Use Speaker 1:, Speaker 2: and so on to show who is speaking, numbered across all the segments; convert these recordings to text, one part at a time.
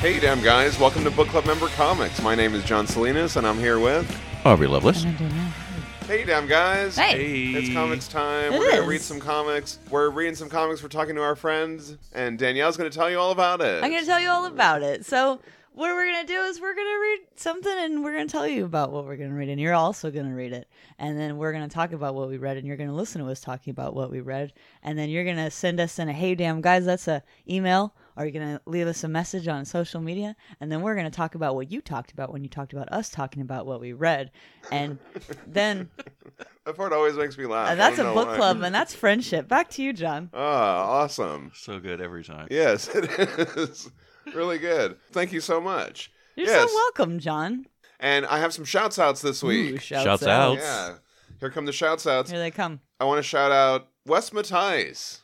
Speaker 1: Hey, damn guys, welcome to Book Club Member Comics. My name is John Salinas, and I'm here with.
Speaker 2: Aubrey Lovelace.
Speaker 1: Hey, damn guys.
Speaker 3: Hey.
Speaker 1: It's comics time.
Speaker 3: It
Speaker 1: We're going to
Speaker 3: is.
Speaker 1: read some comics. We're reading some comics. We're talking to our friends, and Danielle's going to tell you all about it.
Speaker 3: I'm going to tell you all about it. So, what we're going to do is we're going to read something and we're going to tell you about what we're going to read. And you're also going to read it. And then we're going to talk about what we read and you're going to listen to us talking about what we read. And then you're going to send us in a hey, damn, guys, that's a email. Or you're going to leave us a message on social media. And then we're going to talk about what you talked about when you talked about us talking about what we read. And then
Speaker 1: that part always makes me laugh.
Speaker 3: uh,
Speaker 1: I
Speaker 3: that's a
Speaker 1: don't know
Speaker 3: book
Speaker 1: why.
Speaker 3: club and that's friendship. Back to you, John.
Speaker 1: Ah, awesome.
Speaker 2: So good every time.
Speaker 1: Yes, it is. really good. Thank you so much.
Speaker 3: You're
Speaker 1: yes.
Speaker 3: so welcome, John.
Speaker 1: And I have some shouts outs this week.
Speaker 3: Ooh, shouts,
Speaker 2: Shouts
Speaker 3: out.
Speaker 2: outs.
Speaker 1: Yeah. Here come the shouts outs.
Speaker 3: Here they come.
Speaker 1: I want to shout out Wes Matthijs.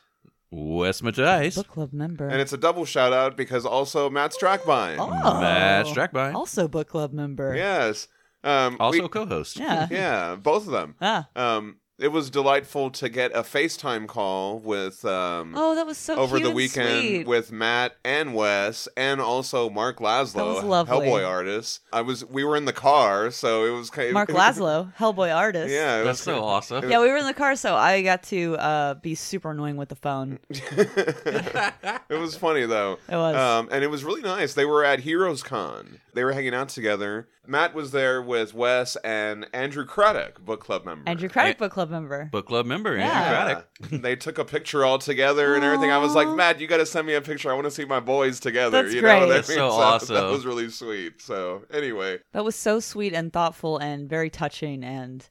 Speaker 2: Wes Matthijs.
Speaker 3: Book club member.
Speaker 1: And it's a double shout out because also Matt Strackbine.
Speaker 3: Oh.
Speaker 2: Matt Strackbine.
Speaker 3: Also book club member.
Speaker 1: Yes. Um,
Speaker 2: Also
Speaker 1: we-
Speaker 2: co-host.
Speaker 3: Yeah.
Speaker 1: yeah, both of them.
Speaker 3: Ah.
Speaker 1: Um, it was delightful to get a FaceTime call with um,
Speaker 3: Oh, that was so
Speaker 1: over
Speaker 3: cute
Speaker 1: the
Speaker 3: and
Speaker 1: weekend
Speaker 3: sweet.
Speaker 1: with Matt and Wes and also Mark Laszlo,
Speaker 3: was lovely.
Speaker 1: Hellboy artist. I was we were in the car, so it was kind
Speaker 3: Mark Laszlo, Hellboy artist.
Speaker 1: yeah, it
Speaker 2: That's
Speaker 1: was
Speaker 2: so awesome.
Speaker 3: Yeah, we were in the car, so I got to uh, be super annoying with the phone.
Speaker 1: it was funny though.
Speaker 3: It was.
Speaker 1: um, and it was really nice. They were at Heroes Con. They were hanging out together. Matt was there with Wes and Andrew Craddock, book club member.
Speaker 3: Andrew Craddock, book club member.
Speaker 2: Book club member.
Speaker 3: Yeah.
Speaker 2: Andrew Craddock.
Speaker 1: Yeah. they took a picture all together and everything. I was like, Matt, you got to send me a picture. I want to see my boys together.
Speaker 3: That's
Speaker 1: you know
Speaker 3: great.
Speaker 1: what I
Speaker 2: That's
Speaker 1: mean?
Speaker 2: so
Speaker 1: That
Speaker 2: awesome.
Speaker 1: was really sweet. So anyway,
Speaker 3: That was so sweet and thoughtful and very touching, and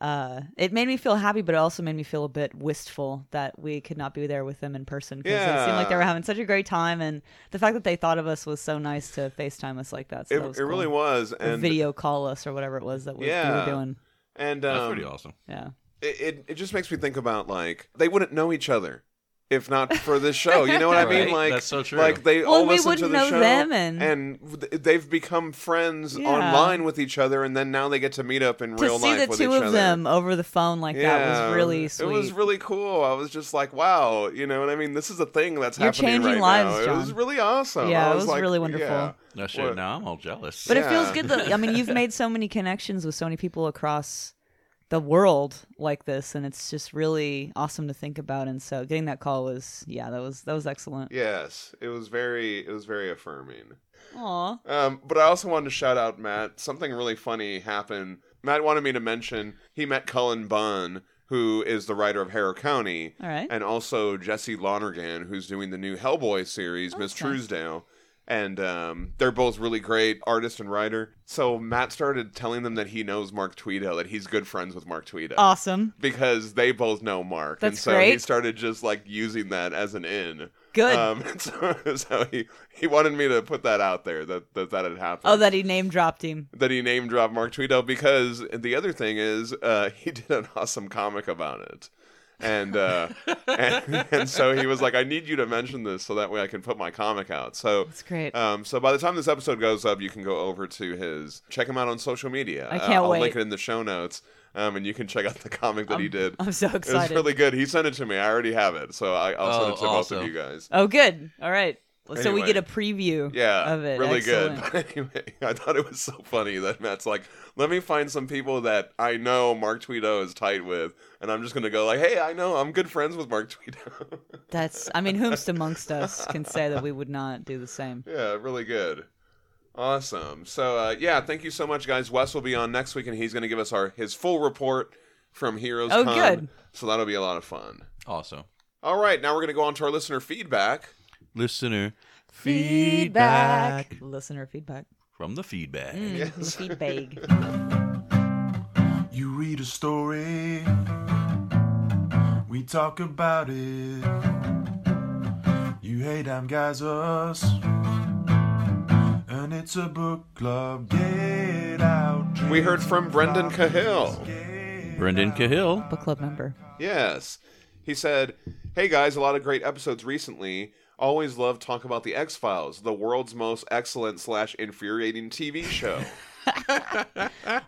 Speaker 3: uh, it made me feel happy, but it also made me feel a bit wistful that we could not be there with them in person because it seemed like they
Speaker 1: Yeah.
Speaker 3: were having such a great time, and the fact that they thought of us was so nice to FaceTime us like that. So
Speaker 1: it,
Speaker 3: that was
Speaker 1: it
Speaker 3: cool.
Speaker 1: really was.
Speaker 3: Or
Speaker 1: And
Speaker 3: video call us or whatever it was that we, we
Speaker 1: Yeah.
Speaker 3: were doing.
Speaker 1: and um,
Speaker 2: That's pretty awesome.
Speaker 3: Yeah.
Speaker 1: it, it it just makes me think about like they wouldn't know each other if not for this show. You know what I
Speaker 2: Right?
Speaker 1: mean? Like
Speaker 2: That's so true.
Speaker 1: Like they
Speaker 3: Well,
Speaker 1: all
Speaker 3: we
Speaker 1: listen to
Speaker 3: wouldn't
Speaker 1: the
Speaker 3: know
Speaker 1: show
Speaker 3: them and-
Speaker 1: and th- they've become friends
Speaker 3: Yeah.
Speaker 1: online with each other, and then now they get to meet up in
Speaker 3: to
Speaker 1: real
Speaker 3: see
Speaker 1: life
Speaker 3: the
Speaker 1: with
Speaker 3: two
Speaker 1: each
Speaker 3: of
Speaker 1: other.
Speaker 3: them over the phone like that was really sweet.
Speaker 1: It was really cool. I was just like, wow, you know what I mean? This is a thing that's
Speaker 3: You're
Speaker 1: happening
Speaker 3: changing
Speaker 1: right
Speaker 3: lives,
Speaker 1: now. It was
Speaker 3: John.
Speaker 1: really awesome.
Speaker 3: Yeah,
Speaker 1: I
Speaker 3: it
Speaker 1: was
Speaker 3: was
Speaker 1: like,
Speaker 3: really wonderful.
Speaker 1: yeah.
Speaker 2: No shit.
Speaker 1: What-
Speaker 2: Now I'm all jealous.
Speaker 3: but
Speaker 1: Yeah.
Speaker 3: it feels good that I mean you've made so many connections with so many people across the world like this and it's just really awesome to think about and so getting that call was yeah, that was that was excellent.
Speaker 1: Yes, it was very, it was very affirming.
Speaker 3: Aw.
Speaker 1: Um, but I also wanted to shout out Matt. Something really funny happened. Matt wanted me to mention he met Cullen Bunn, who is the writer of Harrow County,
Speaker 3: All right.
Speaker 1: and uh, also Jesse Lonergan, who's doing the new Hellboy series, Miss
Speaker 3: that's nice.
Speaker 1: Truesdale. And um, they're both really great artist and writer. So Matt started telling them that he knows Mark Tweedo, that he's good friends with Mark Tweedo.
Speaker 3: Awesome.
Speaker 1: Because they both know Mark. and
Speaker 3: Oh. That's
Speaker 1: so he
Speaker 3: great.
Speaker 1: started just like using that as an in.
Speaker 3: Good.
Speaker 1: Um, and so, so he, he wanted me to put that out there that that, that had happened
Speaker 3: oh, that he name dropped him.
Speaker 1: that he name dropped Mark Tweedo because the other thing is uh, he did an awesome comic about it. And, uh, and and so he was like, I need you to mention this so that way I can put my comic out. So
Speaker 3: That's great.
Speaker 1: um, so by the time this episode goes up, you can go over to his check him out on social media. Uh,
Speaker 3: I can't
Speaker 1: I'll link
Speaker 3: wait.
Speaker 1: it in the show notes, um, and you can check out the comic that he did.
Speaker 3: I'm so
Speaker 1: it was
Speaker 3: excited.
Speaker 1: really good. He sent it to me. I already have it, so I, I'll send
Speaker 2: Oh,
Speaker 1: it to both
Speaker 2: awesome.
Speaker 1: of you guys.
Speaker 3: oh good. All right. Well, So we
Speaker 1: Anyway.
Speaker 3: get a preview
Speaker 1: Yeah,
Speaker 3: of it.
Speaker 1: really good.
Speaker 3: Excellent.
Speaker 1: But anyway, I thought it was so funny that Matt's like, "Let me find some people that I know Mark Tweedo is tight with, and I'm just gonna go like, hey, I know I'm good friends with Mark Tweedo."
Speaker 3: That's I mean, whomst amongst us can say that we would not do the same.
Speaker 1: yeah, really good, awesome. So uh, yeah, thank you so much, guys. Wes will be on next week, and he's gonna give us our his full report from Heroes.
Speaker 3: Oh,
Speaker 1: Con,
Speaker 3: good.
Speaker 1: So that'll be a lot of fun.
Speaker 2: Also,
Speaker 1: All right, now we're gonna go on to our listener feedback.
Speaker 2: listener
Speaker 3: Listener feedback.
Speaker 2: from the feedback.
Speaker 3: Mm.
Speaker 1: Yes.
Speaker 3: Feedback.
Speaker 4: You read a story, we talk about it. You hate I'm guys us, and it's a book club. Get out.
Speaker 1: We heard from Brendan Cahill.
Speaker 2: Brendan Cahill.
Speaker 3: Book club member.
Speaker 1: Yes. He said, Hey guys, a lot of great episodes recently. Always love talk about the X Files, the world's most excellent slash infuriating TV show.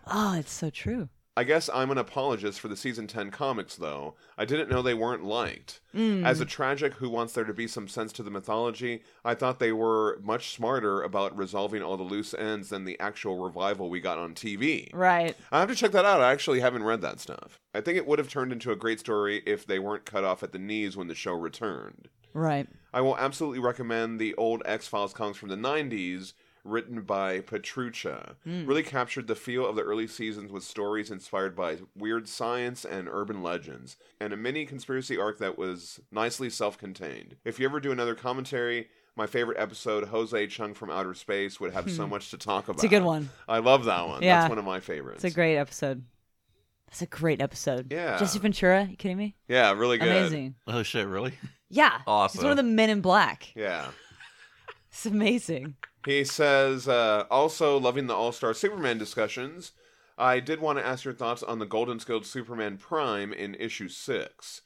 Speaker 3: Oh, it's so true.
Speaker 1: I guess I'm an apologist for the season 10 comics, though. I didn't know they weren't liked. Mm. As a tragic who wants there to be some sense to the mythology, I thought they were much smarter about resolving all the loose ends than the actual revival we got on TV.
Speaker 3: Right.
Speaker 1: I have to check that out. I actually haven't read that stuff. I think it would have turned into a great story if they weren't cut off at the knees when the show returned.
Speaker 3: Right.
Speaker 1: I will absolutely recommend the old X Files comics from the 90s, written by Petruccia.
Speaker 3: Hmm.
Speaker 1: Really captured the feel of the early seasons with stories inspired by weird science and urban legends, and a mini conspiracy arc that was nicely self contained. If you ever do another commentary, my favorite episode, Jose Chung from Outer Space, would have so much to talk about.
Speaker 3: Hmm. It's a good one.
Speaker 1: I love that one.
Speaker 3: Yeah.
Speaker 1: That's one of my favorites.
Speaker 3: It's a great episode. That's a great episode.
Speaker 1: Yeah.
Speaker 3: Jesse Ventura, you kidding me?
Speaker 1: yeah, really good.
Speaker 3: Amazing.
Speaker 2: Oh shit, really?
Speaker 3: Yeah.
Speaker 2: Awesome.
Speaker 3: It's one of the men in black.
Speaker 1: Yeah.
Speaker 3: It's amazing.
Speaker 1: He says, uh, also loving the All Star Superman discussions. I did want to ask your thoughts on the Golden Skilled Superman Prime in issue six.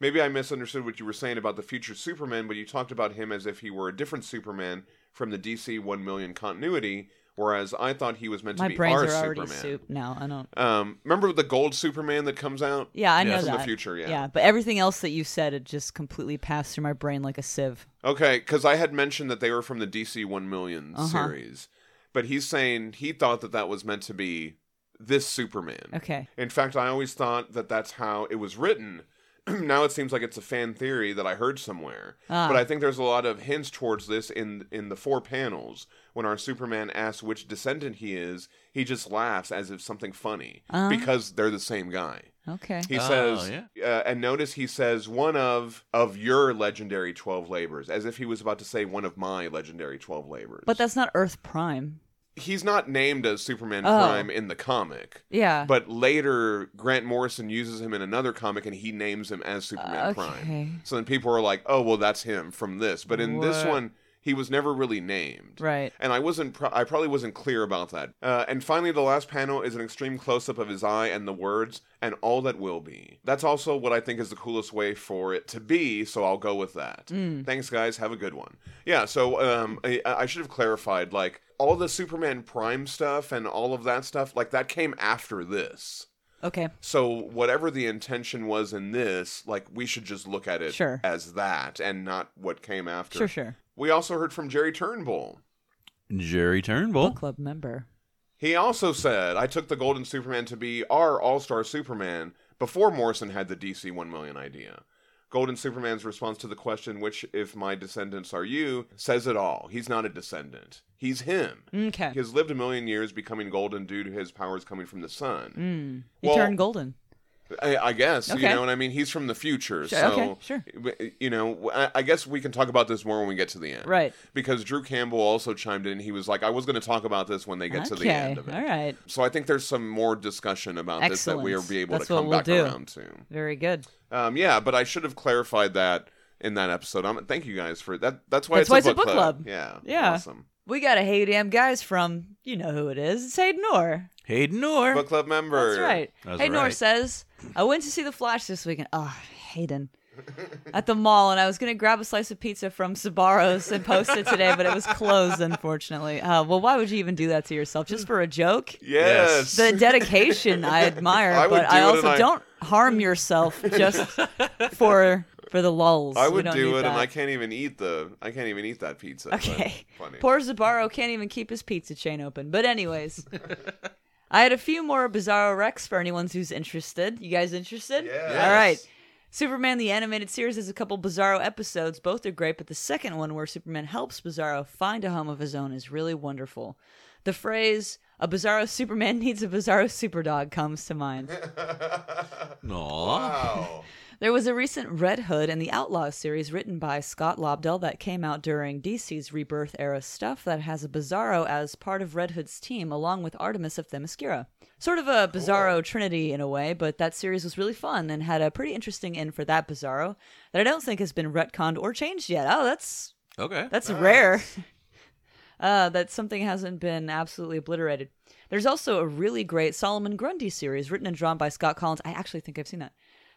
Speaker 1: Maybe I misunderstood what you were saying about the future Superman, but you talked about him as if he were a different Superman from the DC 1 million continuity, whereas I thought he was meant
Speaker 3: My
Speaker 1: to be
Speaker 3: brains
Speaker 1: our
Speaker 3: are already
Speaker 1: Superman.
Speaker 3: soup now. I don't.
Speaker 1: Um, remember the gold Superman that comes out?
Speaker 3: Yeah, I
Speaker 2: Yeah.
Speaker 3: know
Speaker 2: From
Speaker 1: the
Speaker 3: that.
Speaker 1: future, yeah.
Speaker 3: but everything else that you said, it just completely passed through my brain like a sieve.
Speaker 1: Okay, because I had mentioned that they were from the DC 1 million
Speaker 3: Uh-huh.
Speaker 1: series, but he's saying he thought that that was meant to be this Superman.
Speaker 3: Okay.
Speaker 1: In fact, I always thought that that's how it was written. now it seems like it's a fan theory that I heard somewhere.
Speaker 3: Ah.
Speaker 1: But I think there's a lot of hints towards this in in the four panels when our Superman asks which descendant he is, he just laughs as if something funny
Speaker 3: Uh-huh.
Speaker 1: because they're the same guy.
Speaker 3: Okay.
Speaker 1: He
Speaker 2: Oh,
Speaker 1: says, uh, and notice he says one of of your legendary twelve labors, as if he was about to say one of my legendary twelve labors.
Speaker 3: But that's not Earth Prime.
Speaker 1: he's not named as Superman
Speaker 3: Oh.
Speaker 1: Prime in the comic.
Speaker 3: Yeah.
Speaker 1: But later, Grant Morrison uses him in another comic, and he names him as Superman
Speaker 3: Uh, okay.
Speaker 1: Prime. So then people are like, "Oh, well, that's him from this." But in this
Speaker 3: What?
Speaker 1: one, he was never really named.
Speaker 3: right.
Speaker 1: And I wasn't. Pro- I probably wasn't clear about that. Uh, and finally, the last panel is an extreme close-up of his eye and the words "and all that will be." That's also what I think is the coolest way for it to be. So I'll go with that.
Speaker 3: Mm.
Speaker 1: Thanks, guys. Have a good one. Yeah. So um, I, I should have clarified. Like all the Superman Prime stuff and all of that stuff, like that came after this.
Speaker 3: Okay.
Speaker 1: So whatever the intention was in this, like we should just look at it
Speaker 3: Sure.
Speaker 1: as that and not what came after.
Speaker 3: Sure, sure.
Speaker 1: We also heard from Jerry Turnbull.
Speaker 2: Jerry Turnbull.
Speaker 3: Book club member.
Speaker 1: He also said, I took the Golden Superman to be our All Star Superman before Morrison had the DC 1 million idea. Golden Superman's response to the question, which, if my descendants are you, says it all. He's not a descendant. He's him.
Speaker 3: Okay.
Speaker 1: He has lived a million years becoming golden due to his powers coming from the sun.
Speaker 3: Mm. You
Speaker 1: Well-
Speaker 3: turned golden.
Speaker 1: I, I guess, you
Speaker 3: Okay.
Speaker 1: know what I mean? He's from the future.
Speaker 3: Sure,
Speaker 1: so,
Speaker 3: okay, sure.
Speaker 1: w- you know, I, I guess we can talk about this more when we get to the end.
Speaker 3: Right.
Speaker 1: Because Drew Campbell also chimed in. He was like, I was going to talk about this when they get
Speaker 3: okay.
Speaker 1: to the end of it.
Speaker 3: All right.
Speaker 1: So I think there's some more discussion about this that we'll
Speaker 3: Excellent.
Speaker 1: be able
Speaker 3: That's
Speaker 1: to
Speaker 3: what
Speaker 1: come
Speaker 3: we'll
Speaker 1: back
Speaker 3: do.
Speaker 1: around to.
Speaker 3: Very good.
Speaker 1: Um, yeah, but I should have clarified that in that episode. I'm, thank you guys for that. That's why
Speaker 3: That's
Speaker 1: it's
Speaker 3: why
Speaker 1: a
Speaker 3: it's a
Speaker 1: book
Speaker 3: book club.
Speaker 1: Yeah,
Speaker 3: Yeah.
Speaker 1: awesome.
Speaker 3: We got a Hey Damn Guys from, you know who it is. It's Hayden Orr.
Speaker 2: Hayden Orr.
Speaker 1: Book club member.
Speaker 3: That's right.
Speaker 2: That's
Speaker 3: Hayden Orr
Speaker 2: right.
Speaker 3: says, I went to see The Flash this weekend. Oh, Hayden. At the mall, and I was going to grab a slice of pizza from Sabaros and post it today, but it was closed, unfortunately. Uh, well, why would you even do that to yourself? Just for a joke?
Speaker 1: Yes.
Speaker 3: The dedication I admire,
Speaker 1: I would
Speaker 3: but I
Speaker 1: do it
Speaker 3: also
Speaker 1: and I-
Speaker 3: don't harm yourself just for for the lulls.
Speaker 1: I
Speaker 3: We
Speaker 1: would
Speaker 3: don't
Speaker 1: do
Speaker 3: need
Speaker 1: it, and
Speaker 3: that.
Speaker 1: I can't even eat the. I can't even eat that pizza. but
Speaker 3: Okay.
Speaker 1: Funny.
Speaker 3: Poor Zabaro can't even keep his pizza chain open. But anyways, I had a few more Bizarro Rex for anyone who's interested. You guys interested?
Speaker 1: Yes.
Speaker 3: All right. Superman the animated series has a couple Bizarro episodes. Both are great, but the second one where Superman helps Bizarro find a home of his own is really wonderful. The phrase "a Bizarro Superman needs a Bizarro Superdog" comes to mind.
Speaker 2: Aw.
Speaker 1: Wow.
Speaker 3: There was a recent Red Hood and the Outlaws series written by Scott Lobdell that came out during DC's Rebirth era stuff that has a Bizarro as part of Red Hood's team along with Artemis of Themyscira. Sort of a Bizarro trinity in a way, but that series was really fun and had a pretty interesting end for that Bizarro that I don't think has been retconned or changed yet. Oh, that's
Speaker 2: Okay.
Speaker 3: that's rare. Uh, that something hasn't been absolutely obliterated. There's also a really great Solomon Grundy series written and drawn by Scott Collins. I actually think I've seen that.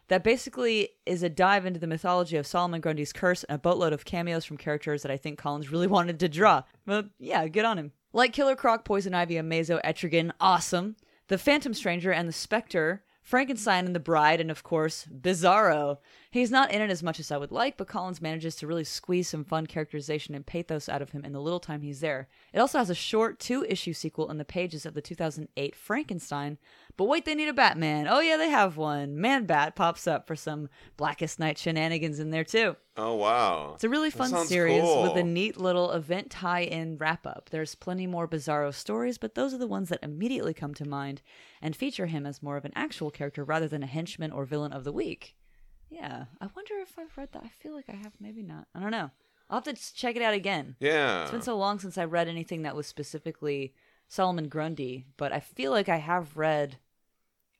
Speaker 3: That basically is a dive into the mythology of Solomon Grundy's curse and a boatload of cameos from characters that I think Collins really wanted to draw. But yeah, good on him. Like Killer Croc, Poison Ivy, Amazo, Etrigan, awesome. The Phantom Stranger and the Spectre, Frankenstein and the Bride, and of course, Bizarro. He's not in it as much as I would like, but Collins manages to really squeeze some fun characterization and pathos out of him in the little time he's there. It also has a short two issue sequel in the pages of the 2008 Frankenstein. But wait, they need a Batman. Oh, yeah, they have one. Man Bat pops up for some Blackest Night shenanigans in there, too.
Speaker 1: Oh wow.
Speaker 3: It's a really
Speaker 1: That
Speaker 3: fun
Speaker 1: sounds
Speaker 3: series
Speaker 1: cool.
Speaker 3: with a neat little event tie in wrap up. There's plenty more bizarro stories, but those are the ones that immediately come to mind and feature him as more of an actual character rather than a henchman or villain of the week. Yeah, I wonder if I've read that. I feel like I have, maybe not. I don't know. I'll have to s- check it out again.
Speaker 1: Yeah.
Speaker 3: It's been so long since I read anything that was specifically Solomon Grundy, but I feel like I have read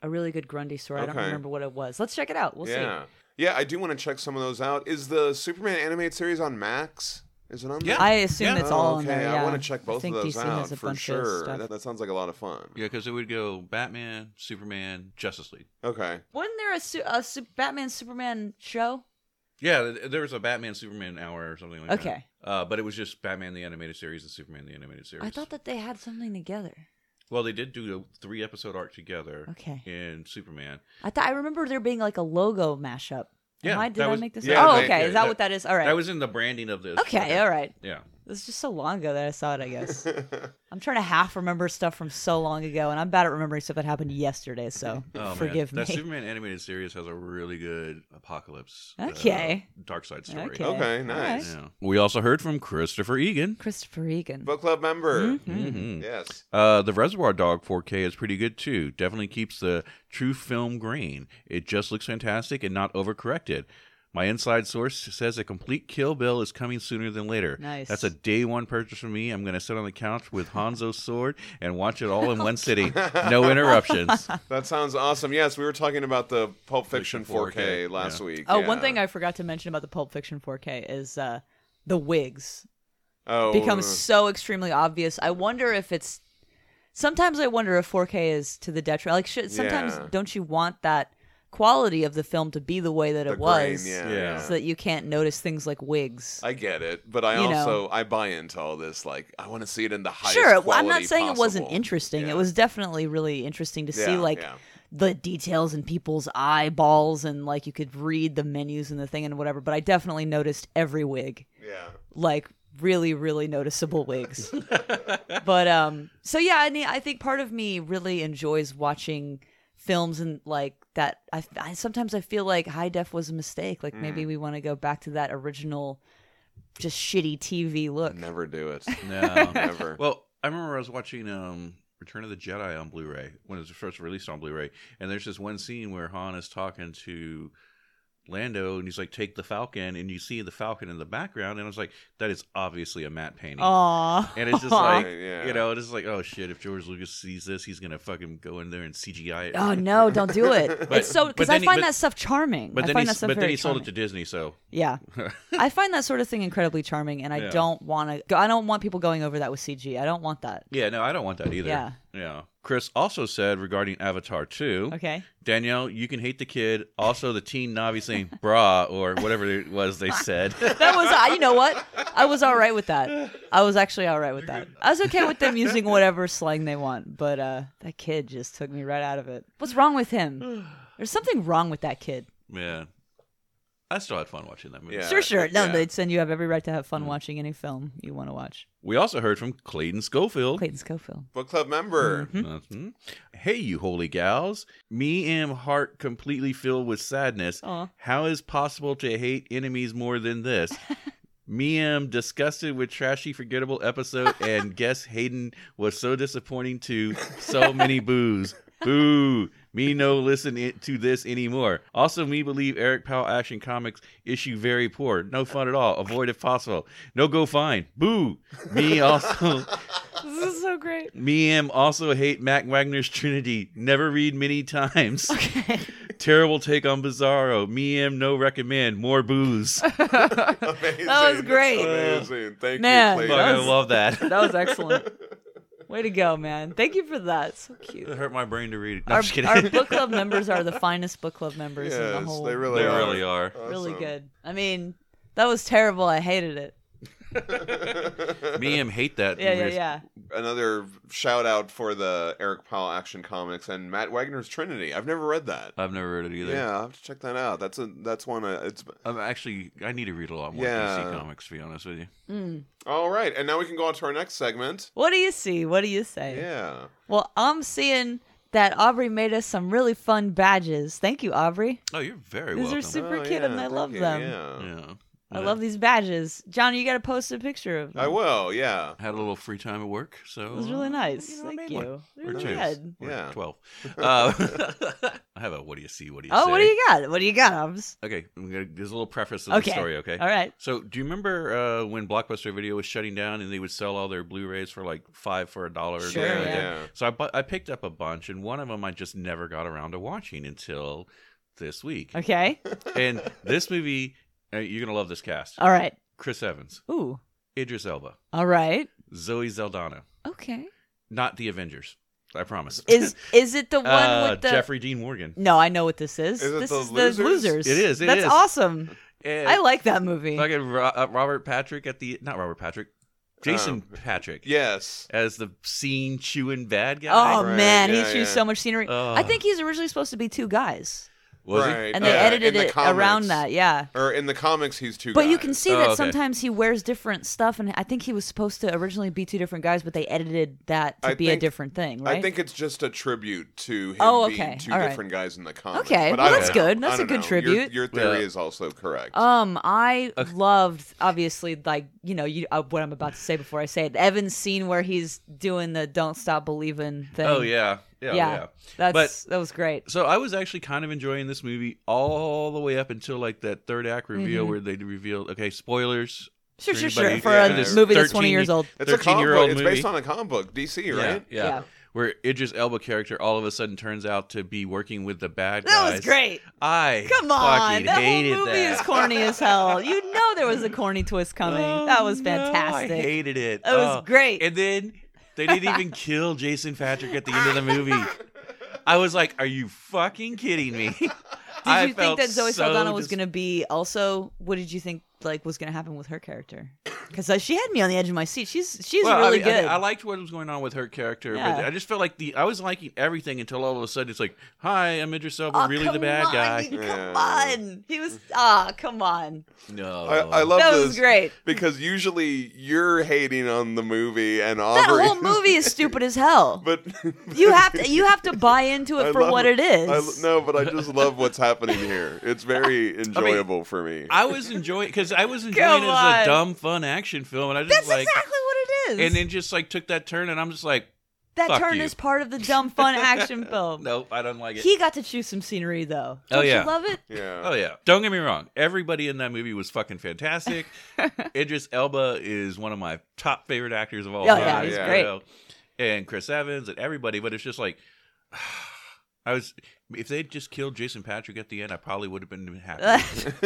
Speaker 3: a really good Grundy story. I
Speaker 1: Okay.
Speaker 3: don't remember what it was. Let's check it out. We'll see.
Speaker 1: yeah. Yeah, I do want to check some of those out. Is the Superman animated series on Max? Is it on
Speaker 2: Yeah.
Speaker 1: Max?
Speaker 3: I assume
Speaker 2: Yeah.
Speaker 3: it's all
Speaker 1: Oh, okay.
Speaker 3: on there. Yeah.
Speaker 1: I want to check
Speaker 3: I
Speaker 1: both of
Speaker 3: think
Speaker 1: those
Speaker 3: DC
Speaker 1: out
Speaker 3: has a
Speaker 1: for
Speaker 3: bunch Of
Speaker 1: sure.
Speaker 3: stuff.
Speaker 1: That, that sounds like a lot of fun.
Speaker 2: Yeah, because it would go Batman, Superman, Justice League.
Speaker 1: Okay.
Speaker 3: Wasn't there a, su- a su- Batman Superman show?
Speaker 2: Yeah, th- there was a Batman Superman hour or something like that.
Speaker 3: Okay.
Speaker 2: Uh, but it was just Batman the animated series and Superman the animated series.
Speaker 3: I thought that they had something together.
Speaker 2: Well, they did do a three episode arc together.
Speaker 3: Okay.
Speaker 2: In Superman.
Speaker 3: I thought I remember there being like a logo mashup.
Speaker 2: Yeah,
Speaker 3: Why did
Speaker 2: that
Speaker 3: I
Speaker 2: was-
Speaker 3: make this?
Speaker 1: yeah,
Speaker 3: up? oh,
Speaker 1: that-
Speaker 3: okay.
Speaker 2: yeah,
Speaker 3: is that,
Speaker 2: that-
Speaker 3: what that is? All right.
Speaker 2: That was in the branding of this.
Speaker 3: okay, All right.
Speaker 2: Yeah.
Speaker 3: It was just so long ago that I saw it. I guess I'm trying to half remember stuff from so long ago, and I'm bad at remembering stuff that happened yesterday. So
Speaker 2: Oh, man.
Speaker 3: forgive
Speaker 2: That
Speaker 3: me.
Speaker 2: Superman animated series has a really good apocalypse.
Speaker 3: Okay.
Speaker 2: Uh, dark side story.
Speaker 3: Okay.
Speaker 1: Okay,
Speaker 3: All
Speaker 1: nice.
Speaker 2: Yeah. We also heard from Christopher Egan.
Speaker 3: Christopher Egan.
Speaker 1: Book club member.
Speaker 3: Hmm.
Speaker 2: Mm-hmm.
Speaker 1: Yes.
Speaker 2: Uh, the Reservoir Dog 4K is pretty good too. Definitely keeps the true film grain. It just looks fantastic and not overcorrected. My inside source says a complete Kill Bill is coming sooner than later.
Speaker 3: Nice.
Speaker 2: That's a day one purchase for me. I'm going to sit on the couch with Hanzo's sword and watch it all in one sitting. No interruptions.
Speaker 1: That sounds awesome. Yes, we were talking about the Pulp Fiction 4K,
Speaker 2: 4K,
Speaker 1: last
Speaker 2: yeah.
Speaker 1: week.
Speaker 3: Oh, one
Speaker 1: yeah.
Speaker 3: thing I forgot to mention about the Pulp Fiction 4K is uh, the wigs.
Speaker 1: oh,
Speaker 3: becomes so extremely obvious. I wonder if it's sometimes I wonder if 4K is to the detriment. Like should, sometimes
Speaker 1: Yeah.
Speaker 3: don't you want that quality of the film to be the way that
Speaker 1: the
Speaker 3: it was,
Speaker 1: grain, yeah.
Speaker 2: Yeah.
Speaker 1: yeah.
Speaker 3: so that you can't notice things like wigs.
Speaker 1: I get it, but I
Speaker 3: You know.
Speaker 1: also I buy into all this. Like I want to see it in the highest.
Speaker 3: sure, well, I'm not
Speaker 1: quality
Speaker 3: saying it wasn't
Speaker 1: possible.
Speaker 3: interesting.
Speaker 1: Yeah.
Speaker 3: It was definitely really interesting to see
Speaker 1: Yeah,
Speaker 3: like
Speaker 1: yeah.
Speaker 3: the details in people's eyeballs and like you could read the menus and the thing and whatever. But I definitely noticed every wig.
Speaker 1: Yeah.
Speaker 3: like really really noticeable wigs but um so yeah i mean i think part of me really enjoys watching films and like that i, I sometimes i feel like high def was a mistake like
Speaker 2: Mm.
Speaker 3: maybe we want to go back to that original just shitty tv look
Speaker 1: Never do it.
Speaker 2: no.
Speaker 1: Never.
Speaker 2: Well, I remember I was watching um, Return of the Jedi on Blu-ray when it was first released on Blu-ray, and there's this one scene where Han is talking to Lando, and he's like, "Take the Falcon," and you see the Falcon in the background, and I was like, "That is obviously a matte painting."
Speaker 3: Oh. Aw.
Speaker 2: And it's just
Speaker 1: Right,
Speaker 2: like
Speaker 1: yeah.
Speaker 2: you know, it's just like oh shit! If George Lucas sees this, he's gonna fucking go in there and CGI it.
Speaker 3: oh no don't do it
Speaker 2: But-
Speaker 3: it's so
Speaker 2: but
Speaker 3: because i
Speaker 2: then he-
Speaker 3: find
Speaker 2: but-
Speaker 3: that stuff charming
Speaker 2: But
Speaker 3: i
Speaker 2: then
Speaker 3: find
Speaker 2: he,
Speaker 3: that stuff
Speaker 2: but then
Speaker 3: very
Speaker 2: he sold it
Speaker 3: charming.
Speaker 2: to Disney, so
Speaker 3: yeah i find that sort of thing incredibly charming and i
Speaker 2: Yeah.
Speaker 3: don't want to go i don't want people going over that with cg i don't want that
Speaker 2: yeah, no, I don't want that either.
Speaker 3: Yeah. Oh,
Speaker 2: yeah. Chris also said regarding Avatar two.
Speaker 3: okay
Speaker 2: Danielle, you can hate the kid. Also, the teen Navi saying bra or whatever it was they said.
Speaker 3: That was, I- you know what? I was all right with that. I was actually all right with that. I was okay with them using whatever slang they want, but uh, that kid just took me right out of it. What's wrong with him? There's something wrong with that kid.
Speaker 2: Man, I still had fun watching that movie.
Speaker 1: Yeah.
Speaker 3: Sure, sure. No,
Speaker 1: yeah. Mm-hmm.
Speaker 3: they'd send you have every right to have fun watching any film you want to watch.
Speaker 2: We also heard from Clayton Schofield.
Speaker 3: Clayton Mm-hmm. Schofield.
Speaker 1: Book club member.
Speaker 2: Mhm. Hey, you holy gals. Me am heart completely filled with sadness.
Speaker 3: Aw.
Speaker 2: How is possible to hate enemies more than this? Me am disgusted with trashy, forgettable episode, and guess Hayden was so disappointing to so many boos. Boo! Me no listen i- to this anymore. Also, me believe Eric Powell Action Comics issue very poor. No fun at all. Avoid if possible. No go find. Boo! Me also
Speaker 3: This is so great.
Speaker 2: me am also hate Mac Wagner's Trinity. Never read many times. Terrible take on Bizarro. Me am no recommend. More booze. Fuck,
Speaker 1: Amazing.
Speaker 3: That was great.
Speaker 1: Amazing. Thank
Speaker 3: Man,
Speaker 1: you,
Speaker 2: I
Speaker 1: Clayton.
Speaker 3: Yes.
Speaker 2: love that.
Speaker 3: That was excellent. Way to go, man. Thank you for that. So
Speaker 2: It
Speaker 3: cute.
Speaker 2: hurt my brain to read it. No,
Speaker 3: Our,
Speaker 2: I'm just kidding.
Speaker 3: our book club members are the finest book club members in the
Speaker 1: Yes,
Speaker 3: whole
Speaker 1: they really
Speaker 2: they
Speaker 1: are.
Speaker 2: really are.
Speaker 1: Awesome.
Speaker 3: really good. I mean, that was terrible. I hated it.
Speaker 2: Miem hate that.
Speaker 3: Yeah, yeah,
Speaker 2: weird-
Speaker 3: yeah.
Speaker 1: Another shout out for the Eric Powell Action Comics and Matt Wagner's Trinity. I've never read that.
Speaker 2: I've never read it either.
Speaker 1: Yeah, I'll have to check that out. That's a that's one. Uh, it's
Speaker 2: I'm actually, I need to read a lot more
Speaker 1: Yeah.
Speaker 2: DC comics to be honest with you.
Speaker 3: Mm.
Speaker 1: all right, and now we can go on to our next segment.
Speaker 3: What do you see? What do you say?
Speaker 1: Yeah,
Speaker 3: Well, I'm seeing that Aubrey made us some really fun badges. Thank you, Aubrey.
Speaker 2: Oh, you're very
Speaker 3: These
Speaker 2: welcome.
Speaker 3: are super
Speaker 1: Oh,
Speaker 3: cute
Speaker 1: yeah,
Speaker 3: and I
Speaker 1: thank
Speaker 3: love
Speaker 1: you,
Speaker 3: them.
Speaker 1: Yeah.
Speaker 2: yeah.
Speaker 3: I love these badges. John, you got to post a picture of them.
Speaker 1: I will. Yeah,
Speaker 2: Had a little free time at work, so
Speaker 3: it was really
Speaker 2: uh,
Speaker 3: nice.
Speaker 2: you know, I
Speaker 3: Thank
Speaker 2: made one.
Speaker 3: you. They're
Speaker 2: Or two.
Speaker 3: good.
Speaker 2: Or
Speaker 1: Yeah.
Speaker 2: twelve. Uh, I have a what do you see? What do you
Speaker 3: Oh,
Speaker 2: say?
Speaker 3: what do you got? What do you got, Obs?
Speaker 2: Okay, I'm gonna, there's a little preface of
Speaker 3: Okay.
Speaker 2: the story. Okay.
Speaker 3: All right.
Speaker 2: So, do you remember uh, when Blockbuster Video was shutting down and they would sell all their Blu-rays for like five for a dollar? or
Speaker 3: Sure,
Speaker 2: something like
Speaker 3: yeah.
Speaker 2: that? So I, bu- I picked up a bunch, and one of them I just never got around to watching until this week.
Speaker 3: Okay.
Speaker 2: and this movie, uh, you're gonna love this cast:
Speaker 3: All right.
Speaker 2: Chris Evans,
Speaker 3: Ooh.
Speaker 2: Idris Elba,
Speaker 3: All right.
Speaker 2: Zoe Zeldana,
Speaker 3: Okay.
Speaker 2: not the Avengers. I promise.
Speaker 3: Is is it the one
Speaker 2: uh,
Speaker 3: with the
Speaker 2: Jeffrey Dean Morgan?
Speaker 3: No, I know what this is.
Speaker 1: Is it
Speaker 3: this
Speaker 1: The
Speaker 3: is
Speaker 1: Losers?
Speaker 3: the losers.
Speaker 2: It is, it
Speaker 3: That's
Speaker 2: is.
Speaker 3: awesome.
Speaker 2: And
Speaker 3: I like that movie.
Speaker 2: Eh, fucking Ro- uh, Robert Patrick at the not Robert Patrick, Jason
Speaker 1: Um,
Speaker 2: Patrick.
Speaker 1: Yes.
Speaker 2: as the scene chewing bad guy.
Speaker 3: Oh
Speaker 1: Right,
Speaker 3: man, he
Speaker 1: yeah,
Speaker 3: chews
Speaker 1: yeah.
Speaker 3: so much scenery.
Speaker 2: Uh,
Speaker 3: I think he's originally supposed to be two guys,
Speaker 2: was he?
Speaker 1: Right,
Speaker 3: and they
Speaker 1: yeah, in
Speaker 3: edited
Speaker 1: the
Speaker 3: it around
Speaker 1: comics.
Speaker 3: that. Yeah.
Speaker 1: Or in the comics, he's two.
Speaker 3: But you
Speaker 1: guys.
Speaker 3: can see
Speaker 2: Oh,
Speaker 3: that
Speaker 2: okay.
Speaker 3: sometimes he wears different stuff, and I think he was supposed to originally be two different guys, but they edited that to
Speaker 1: I
Speaker 3: be a
Speaker 1: think-
Speaker 3: different thing, right?
Speaker 1: I think it's just a tribute to him
Speaker 3: Oh, okay,
Speaker 1: being two
Speaker 3: all right.
Speaker 1: different guys in the comics.
Speaker 3: Okay,
Speaker 1: but
Speaker 3: well,
Speaker 1: I don't
Speaker 3: that's
Speaker 1: know.
Speaker 3: good.
Speaker 1: I
Speaker 3: That's a
Speaker 1: don't
Speaker 3: good
Speaker 1: know. Your,
Speaker 3: tribute.
Speaker 1: your theory
Speaker 2: Yeah.
Speaker 1: is also correct.
Speaker 3: Um, I loved obviously like you know you uh, what I'm about to say before I say it. Evan's scene where he's doing the "Don't Stop Believing" thing.
Speaker 2: Oh yeah, yeah,
Speaker 3: yeah.
Speaker 2: yeah.
Speaker 3: That's that was great.
Speaker 2: So I was actually kind of enjoying this movie all the way up until like that third act
Speaker 3: Mm-hmm.
Speaker 2: reveal where they revealed. Okay, spoilers.
Speaker 3: Sure,
Speaker 2: for
Speaker 3: sure, sure.
Speaker 2: anybody-
Speaker 3: For
Speaker 1: yeah,
Speaker 3: a
Speaker 1: there's
Speaker 3: movie that's 20
Speaker 2: 13
Speaker 3: years old,
Speaker 1: it's a comic book.
Speaker 2: 13-year-old
Speaker 1: It's
Speaker 2: movie.
Speaker 1: based on a comic book, DC, right?
Speaker 2: Yeah,
Speaker 3: Yeah.
Speaker 2: Where Idris Elba character all of a sudden turns out to be working with the bad guys.
Speaker 3: that was great.
Speaker 2: I
Speaker 3: Come on,
Speaker 2: fucking
Speaker 3: that whole
Speaker 2: hated
Speaker 3: movie
Speaker 2: that.
Speaker 3: is corny as hell. You know there was a corny twist coming.
Speaker 2: Oh,
Speaker 3: that was
Speaker 2: no,
Speaker 3: fantastic.
Speaker 2: I hated it. Oh.
Speaker 3: That was great.
Speaker 2: And then they didn't even kill Jason Patrick at the end of the movie. I was like, "Are you fucking kidding me?" Did
Speaker 3: did you think that Zoe Saldana was going to be also? What did you think like was going to happen with her character? Because she had me on the edge of my seat. She's she's
Speaker 2: Well, I
Speaker 3: really
Speaker 2: mean, I,
Speaker 3: good.
Speaker 2: I liked what was going on with her character, but
Speaker 3: Yeah.
Speaker 2: I just felt like the I was liking everything until all of a sudden it's like, "Hi, I'm Idris Elba,
Speaker 3: Oh,
Speaker 2: really the
Speaker 3: come
Speaker 2: bad
Speaker 3: on,
Speaker 2: guy."
Speaker 3: Come
Speaker 1: Yeah.
Speaker 3: on, he was ah, come on.
Speaker 2: No,
Speaker 1: I, I love
Speaker 3: That
Speaker 1: this
Speaker 3: was great.
Speaker 1: because usually you're hating on the movie and
Speaker 3: That
Speaker 1: Aubrey.
Speaker 3: whole movie is stupid as hell.
Speaker 1: but
Speaker 3: you have to you have to buy into it
Speaker 1: I
Speaker 3: for
Speaker 1: love
Speaker 3: what it is.
Speaker 1: I l- no, but I just love what's happening here. It's very enjoyable for me.
Speaker 2: I was enjoying because I was enjoying it as
Speaker 3: on.
Speaker 2: a dumb, fun action film, and I just
Speaker 3: That's
Speaker 2: like,
Speaker 3: exactly what it is.
Speaker 2: and then just like took that turn, and I'm just like,
Speaker 3: that
Speaker 2: fuck
Speaker 3: turn
Speaker 2: you.
Speaker 3: is part of the dumb fun action film.
Speaker 2: nope, I don't like it.
Speaker 3: He got to choose some scenery though.
Speaker 2: Oh,
Speaker 3: Don't
Speaker 2: yeah.
Speaker 3: you love it?
Speaker 1: yeah.
Speaker 2: Oh yeah. Don't get me wrong. Everybody in that movie was fucking fantastic. Idris Elba is one of my top favorite actors of all
Speaker 3: Oh,
Speaker 2: time.
Speaker 1: yeah, he's
Speaker 2: you
Speaker 3: great.
Speaker 2: know, And Chris Evans and everybody, but it's just like I was if they'd just killed Jason Patrick at the end, I probably would have been happy.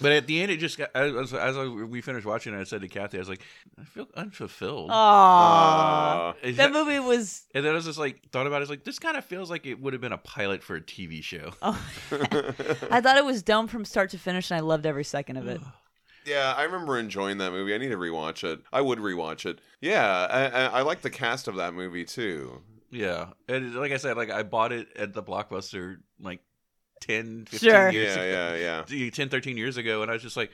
Speaker 2: but at the end, it just got, as, as I, we finished watching, it, I said to Kathy, I was like, I feel unfulfilled.
Speaker 3: Aww.
Speaker 1: Uh,
Speaker 2: Is that-
Speaker 3: that movie was
Speaker 2: and then I was just like, thought about it, I was like, this kind of feels like it would have been a pilot for a TV show.
Speaker 3: oh, I thought it was dumb from start to finish and I loved every second of it.
Speaker 1: yeah, I remember enjoying that movie. I need to rewatch it. I would rewatch it. Yeah, I, I, I like the cast of that movie too.
Speaker 2: Yeah, and it- like I said, like I bought it at the blockbuster like 10, 15
Speaker 3: Sure.
Speaker 2: years ago,
Speaker 1: Yeah, yeah,
Speaker 2: 10, 13 years ago, and I was just like,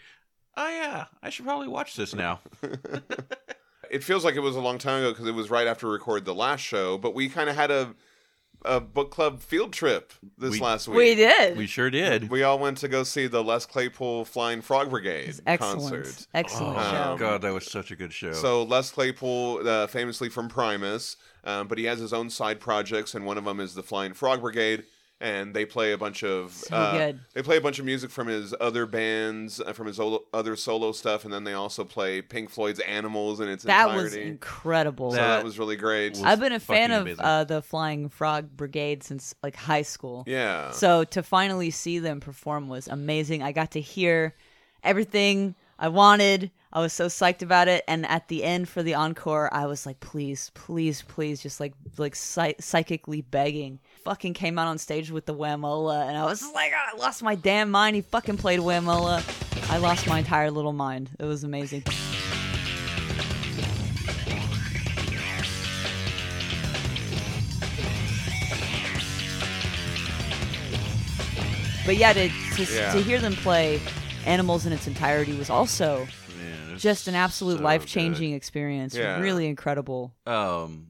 Speaker 2: oh yeah, I should probably watch this now.
Speaker 1: yeah. it feels like it was a long time ago because it was right after we recorded the last show, but we kind of had a a book club field trip this
Speaker 2: We-
Speaker 1: last week.
Speaker 3: We did.
Speaker 2: We sure did.
Speaker 1: We all went to go see the Les Claypool Flying Frog Brigade
Speaker 3: Excellent.
Speaker 1: concert.
Speaker 3: Excellent
Speaker 2: Oh
Speaker 1: Um,
Speaker 3: show.
Speaker 2: god, that was such a good show.
Speaker 1: So Les Claypool, uh, famously from Primus, um, but he has his own side projects, and one of them is the Flying Frog Brigade, and they play a bunch of
Speaker 3: So
Speaker 1: uh,
Speaker 3: good.
Speaker 1: they play a bunch of music from his other bands, uh, from his ol- other solo stuff, and then they also play Pink Floyd's Animals in its
Speaker 3: That was
Speaker 1: entirety.
Speaker 3: incredible.
Speaker 1: so
Speaker 2: That-
Speaker 1: that was really great.
Speaker 2: was
Speaker 3: I've been a fan
Speaker 2: fucking
Speaker 3: of
Speaker 2: amazing.
Speaker 3: uh, the Flying Frog Brigade since like high school.
Speaker 1: yeah.
Speaker 3: So to finally see them perform was amazing. I got to hear everything I wanted. I was so psyched about it. And at the end for the encore, I was like, please, please, please, just like like psy- psychically begging. Fucking came "Ah, out on stage with the Whamola, and I was just like, I lost my damn mind. He fucking played Whamola. I lost my entire little mind. It was amazing. But yeah, to, to,
Speaker 1: Yeah.
Speaker 3: to hear them play Animals in its entirety was also
Speaker 2: Man, it's
Speaker 3: just an absolute
Speaker 2: so
Speaker 3: life
Speaker 2: good.
Speaker 3: changing experience.
Speaker 1: Yeah.
Speaker 3: Really incredible.
Speaker 2: Um,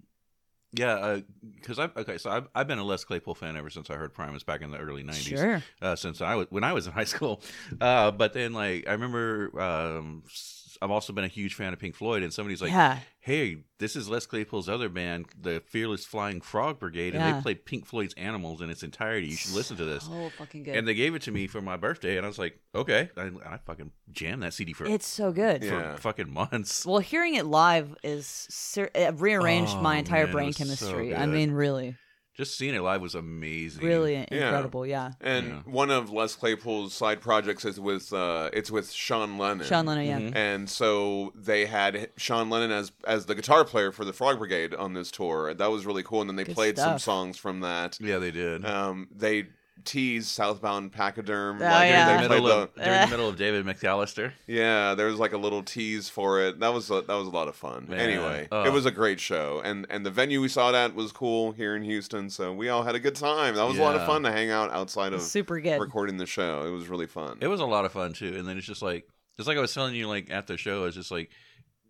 Speaker 2: yeah, because I've okay, so I've, I've been a Les Claypool fan ever since I heard Primus back in the early '90s.
Speaker 3: Sure.
Speaker 2: Uh, since I was when I was in high school, uh, but then like I remember, um, s- I've also been a huge fan of Pink Floyd, and somebody's like,
Speaker 3: yeah.
Speaker 2: "Hey, this is Les Claypool's other band, the Fearless Flying Frog Brigade, and
Speaker 3: Yeah.
Speaker 2: they played Pink Floyd's Animals in its entirety. You should listen to this."
Speaker 3: Oh, fucking good.
Speaker 2: And they gave it to me for my birthday, and I was like, "Okay," I, I fucking jammed that CD for,
Speaker 3: it's so good.
Speaker 2: for
Speaker 1: Yeah.
Speaker 2: fucking months.
Speaker 3: Well, hearing it live is ser- it rearranged
Speaker 2: Oh,
Speaker 3: my entire
Speaker 2: man, it
Speaker 3: brain
Speaker 2: was so
Speaker 3: chemistry. I
Speaker 2: good.
Speaker 3: mean, really,
Speaker 2: Just seeing it live was amazing.
Speaker 3: really incredible. Yeah,
Speaker 1: And
Speaker 2: Yeah.
Speaker 1: one of Les Claypool's side projects is with uh, it's with Sean Lennon.
Speaker 3: Sean Lennon. Mm-hmm. Yeah,
Speaker 2: Mhm.
Speaker 1: And so they had Sean Lennon as as the guitar player for the Frog Brigade on this tour. That was really cool. And then they
Speaker 3: Good
Speaker 1: played some
Speaker 3: stuff. Mm-hmm.
Speaker 1: songs from that.
Speaker 2: Yeah, they did.
Speaker 1: Um, they teased Southbound Pachyderm.
Speaker 3: Oh,
Speaker 1: like,
Speaker 3: yeah.
Speaker 1: They
Speaker 2: during, the
Speaker 1: played
Speaker 2: middle
Speaker 1: the,
Speaker 2: of, during
Speaker 3: Uh.
Speaker 2: the middle of David McAllister.
Speaker 1: yeah, there was like a little tease for it. That was a, that was a lot of fun.
Speaker 2: Man.
Speaker 1: Anyway,
Speaker 2: Oh.
Speaker 1: it was a great show, and and the venue we saw it at was cool here in Houston. So we all had a good time. That was a lot of
Speaker 2: Yeah.
Speaker 1: fun to hang out outside of
Speaker 3: super good.
Speaker 1: recording the show. It was really fun.
Speaker 2: It was a lot of fun too. And then it's just like it's like I was telling you like at the show, it's just like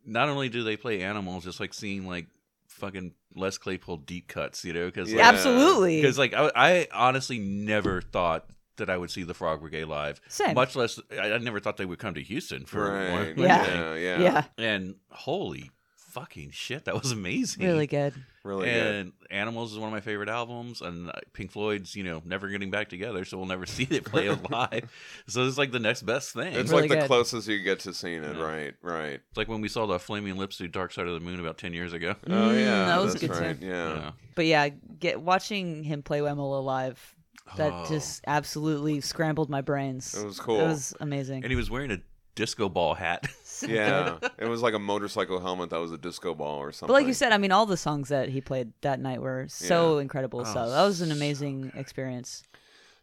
Speaker 2: not only do they play animals, it's like seeing like fucking Les Claypool deep cuts, you know? Because
Speaker 1: Yeah.
Speaker 2: like,
Speaker 3: Absolutely.
Speaker 2: 'cause, like I, I honestly never thought that I would see the Frog Brigade live.
Speaker 3: Same.
Speaker 2: Much less I, I never thought they would come to Houston for
Speaker 1: right.
Speaker 2: one.
Speaker 3: Yeah.
Speaker 2: thing.
Speaker 1: yeah, yeah,
Speaker 3: yeah.
Speaker 2: And holy fucking shit, that was amazing.
Speaker 3: really good.
Speaker 1: Really good.
Speaker 2: and Animals is one of my favorite albums, and uh, Pink Floyd's, you know, never getting back together, so we'll never see it play live. So it's like the next best thing.
Speaker 1: It's
Speaker 2: It's,
Speaker 3: really
Speaker 1: like the
Speaker 3: good.
Speaker 1: closest you get to seeing it.
Speaker 2: Yeah.
Speaker 1: Right, right.
Speaker 2: like when we saw the Flaming Lips do Dark Side of the Moon about ten years ago.
Speaker 1: Oh
Speaker 3: Mm,
Speaker 1: yeah,
Speaker 3: that was a
Speaker 1: that's
Speaker 3: good
Speaker 1: right.
Speaker 3: tune.
Speaker 1: Yeah.
Speaker 2: Yeah.
Speaker 3: But yeah, get watching him play Wemolo live. That
Speaker 2: Oh.
Speaker 3: just absolutely scrambled my brains.
Speaker 1: It was cool.
Speaker 3: It was amazing.
Speaker 2: and he was wearing a disco ball hat.
Speaker 3: So good.
Speaker 1: yeah, it was like a motorcycle helmet that was a disco ball or something.
Speaker 3: But like you said, I mean, all the songs that he played that night were so incredible.
Speaker 2: Oh,
Speaker 3: so that was an
Speaker 2: so
Speaker 3: amazing experience.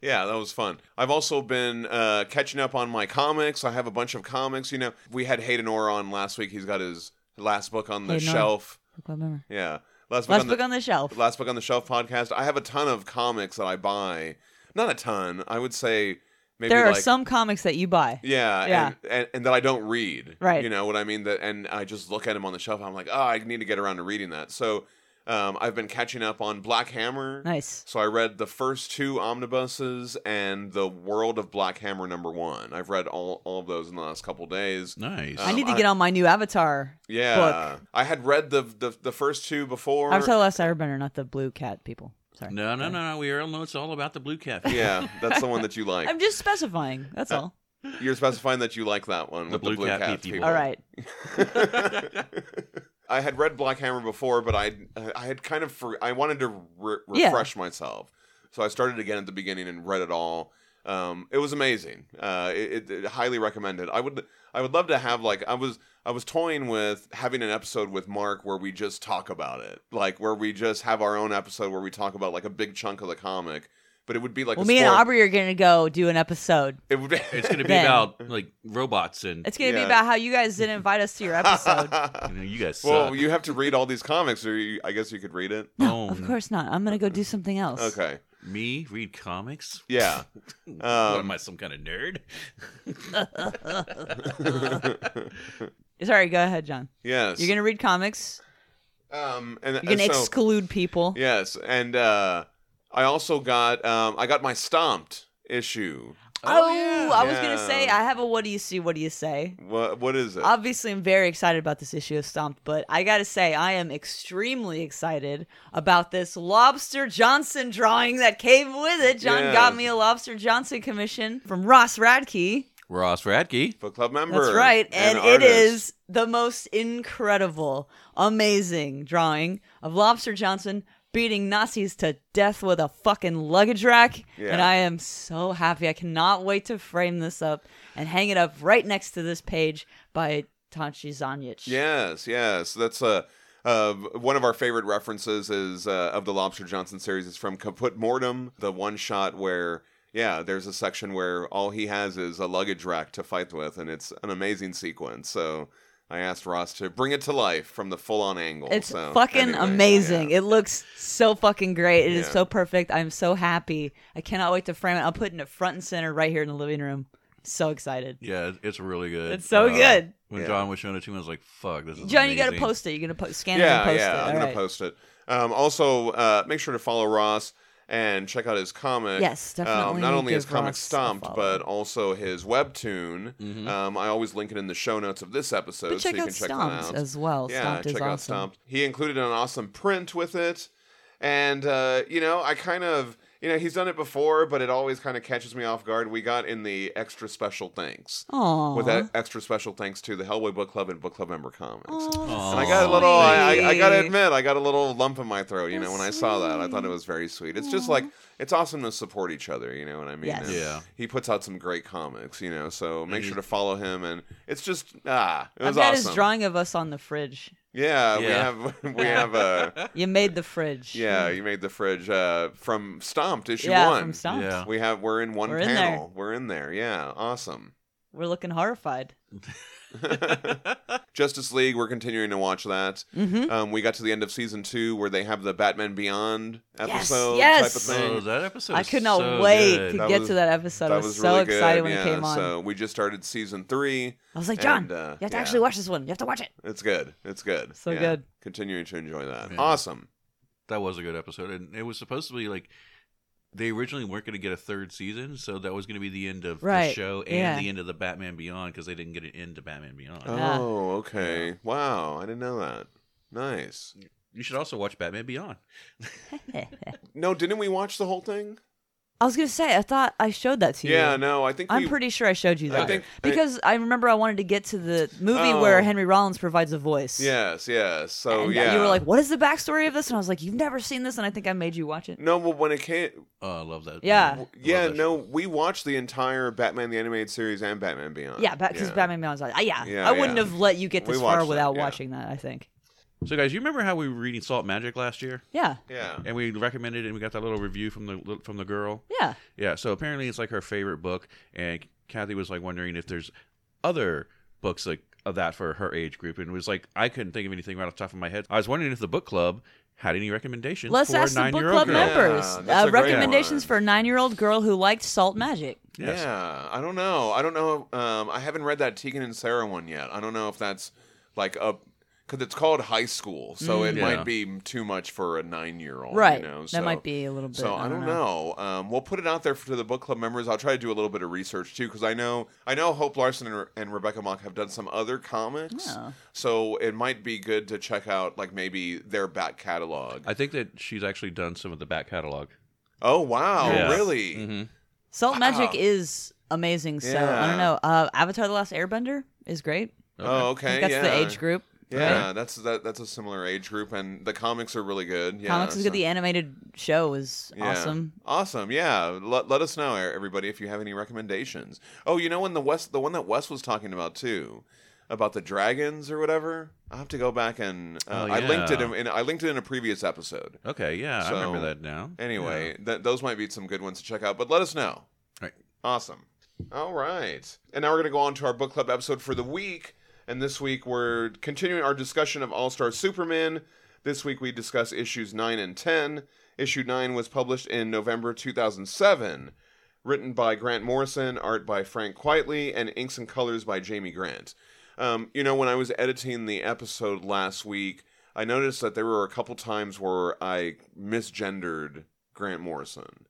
Speaker 1: yeah, that was fun. I've also been uh, catching up on my comics. I have a bunch of comics. You know, we had Hayden Orr on last week. He's got his last book on the
Speaker 3: Hayden Orr.
Speaker 1: shelf.
Speaker 3: Look what I remember.
Speaker 1: Yeah, last book
Speaker 3: Last
Speaker 1: on the
Speaker 3: book on the shelf.
Speaker 1: last book on the shelf podcast. I have a ton of comics that I buy. Not a ton. I would say maybe
Speaker 3: there are
Speaker 1: like,
Speaker 3: some comics that you buy.
Speaker 1: Yeah,
Speaker 3: Yeah.
Speaker 1: And, and and that I don't read.
Speaker 3: Right.
Speaker 1: You know what I mean? That and I just look at them on the shelf. I'm like, oh, I need to get around to reading that. So, um, I've been catching up on Black Hammer.
Speaker 3: Nice.
Speaker 1: So I read the first two omnibuses and the World of Black Hammer number one. I've read all all of those in the last couple days.
Speaker 2: nice.
Speaker 3: I
Speaker 1: Um,
Speaker 3: need to
Speaker 1: I-
Speaker 3: get on my new Avatar.
Speaker 1: Yeah, I had read the the, the first two before.
Speaker 3: Avatar: The Last Airbender, not the Blue Cat people. Sorry.
Speaker 2: no, no, no, no. We all know it's all about the blue cat.
Speaker 1: yeah, that's the one that you like.
Speaker 3: I'm just specifying. That's all.
Speaker 1: You're specifying that you like that one.
Speaker 2: The
Speaker 1: with
Speaker 2: blue
Speaker 1: the blue
Speaker 2: cat
Speaker 1: cat
Speaker 2: people.
Speaker 1: people.
Speaker 3: All right.
Speaker 1: I had read Black Hammer before, but I I had kind of for, I wanted to re-
Speaker 3: Yeah.
Speaker 1: refresh myself, so I started again at the beginning and read it all. Um, it was amazing. Uh, it, it, it highly recommended. I would I would love to have like I was I was toying with having an episode with Mark where we just talk about it, like where we just have our own episode where we talk about like a big chunk of the comic. But it would be like
Speaker 3: Well,
Speaker 1: a
Speaker 3: me and
Speaker 1: spoil-
Speaker 3: Aubrey are gonna go do an episode.
Speaker 1: It would be,
Speaker 2: It's gonna be
Speaker 3: Ben.
Speaker 2: about like robots and
Speaker 3: It's gonna be
Speaker 1: Yeah.
Speaker 3: about how you guys didn't invite us to your episode.
Speaker 2: you, know, you guys.
Speaker 1: Well,
Speaker 2: suck.
Speaker 1: you have to read all these comics, or you, I guess you could read it.
Speaker 2: no,
Speaker 3: of course not. I'm gonna go do something else.
Speaker 1: Okay.
Speaker 2: Me read comics.
Speaker 1: Yeah.
Speaker 2: what,
Speaker 1: Um,
Speaker 2: am I some kind of nerd?
Speaker 3: Sorry. Go ahead, John.
Speaker 1: yes.
Speaker 3: You're gonna read comics.
Speaker 1: um, and
Speaker 3: You're gonna
Speaker 1: so-
Speaker 3: exclude people.
Speaker 1: Yes, and uh, I also got um, I got my stomped issue.
Speaker 3: Oh,
Speaker 2: yeah.
Speaker 3: I was gonna
Speaker 1: Oh, Yeah.
Speaker 3: say I have a what do you see? What do you say?
Speaker 1: What what is it?
Speaker 3: Obviously, I'm very excited about this issue of Stomped, but I gotta say, I am extremely excited about this Lobster Johnson drawing that came with it. John
Speaker 1: Yeah.
Speaker 3: got me a Lobster Johnson commission from Ross Radke.
Speaker 2: Ross Radke.
Speaker 1: Book club member.
Speaker 3: That's right. And, it
Speaker 1: artist.
Speaker 3: is the most incredible, amazing drawing of Lobster Johnson beating Nazis to death with a fucking luggage rack.
Speaker 1: Yeah.
Speaker 3: And I am so happy. I cannot wait to frame this up and hang it up right next to this page by Tanchi Zanyich.
Speaker 1: Yes, yes. That's Uh, uh, one of our favorite references is uh, of the Lobster Johnson series is from Kaput Mortem, the one shot where yeah, there's a section where all he has is a luggage rack to fight with, and it's an amazing sequence. So I asked Ross to bring it to life from the full on angle.
Speaker 3: It's
Speaker 1: so,
Speaker 3: fucking
Speaker 1: anyway,
Speaker 3: amazing.
Speaker 1: yeah.
Speaker 3: It looks so fucking great. It is
Speaker 1: Yeah.
Speaker 3: so perfect. I'm so happy. I cannot wait to frame it. I'm putting it front and center right here in the living room. So excited.
Speaker 2: Yeah, it- it's really good. Uh,
Speaker 3: It's so good.
Speaker 2: When
Speaker 1: Yeah.
Speaker 2: John was showing it to me, I was like, "Fuck, this is."
Speaker 3: John, you got to
Speaker 2: amazing.
Speaker 3: post it. You're going to post, scan it
Speaker 1: yeah,
Speaker 3: and post
Speaker 1: yeah,
Speaker 3: it.
Speaker 1: I'm
Speaker 3: All
Speaker 1: gonna
Speaker 3: right.
Speaker 1: post it. Um, also, uh, make sure to follow Ross and check out his comic. Um,
Speaker 3: Yes, definitely
Speaker 1: not only his
Speaker 3: give
Speaker 1: comic
Speaker 3: Ross a
Speaker 1: Stomped,
Speaker 3: follow.
Speaker 1: but also his webtoon. Um, I always link it in the show notes of this episode,
Speaker 3: But
Speaker 1: so
Speaker 3: check
Speaker 1: you
Speaker 3: out
Speaker 1: can check
Speaker 3: Stomped
Speaker 1: that out.
Speaker 3: as well.
Speaker 1: Yeah,
Speaker 3: Stomped
Speaker 1: check
Speaker 3: is
Speaker 1: out
Speaker 3: awesome.
Speaker 1: Stomped. He included an awesome print with it, and uh, you know, I kind of, you know, he's done it before, but it always kind of catches me off guard. We got in the extra special thanks.
Speaker 3: Aww.
Speaker 1: With that extra special thanks to the Hellboy Book Club and Book Club member comics.
Speaker 3: Aw,
Speaker 1: And I got a little, I, I, I gotta
Speaker 3: sweet.
Speaker 1: admit, I got a little lump in my throat, you
Speaker 3: That's
Speaker 1: know, when I saw that. I thought it
Speaker 3: sweet.
Speaker 1: was very sweet. It's just like, it's awesome to support each other, you know what I mean?
Speaker 3: Yes.
Speaker 1: And
Speaker 2: Yeah.
Speaker 1: He puts out some great comics, you know, so make
Speaker 2: he-
Speaker 1: sure to follow him. And it's just, ah, it
Speaker 3: I've
Speaker 1: was
Speaker 3: got
Speaker 1: awesome.
Speaker 3: his drawing of us on the fridge.
Speaker 1: yeah,
Speaker 2: Yeah.
Speaker 1: we have, we have, uh,
Speaker 3: You made the fridge.
Speaker 1: yeah, you made the fridge uh, from Stomped issue
Speaker 3: yeah,
Speaker 1: one.
Speaker 3: from Stomped.
Speaker 2: Yeah.
Speaker 1: We have, we're in one
Speaker 3: We're in there.
Speaker 1: panel. We're in there. Yeah, awesome.
Speaker 3: We're looking horrified.
Speaker 1: Justice League, we're continuing to watch that.
Speaker 3: Mm-hmm.
Speaker 1: Um, we got to the end of season two where they have the Batman Beyond episode
Speaker 3: yes.
Speaker 1: type of thing.
Speaker 2: Oh, that episode!
Speaker 3: I
Speaker 2: is
Speaker 3: could not
Speaker 2: so
Speaker 3: wait
Speaker 2: good.
Speaker 3: to
Speaker 1: That
Speaker 3: get
Speaker 1: was-
Speaker 3: to that episode.
Speaker 1: that
Speaker 3: I was, so
Speaker 1: really
Speaker 3: excited
Speaker 1: good.
Speaker 3: when
Speaker 1: yeah,
Speaker 3: it came on.
Speaker 1: So we just started season three.
Speaker 3: I was like, John,
Speaker 1: and, uh,
Speaker 3: you have to
Speaker 1: yeah.
Speaker 3: actually watch this one. You have to watch it.
Speaker 1: It's good. It's good.
Speaker 3: So
Speaker 1: Yeah.
Speaker 3: good.
Speaker 1: Continuing to enjoy that.
Speaker 2: Yeah.
Speaker 1: Awesome.
Speaker 2: that was a good episode and it was supposed to be like they originally weren't going to get a third season so that was going to be the end of the
Speaker 3: Right,
Speaker 2: show and
Speaker 3: yeah.
Speaker 2: the end of the batman beyond because they didn't get an end to batman beyond
Speaker 3: Yeah.
Speaker 1: Oh, okay. Wow. I didn't know that. Nice.
Speaker 2: you should also watch batman beyond
Speaker 1: No, didn't we watch the whole thing?
Speaker 3: I was gonna say, I thought I showed that to you.
Speaker 1: Yeah, no, I think
Speaker 3: I'm
Speaker 1: we,
Speaker 3: pretty sure I showed you
Speaker 1: I
Speaker 3: that
Speaker 1: think-
Speaker 3: because I remember I wanted to get to the movie
Speaker 1: Oh.
Speaker 3: where Henry Rollins provides a voice.
Speaker 1: Yes, yes. So
Speaker 3: and uh,
Speaker 1: yeah.
Speaker 3: you were like, "What is the backstory of this?" And I was like, "You've never seen this," and I think I made you watch it.
Speaker 1: No, well when it came
Speaker 2: oh i love that
Speaker 3: Yeah.
Speaker 2: I
Speaker 3: Well,
Speaker 2: love
Speaker 1: Yeah,
Speaker 2: that
Speaker 1: no,
Speaker 2: show.
Speaker 1: we watched the entire Batman the Animated Series and Batman Beyond.
Speaker 3: Yeah, because Batman Beyond's like, ah, yeah,
Speaker 1: Yeah,
Speaker 3: I wouldn't
Speaker 1: yeah.
Speaker 3: have let you get
Speaker 1: We
Speaker 3: this
Speaker 1: watched
Speaker 3: far
Speaker 1: that,
Speaker 3: without
Speaker 1: yeah.
Speaker 3: watching that. I think.
Speaker 2: so guys you remember how we were reading salt magic last year
Speaker 3: Yeah,
Speaker 1: Yeah.
Speaker 2: and we recommended it and we got that little review from the from the girl
Speaker 3: yeah,
Speaker 2: yeah so apparently it's like her favorite book and kathy was like wondering if there's other books like of that for her age group and it was like i couldn't think of anything right off the top of my head i was wondering if the book club had any recommendations
Speaker 3: Let's
Speaker 2: for
Speaker 3: ask the book
Speaker 2: nine-year-old
Speaker 3: club
Speaker 2: girls.
Speaker 3: members
Speaker 1: Yeah, that's
Speaker 3: uh,
Speaker 1: a great
Speaker 3: recommendations
Speaker 1: one.
Speaker 3: for a nine-year-old girl who liked Salt Magic.
Speaker 2: Yes.
Speaker 1: Yeah, I don't know. I don't know. Um, I haven't read that Tegan and Sarah one yet. I don't know if that's like up because it's called high school, so it
Speaker 2: Mm, Yeah.
Speaker 1: might be too much for a nine-year-old.
Speaker 3: Right,
Speaker 1: Oh, You know?
Speaker 3: that
Speaker 1: so,
Speaker 3: might be a little bit.
Speaker 1: So I don't know. Um, we'll put it out there for the book club members. I'll try to do a little bit of research too, because I know I know Hope Larson and, Re- and Rebecca Mock have done some other comics.
Speaker 3: Oh.
Speaker 1: So it might be good to check out like maybe their back catalog.
Speaker 2: I think that she's actually done some of the back catalog.
Speaker 1: oh wow,
Speaker 2: Yeah. Mm,
Speaker 1: really?
Speaker 3: Salt Magic
Speaker 1: Wow.
Speaker 3: is amazing. So I
Speaker 1: Yeah.
Speaker 3: don't know. Uh, Avatar: The Last Airbender is great.
Speaker 1: Oh
Speaker 3: I
Speaker 1: okay,
Speaker 3: think that's the
Speaker 1: yeah.
Speaker 3: age group.
Speaker 1: Yeah, that's that, that's a similar age group, and the comics are really good. Yeah,
Speaker 3: Comics is
Speaker 1: so-
Speaker 3: good. The animated show is
Speaker 1: yeah.
Speaker 3: awesome.
Speaker 1: Awesome, yeah. Let, let us know, e- everybody, if you have any recommendations. Oh, you know, when the West, the one that Wes was talking about too, about the dragons or whatever. I have to go back and uh,
Speaker 2: Oh,
Speaker 1: I linked it
Speaker 2: yeah.
Speaker 1: in, in I linked it in a previous episode.
Speaker 2: Okay, yeah, I
Speaker 1: So,
Speaker 2: remember that now.
Speaker 1: Anyway, th- those might be some good ones to check out, but let us know.
Speaker 2: Right.
Speaker 1: Awesome. All right. And now we're going to go on to our book club episode for the week. And this week we're continuing our discussion of All Star Superman. This week we discuss issues 9 and 10. Issue 9 was published in November 2007. Written by Grant Morrison, art by Frank Quietly, and inks and colors by Jamie Grant. Um, you know, when I was editing the episode last week, I noticed that there were a couple times where I misgendered Grant Morrison.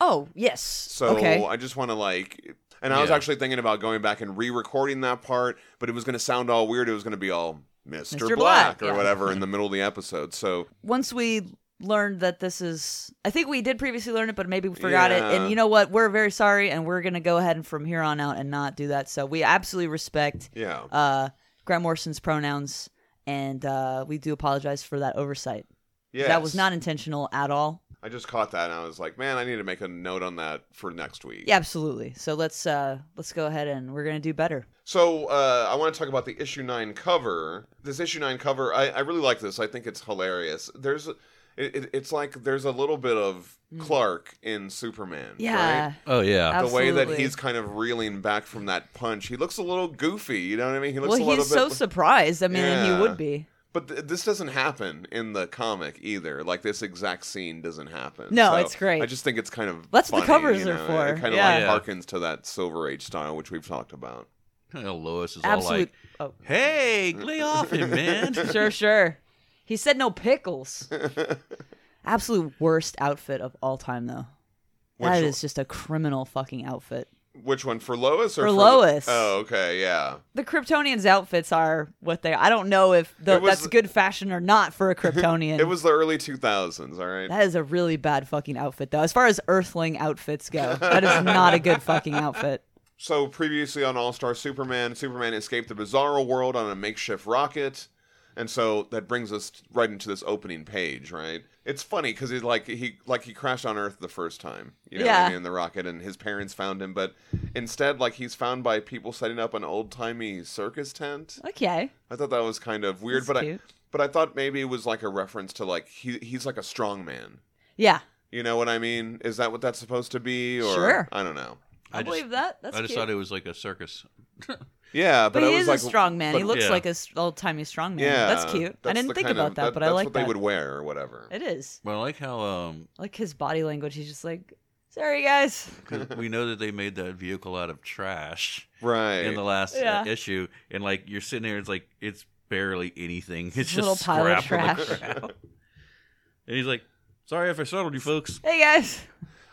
Speaker 3: Oh yes.
Speaker 1: So
Speaker 3: okay.
Speaker 1: I just want to like, and I was
Speaker 2: Yeah.
Speaker 1: actually thinking about going back and re-recording that part, but it was going to sound all weird. It was going to be all Mr.
Speaker 3: Mr.
Speaker 1: Black,
Speaker 3: Black,
Speaker 1: or
Speaker 3: yeah.
Speaker 1: whatever in the middle of the episode. So
Speaker 3: Once we learned that this is, I think we did previously learn it, but maybe we forgot it.
Speaker 1: Yeah.
Speaker 3: And you know what? We're very sorry, and we're gonna go ahead and from here on out and not do that. So we absolutely respect
Speaker 1: yeah,
Speaker 3: uh, Grant Morrison's pronouns, and uh, we do apologize for that oversight.
Speaker 1: yeah,
Speaker 3: That was not intentional at all.
Speaker 1: I just caught that, and I was like, man, I need to make a note on that for next week.
Speaker 3: Yeah, absolutely. So let's uh, let's go ahead and we're gonna do better.
Speaker 1: So uh, I want to talk about the issue nine cover. This issue nine cover, I, I really like this. I think it's hilarious. There's It, it, it's like there's a little bit of Clark in Superman.
Speaker 3: Hmm. Yeah.
Speaker 1: Right?
Speaker 2: Oh yeah.
Speaker 1: The way that
Speaker 3: Absolutely.
Speaker 1: he's kind of reeling back from that punch, he looks a little goofy. You know what I mean? He looks
Speaker 3: Well,
Speaker 1: a little
Speaker 3: he's
Speaker 1: bit.
Speaker 3: so surprised. I mean, and
Speaker 1: Yeah.
Speaker 3: he would be.
Speaker 1: but th- this doesn't happen in the comic either. Like this exact scene doesn't happen.
Speaker 3: No,
Speaker 1: So
Speaker 3: it's great.
Speaker 1: I just think it's kind of
Speaker 3: That's what the
Speaker 1: funny,
Speaker 3: covers
Speaker 1: you
Speaker 3: are
Speaker 1: know?
Speaker 3: for.
Speaker 1: It kind of
Speaker 3: Yeah.
Speaker 1: like harkens to that Silver Age style, which we've talked about.
Speaker 2: You know, Lois is all
Speaker 3: Absolute.
Speaker 2: like, "Hey, lay off him, man."
Speaker 3: Oh, sure, sure. He said no pickles. Absolute worst outfit of all time, though.
Speaker 1: Which,
Speaker 3: that is just a criminal fucking outfit.
Speaker 1: which one for Lois or
Speaker 3: For Lois.
Speaker 1: Oh, okay, yeah.
Speaker 3: The Kryptonians' outfits are what they. I don't know if tho-
Speaker 1: It was-
Speaker 3: that's good fashion or not for a Kryptonian.
Speaker 1: It was the early 2000s. All right.
Speaker 3: That is a really bad fucking outfit, though. As far as Earthling outfits go, that is not a good fucking outfit.
Speaker 1: So previously on All Star Superman, Superman escaped the bizarro world on a makeshift rocket, and so that brings us right into this opening page, right? It's funny because he like he like he crashed on Earth the first time, you know, what
Speaker 3: Yeah.
Speaker 1: I mean, in the rocket, and his parents found him, but instead, like he's found by people setting up an old timey circus tent.
Speaker 3: Okay.
Speaker 1: I thought that was kind of weird,
Speaker 3: That's
Speaker 1: but
Speaker 3: cute.
Speaker 1: I but I thought maybe it was like a reference to like he he's like a strong man.
Speaker 3: Yeah.
Speaker 1: You know what I mean? Is that what that's supposed to be? Or
Speaker 3: Sure.
Speaker 1: I don't know.
Speaker 3: I,
Speaker 2: I just-
Speaker 3: believe that. That's
Speaker 2: I just
Speaker 3: cute.
Speaker 2: thought it was like a circus.
Speaker 1: Yeah, but,
Speaker 3: but,
Speaker 1: I
Speaker 3: he
Speaker 1: was
Speaker 3: is
Speaker 1: like,
Speaker 3: a strong man. He
Speaker 1: but-
Speaker 3: looks
Speaker 2: yeah.
Speaker 3: like a old timey strong man.
Speaker 1: Yeah,
Speaker 3: that's cute. I
Speaker 1: that's
Speaker 3: didn't
Speaker 1: the
Speaker 3: think
Speaker 1: kind
Speaker 3: about
Speaker 1: of-
Speaker 3: that, but I
Speaker 1: that's
Speaker 3: like
Speaker 1: what they
Speaker 3: that.
Speaker 1: would wear or whatever.
Speaker 3: It is
Speaker 2: Well, I like how um
Speaker 3: like his body language. He's just like, "Sorry, guys."
Speaker 2: 'cause we know that they made that vehicle out of trash
Speaker 1: right.
Speaker 2: in the last uh,
Speaker 3: Yeah.
Speaker 2: issue, and like you're sitting there, it's like it's barely anything. It's just
Speaker 3: little pile of
Speaker 2: scrap
Speaker 3: trash.
Speaker 2: crap. and he's like, "Sorry if I startled you, folks."
Speaker 3: Hey, guys.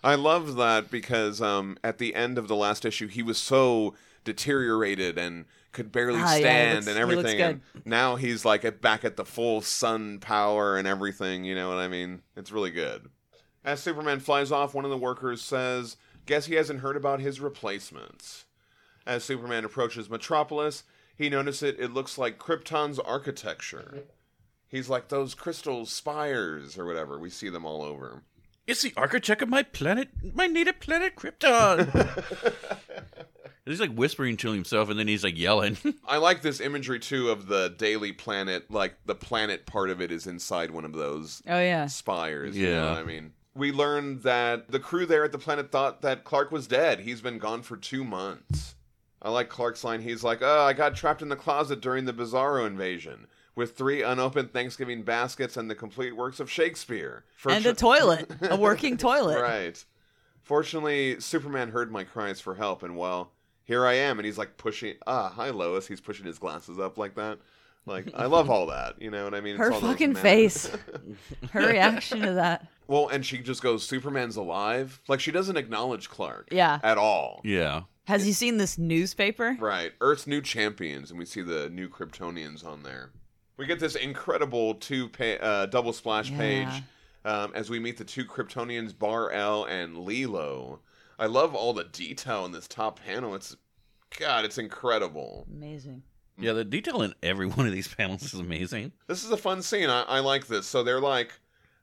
Speaker 1: I love that because um, at the end of the last issue, he was so deteriorated and could barely
Speaker 3: Ah, yeah, he
Speaker 1: stand
Speaker 3: looks-
Speaker 1: and
Speaker 3: he looks
Speaker 1: everything. And now he's like at, back at the full sun power and everything. You know what I mean? It's really good. As Superman flies off, one of the workers says, "Guess he hasn't heard about his replacements." As Superman approaches Metropolis, he notices it, it looks like Krypton's architecture. He's like those crystal spires or whatever. We see them all over.
Speaker 2: It's the architect of my planet, my native planet, Krypton. and he's like whispering to himself, and then he's like yelling.
Speaker 1: I like this imagery too of the Daily Planet. Like the planet part of it is inside one of those
Speaker 3: Oh yeah.
Speaker 1: spires. You know
Speaker 2: Yeah.
Speaker 1: what I mean? We learned that the crew there at the planet thought that Clark was dead. He's been gone for two months. I like Clark's line. He's like, oh, I got trapped in the closet during the Bizarro invasion with three unopened Thanksgiving baskets and the complete works of Shakespeare. For
Speaker 3: And
Speaker 1: tr-
Speaker 3: a toilet, a working toilet.
Speaker 1: Right. Fortunately, Superman heard my cries for help, and well, here I am. And he's like pushing. Ah, hi, Lois. He's pushing his glasses up like that. Like I love all that. You know what I mean? It's
Speaker 3: Her
Speaker 1: all those
Speaker 3: fucking
Speaker 1: manners.
Speaker 3: face. Her reaction to that.
Speaker 1: Well, and she just goes, "Superman's alive." Like she doesn't acknowledge Clark.
Speaker 3: Yeah.
Speaker 1: At all.
Speaker 2: yeah,
Speaker 3: Has he seen this newspaper?
Speaker 1: Right. Earth's new champions, and we see the new Kryptonians on there. We get this incredible two pa- uh, double splash
Speaker 3: Yeah.
Speaker 1: page um, as we meet the two Kryptonians, Bar L and Lilo. I love all the detail in this top panel. It's God, it's incredible.
Speaker 3: Amazing.
Speaker 2: yeah. The detail in every one of these panels is amazing.
Speaker 1: This is a fun scene. I, I like this. So they're like,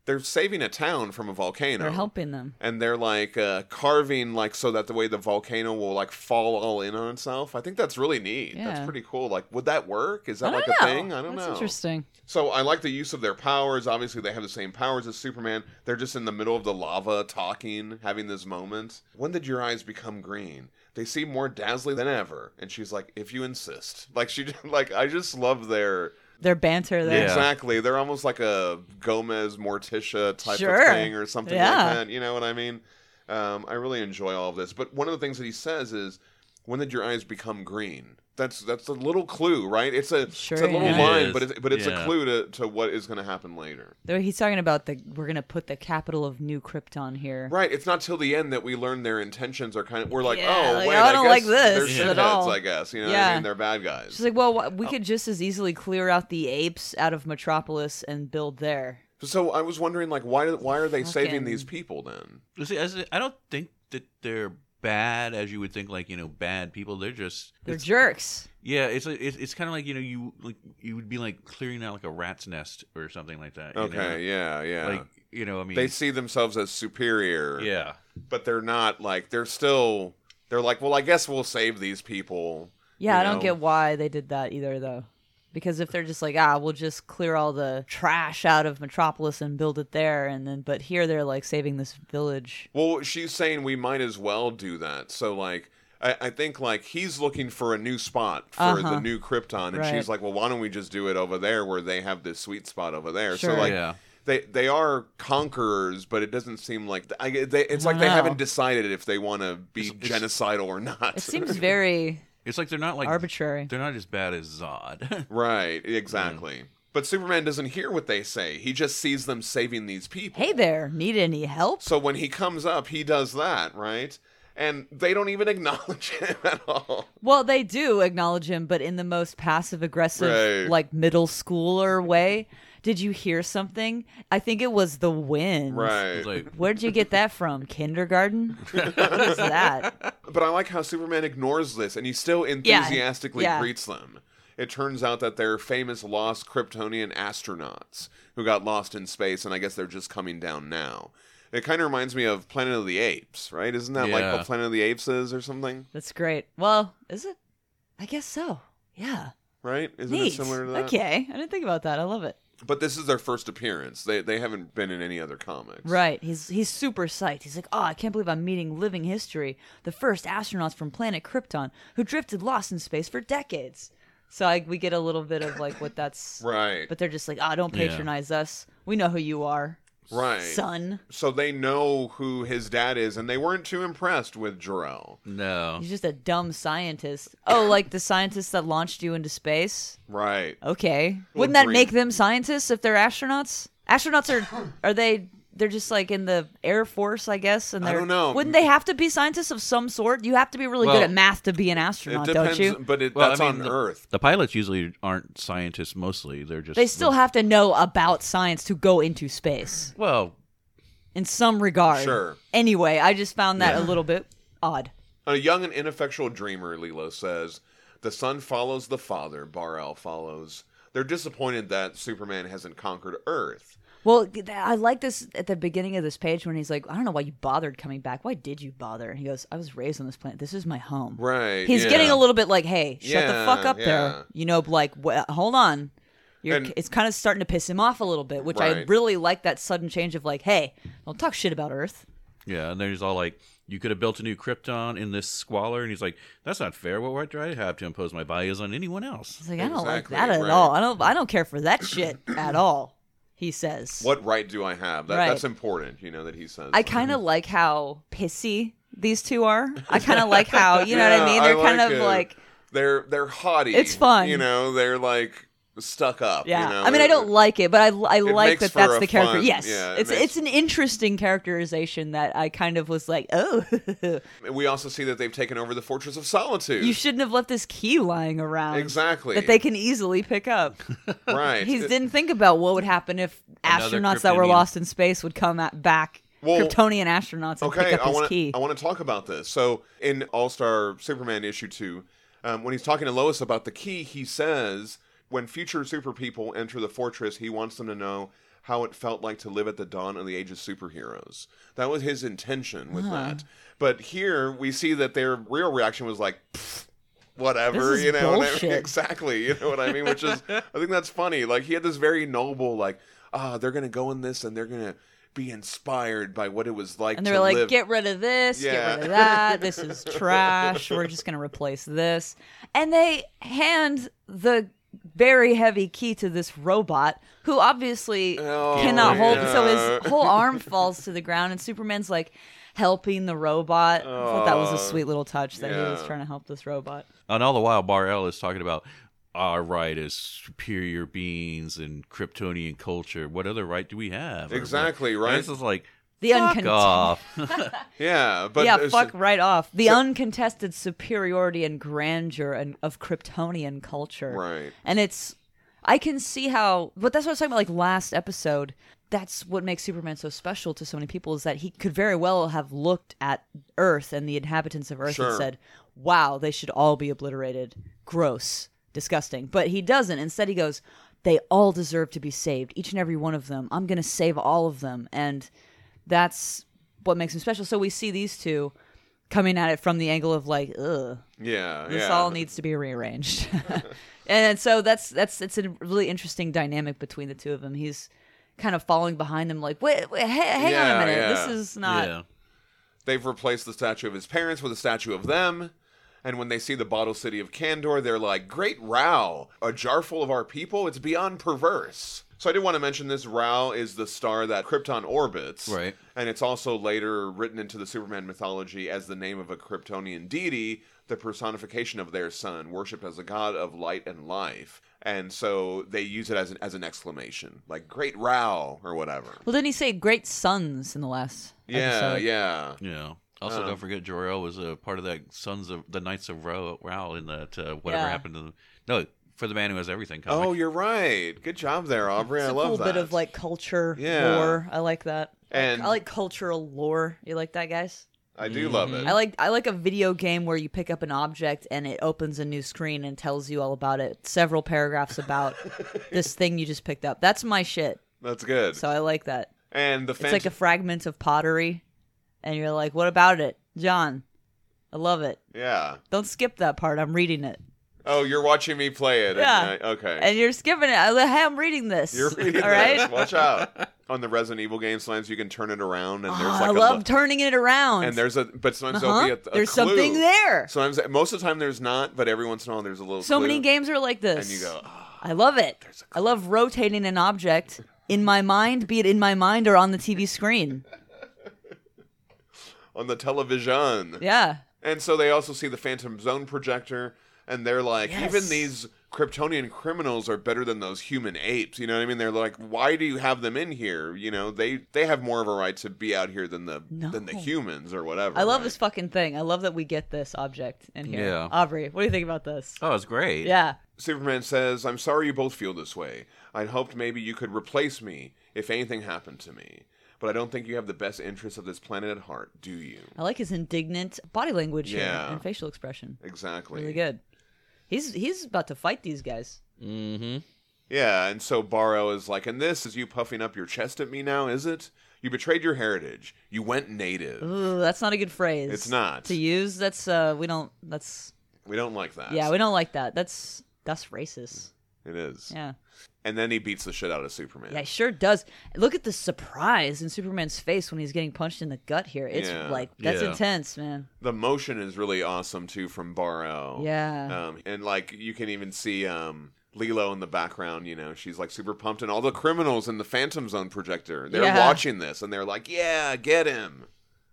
Speaker 1: they're saving a town from a volcano.
Speaker 3: They're helping them.
Speaker 1: and they're like uh, carving like so that the way the volcano will like fall all in on itself. I think that's really neat. That's
Speaker 3: Yeah.
Speaker 1: pretty cool. Like, would that work? Is that
Speaker 3: I
Speaker 1: like
Speaker 3: don't
Speaker 1: a
Speaker 3: know.
Speaker 1: thing? I don't
Speaker 3: That's
Speaker 1: know.
Speaker 3: interesting.
Speaker 1: So I like the use of their powers. Obviously, they have the same powers as Superman. They're just in the middle of the lava, talking, having this moment. When did your eyes become green? They seem more dazzling than ever. And she's like, "If you insist." Like she, like I just love their
Speaker 3: Their banter there.
Speaker 2: Yeah.
Speaker 1: Exactly. They're almost like a Gomez Morticia type
Speaker 3: Sure.
Speaker 1: of thing or something
Speaker 3: Yeah.
Speaker 1: like that. You know what I mean? Um, I really enjoy all of this. But one of the things that he says is, "When did your eyes become green?" That's that's a little clue, right? It's a
Speaker 3: Sure
Speaker 1: it's a little
Speaker 3: is.
Speaker 1: line,
Speaker 2: It
Speaker 1: but
Speaker 2: is.
Speaker 1: it's, but it's a
Speaker 2: Yeah.
Speaker 1: clue to, to what is going to happen later.
Speaker 3: Though He's talking about the we're gonna put the capital of New Krypton here.
Speaker 1: Right. It's not till the end that we learn their intentions are kind of. We're like,
Speaker 3: Yeah,
Speaker 1: oh,
Speaker 3: like,
Speaker 1: wait,
Speaker 3: I don't
Speaker 1: guess
Speaker 3: like this
Speaker 1: They're
Speaker 3: at
Speaker 1: shitheads,
Speaker 3: all.
Speaker 1: I guess. You know what I
Speaker 3: Yeah.
Speaker 1: mean? They're bad guys.
Speaker 3: She's like, well, wh-
Speaker 1: Oh.
Speaker 3: we could just as easily clear out the apes out of Metropolis and build there.
Speaker 1: so I was wondering, like, why why are they saving
Speaker 3: Fucking-
Speaker 1: these people then?
Speaker 2: You See, as I don't think that they're bad as you would think, like you know, bad people. They're just
Speaker 3: They're
Speaker 2: it's-
Speaker 3: jerks.
Speaker 2: Yeah, it's like- it's, it's kind of like you know you like you would be like clearing out like a rat's nest or something like that. you know?
Speaker 1: Okay. Yeah. Yeah.
Speaker 2: like you know I mean
Speaker 3: Mm.
Speaker 1: they see themselves as superior.
Speaker 2: yeah
Speaker 1: but they're not like they're still they're like well i guess we'll save these people
Speaker 3: Yeah,
Speaker 1: You
Speaker 3: I don't
Speaker 1: know.
Speaker 3: get why they did that either, though. Because if they're just like, ah, we'll just clear all the trash out of Metropolis and build it there, and then but here they're like saving this village.
Speaker 1: Well, she's saying we might as well do that. So like. I I think like he's looking for a new spot for
Speaker 3: Uh-huh.
Speaker 1: the new Krypton, and
Speaker 3: Right.
Speaker 1: she's like, "Well, why don't we just do it over there where they have this sweet spot over there?"
Speaker 3: Sure.
Speaker 1: So like,
Speaker 2: yeah.
Speaker 1: they they are conquerors, but it doesn't seem like I, they, it's like they
Speaker 3: Wow.
Speaker 1: haven't decided if they want to be
Speaker 2: It's- it's-
Speaker 1: genocidal or not.
Speaker 3: It seems very
Speaker 2: It's like they're not like
Speaker 3: arbitrary.
Speaker 2: They're not as bad as Zod.
Speaker 1: right,
Speaker 2: Mm.
Speaker 1: exactly. But Superman doesn't hear what they say. He just sees them saving these people.
Speaker 3: Hey there, need any help?
Speaker 1: So when he comes up, he does that, right? And they don't even acknowledge him at all.
Speaker 3: Well, they do acknowledge him, but in the most passive aggressive,
Speaker 1: Right.
Speaker 3: like middle schooler way. Did you hear something? I think it was the wind.
Speaker 1: Right.
Speaker 2: It's like
Speaker 3: Where'd you get that from? Kindergarten? What's that?
Speaker 1: But I like how Superman ignores this and he still enthusiastically
Speaker 3: yeah.
Speaker 1: greets them. It turns out that they're famous lost Kryptonian astronauts who got lost in space, and I guess they're just coming down now. It kind of reminds me of Planet of the Apes, right? Isn't that like
Speaker 2: Yeah.
Speaker 1: what Planet of the Apes is or something,
Speaker 3: That's great. Well, is it? I guess so. Yeah.
Speaker 1: right? Isn't
Speaker 3: Neat.
Speaker 1: it similar to that?
Speaker 3: Okay. I didn't think about that. I love it.
Speaker 1: But this is their first appearance. They, they haven't been in any other comics.
Speaker 3: Right. He's he's super psyched. He's like, oh, I can't believe I'm meeting living history, the first astronauts from planet Krypton who drifted lost in space for decades. So I, we get a little bit of like what that's
Speaker 1: Right.
Speaker 3: But they're just like, oh, don't
Speaker 2: Yeah.
Speaker 3: patronize us. We know who you are,
Speaker 1: right.
Speaker 3: son.
Speaker 1: So they know who his dad is, and they weren't too impressed with Jor-El.
Speaker 2: no.
Speaker 3: He's just a dumb scientist. Oh, like the scientist that launched you into space?
Speaker 1: Right.
Speaker 3: Oh, Okay. Wouldn't that
Speaker 1: green.
Speaker 3: make them scientists if they're astronauts? Astronauts are are they they're just like in the air force, I guess, and
Speaker 1: I
Speaker 3: they're
Speaker 1: don't know.
Speaker 3: Wouldn't they have to be scientists of some sort? You have to be really
Speaker 2: Well,
Speaker 3: good at math to be an
Speaker 1: It
Speaker 3: astronaut,
Speaker 1: depends,
Speaker 3: don't you?
Speaker 1: but it,
Speaker 2: Well, I
Speaker 1: that's
Speaker 2: mean,
Speaker 1: on
Speaker 2: the-
Speaker 1: Earth.
Speaker 2: The pilots usually aren't scientists. Mostly, they're just
Speaker 3: They still have to know about science to go into space
Speaker 2: Well,
Speaker 3: in some regard.
Speaker 1: Sure.
Speaker 3: Anyway, I just found that a little bit odd.
Speaker 1: A young and ineffectual dreamer, Lilo says. The son follows the father, Barel follows. They're disappointed that Superman hasn't conquered Earth.
Speaker 3: Well, th- I like this at the beginning of this page when he's like, I don't know why you bothered coming back. Why did you bother? And he goes, I was raised on this planet. This is my home.
Speaker 1: Right.
Speaker 3: He's
Speaker 1: yeah.
Speaker 3: getting a little bit like, hey, shut the
Speaker 1: Yeah,
Speaker 3: fuck up
Speaker 1: yeah.
Speaker 3: there. You know, like, wh- hold on. You're,
Speaker 1: And-
Speaker 3: it's kind of starting to piss him off a little bit, which I
Speaker 1: Right.
Speaker 3: really like that sudden change of like, hey, don't talk shit about Earth.
Speaker 2: yeah, and they're just all like, "You could have built a new Krypton in this squalor," and he's like, "That's not fair. What right do I have to impose my values on anyone else?"
Speaker 3: It's like, I don't like
Speaker 1: Exactly,
Speaker 3: that at
Speaker 1: right.
Speaker 3: all. I don't, I don't care for that shit at all. He says,
Speaker 1: What right do I have? That,
Speaker 3: Right.
Speaker 1: That's important, you know, that he says.
Speaker 3: I kind of like how pissy these two are. I kind of like how you know what I
Speaker 1: Yeah,
Speaker 3: mean. They're kind
Speaker 1: like
Speaker 3: of
Speaker 1: it.
Speaker 3: like
Speaker 1: They're, they're haughty.
Speaker 3: It's fun.
Speaker 1: You know, they're like stuck up.
Speaker 3: Yeah,
Speaker 1: You know?
Speaker 3: I mean, I don't like it, but I, I
Speaker 1: makes
Speaker 3: like that
Speaker 1: for
Speaker 3: that's
Speaker 1: a
Speaker 3: the character.
Speaker 1: fun-
Speaker 3: yes,
Speaker 1: yeah, it
Speaker 3: it's
Speaker 1: makes-
Speaker 3: it's an interesting characterization that I kind of was like, oh,
Speaker 1: We also see that they've taken over the Fortress of Solitude.
Speaker 3: you shouldn't have left this key lying around.
Speaker 1: Exactly.
Speaker 3: That they can easily pick up.
Speaker 1: right.
Speaker 3: He
Speaker 1: It-
Speaker 3: didn't think about what would happen if
Speaker 2: Another
Speaker 3: astronauts that were
Speaker 2: Kryptonian.
Speaker 3: lost in space would come at, back.
Speaker 1: Well,
Speaker 3: Kryptonian astronauts and
Speaker 1: Okay,
Speaker 3: pick up
Speaker 1: I
Speaker 3: his
Speaker 1: want
Speaker 3: key.
Speaker 1: to I want to talk about this. So in All Star Superman issue two, um, when he's talking to Lois about the key, he says when future super people enter the fortress, he wants them to know how it felt like to live at the dawn of the age of superheroes. That was his intention with that. But here we see that their real reaction was like. "Pfft, Whatever,
Speaker 3: This is
Speaker 1: you know what I
Speaker 3: bullshit.
Speaker 1: mean? Exactly, you know what I mean? Which is, I think that's funny. Like, he had this very noble, like, ah, they're going to go in this and they're going to be inspired by what it was like
Speaker 3: and
Speaker 1: to
Speaker 3: they were like,
Speaker 1: live
Speaker 3: "Get rid of this, get
Speaker 1: Yeah.
Speaker 3: rid of that. This is trash. we're just gonna replace this." And they hand the very heavy key to this robot who obviously
Speaker 1: Oh,
Speaker 3: cannot hold. So
Speaker 1: yeah.
Speaker 3: his whole arm falls to the ground, and Superman's like helping the robot. I thought that was a
Speaker 1: Oh,
Speaker 3: sweet little touch that he was
Speaker 1: yeah.
Speaker 3: trying to help this robot.
Speaker 2: And all the while, Barl is talking about our right as superior beings and Kryptonian culture. What other right do we have? Or-
Speaker 1: Exactly,
Speaker 2: and
Speaker 1: right?
Speaker 2: It's just like
Speaker 3: The
Speaker 2: fuck
Speaker 3: uncontested,
Speaker 2: off.
Speaker 1: Yeah, but
Speaker 3: yeah,
Speaker 1: it's-
Speaker 3: fuck right off. The uncontested superiority and grandeur and of Kryptonian culture.
Speaker 1: Right.
Speaker 3: And it's I can see how but that's what I was talking about like last episode. That's what makes Superman so special to so many people is that he could very well have looked at Earth and the inhabitants of Earth and
Speaker 1: Sure.
Speaker 3: said, Wow, they should all be obliterated. Gross. Disgusting. But he doesn't. Instead he goes, They all deserve to be saved. Each and every one of them. I'm gonna save all of them and that's what makes him special. So we see these two coming at it from the angle of like, ugh,
Speaker 1: Yeah,
Speaker 3: this
Speaker 1: yeah.
Speaker 3: all needs to be rearranged. and so that's that's it's a really interesting dynamic between the two of them. He's kind of falling behind them, like, wait, wait ha- hang on
Speaker 1: Yeah,
Speaker 3: a minute,
Speaker 1: yeah.
Speaker 3: this is not.
Speaker 2: yeah.
Speaker 1: They've replaced the statue of his parents with a statue of them. And when they see the bottle city of Candor, they're like, Great Rao, a jar full of our people? It's beyond perverse. So I did want to mention this Rao is the star that Krypton orbits.
Speaker 2: Right.
Speaker 1: And it's also later written into the Superman mythology as the name of a Kryptonian deity, the personification of their sun, worshipped as a god of light and life. And so they use it as an, as an exclamation, like Great Rao or whatever.
Speaker 3: Well, didn't he say great sons in the last?
Speaker 1: Yeah,
Speaker 3: episode?
Speaker 1: yeah.
Speaker 2: Yeah. Also,
Speaker 1: Um,
Speaker 2: don't forget Jor-El was a part of that Sons of the Knights of Ra- Raoul in that uh, whatever
Speaker 3: Yeah.
Speaker 2: happened to the no for the man who has everything comic.
Speaker 1: Oh, you're right. Good job there, Aubrey.
Speaker 3: It's
Speaker 1: I
Speaker 3: a
Speaker 1: love
Speaker 3: cool
Speaker 1: that.
Speaker 3: bit of like culture
Speaker 1: Yeah.
Speaker 3: lore. I like that.
Speaker 1: And-
Speaker 3: I like cultural lore. You like that, guys?
Speaker 1: I do love it.
Speaker 3: I like I like a video game where you pick up an object and it opens a new screen and tells you all about it, several paragraphs about this thing you just picked up. That's my shit.
Speaker 1: That's good.
Speaker 3: Mm-hmm. So I like that.
Speaker 1: and the
Speaker 3: It's like a fragment of pottery, and you're like, "What about it, John?" I love it.
Speaker 1: yeah.
Speaker 3: Don't skip that part. I'm reading it,
Speaker 1: Oh, you're watching me play it.
Speaker 3: Yeah.
Speaker 1: And I- okay.
Speaker 3: and you're skipping it. I, hey, I'm reading this.
Speaker 1: you're reading
Speaker 3: all right.
Speaker 1: this. Watch out. On the Resident Evil game, sometimes you can turn it around, and
Speaker 3: Oh,
Speaker 1: there's like
Speaker 3: I
Speaker 1: a
Speaker 3: love
Speaker 1: lo-
Speaker 3: turning it around.
Speaker 1: and there's a but sometimes
Speaker 3: Huh?
Speaker 1: there'll be a, a
Speaker 3: there's
Speaker 1: clue.
Speaker 3: something there. So,
Speaker 1: Sometimes most of the time there's not, but every once in a while there's a little. clue,
Speaker 3: many games are like this.
Speaker 1: and you go. "Ah."
Speaker 3: I love it. I love rotating an object in my mind, be it in my mind or on the TV screen.
Speaker 1: "Oh, on the television.
Speaker 3: Yeah.
Speaker 1: And so they also see the Phantom Zone projector, and they're like,
Speaker 3: Yes.
Speaker 1: even these Kryptonian criminals are better than those human apes. You know what I mean? They're like, why do you have them in here? You know, they they have more of a right to be out here than the
Speaker 3: No.
Speaker 1: than the humans or whatever.
Speaker 3: I love
Speaker 1: right?
Speaker 3: this fucking thing. I love that we get this object in here.
Speaker 2: Yeah.
Speaker 3: Aubrey, what do you think about this?
Speaker 2: Oh, it's great.
Speaker 3: Yeah.
Speaker 1: Superman says, I'm sorry you both feel this way. I'd hoped maybe you could replace me if anything happened to me. But I don't think you have the best interests of this planet at heart, do you?
Speaker 3: I like his indignant body language here
Speaker 1: Yeah.
Speaker 3: and facial expression.
Speaker 1: Exactly.
Speaker 3: Really good. He's he's about to fight these guys.
Speaker 2: Mm-hmm.
Speaker 1: Yeah, and so Barrow is like, and this is you puffing up your chest at me now, is it? You betrayed your heritage. You went native.
Speaker 3: Ooh, that's not a good phrase.
Speaker 1: It's not.
Speaker 3: To use, that's uh we don't that's
Speaker 1: We don't like that.
Speaker 3: yeah, we don't like that. That's that's racist.
Speaker 1: it is.
Speaker 3: Yeah.
Speaker 1: And then he beats the shit out of Superman.
Speaker 3: Yeah, he sure does. Look at the surprise in Superman's face when he's getting punched in the gut here. It's
Speaker 1: Yeah.
Speaker 3: like that's
Speaker 2: Yeah.
Speaker 3: intense, man.
Speaker 1: The motion is really awesome too from Barrow.
Speaker 3: Yeah.
Speaker 1: Um, and like you can even see um Lilo in the background, you know, she's like super pumped, and all the criminals in the Phantom Zone projector, they're
Speaker 3: Yeah.
Speaker 1: watching this and they're like, yeah, get him.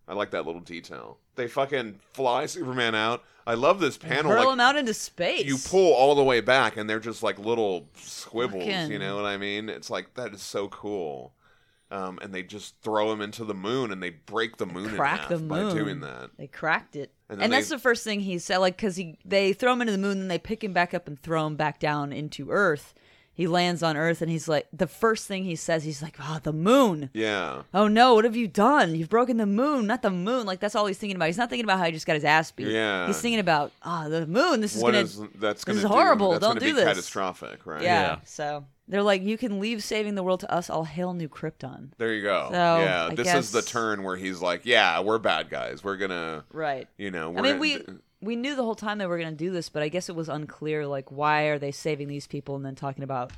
Speaker 1: I like that little detail. They fucking fly Superman out. I love this panel.
Speaker 3: Hurl
Speaker 1: like,
Speaker 3: him out into space.
Speaker 1: you pull all the way back and they're just like little squibbles
Speaker 3: Fucking-
Speaker 1: you know what i mean it's like that is so cool um, and they just throw him into the moon and they break the moon in
Speaker 3: crack
Speaker 1: half
Speaker 3: the
Speaker 1: by
Speaker 3: moon.
Speaker 1: doing that
Speaker 3: They cracked it.
Speaker 1: And
Speaker 3: And,
Speaker 1: then
Speaker 3: that's
Speaker 1: they-
Speaker 3: the first thing he said, like, because he they throw him into the moon, then they pick him back up and throw him back down into Earth. He lands on Earth, and he's like, the first thing he says, he's like, "Ah, the moon."
Speaker 1: yeah
Speaker 3: Oh no, what have you done? You've broken the moon, not the moon. Like that's all he's thinking about. He's not thinking about how he just got his ass beat.
Speaker 1: Yeah.
Speaker 3: He's thinking about ah the moon. This is
Speaker 1: What
Speaker 3: gonna
Speaker 1: is- that's
Speaker 3: this
Speaker 1: gonna
Speaker 3: is
Speaker 1: do-
Speaker 3: horrible.
Speaker 1: that's
Speaker 3: Don't
Speaker 1: gonna
Speaker 3: do
Speaker 1: be
Speaker 3: this.
Speaker 1: catastrophic right
Speaker 3: Yeah.
Speaker 2: Yeah.
Speaker 3: So they're like, you can leave saving the world to us. I'll hail New Krypton.
Speaker 1: there you go
Speaker 3: So,
Speaker 1: yeah
Speaker 3: I
Speaker 1: this is the
Speaker 3: guess-
Speaker 1: turn where he's like yeah we're bad guys we're gonna
Speaker 3: Right.
Speaker 1: you know we're
Speaker 3: I mean,
Speaker 1: gonna
Speaker 3: we
Speaker 1: d-
Speaker 3: we knew the whole time they were going to do this, but I guess it was unclear. Like, why are they saving these people and then talking about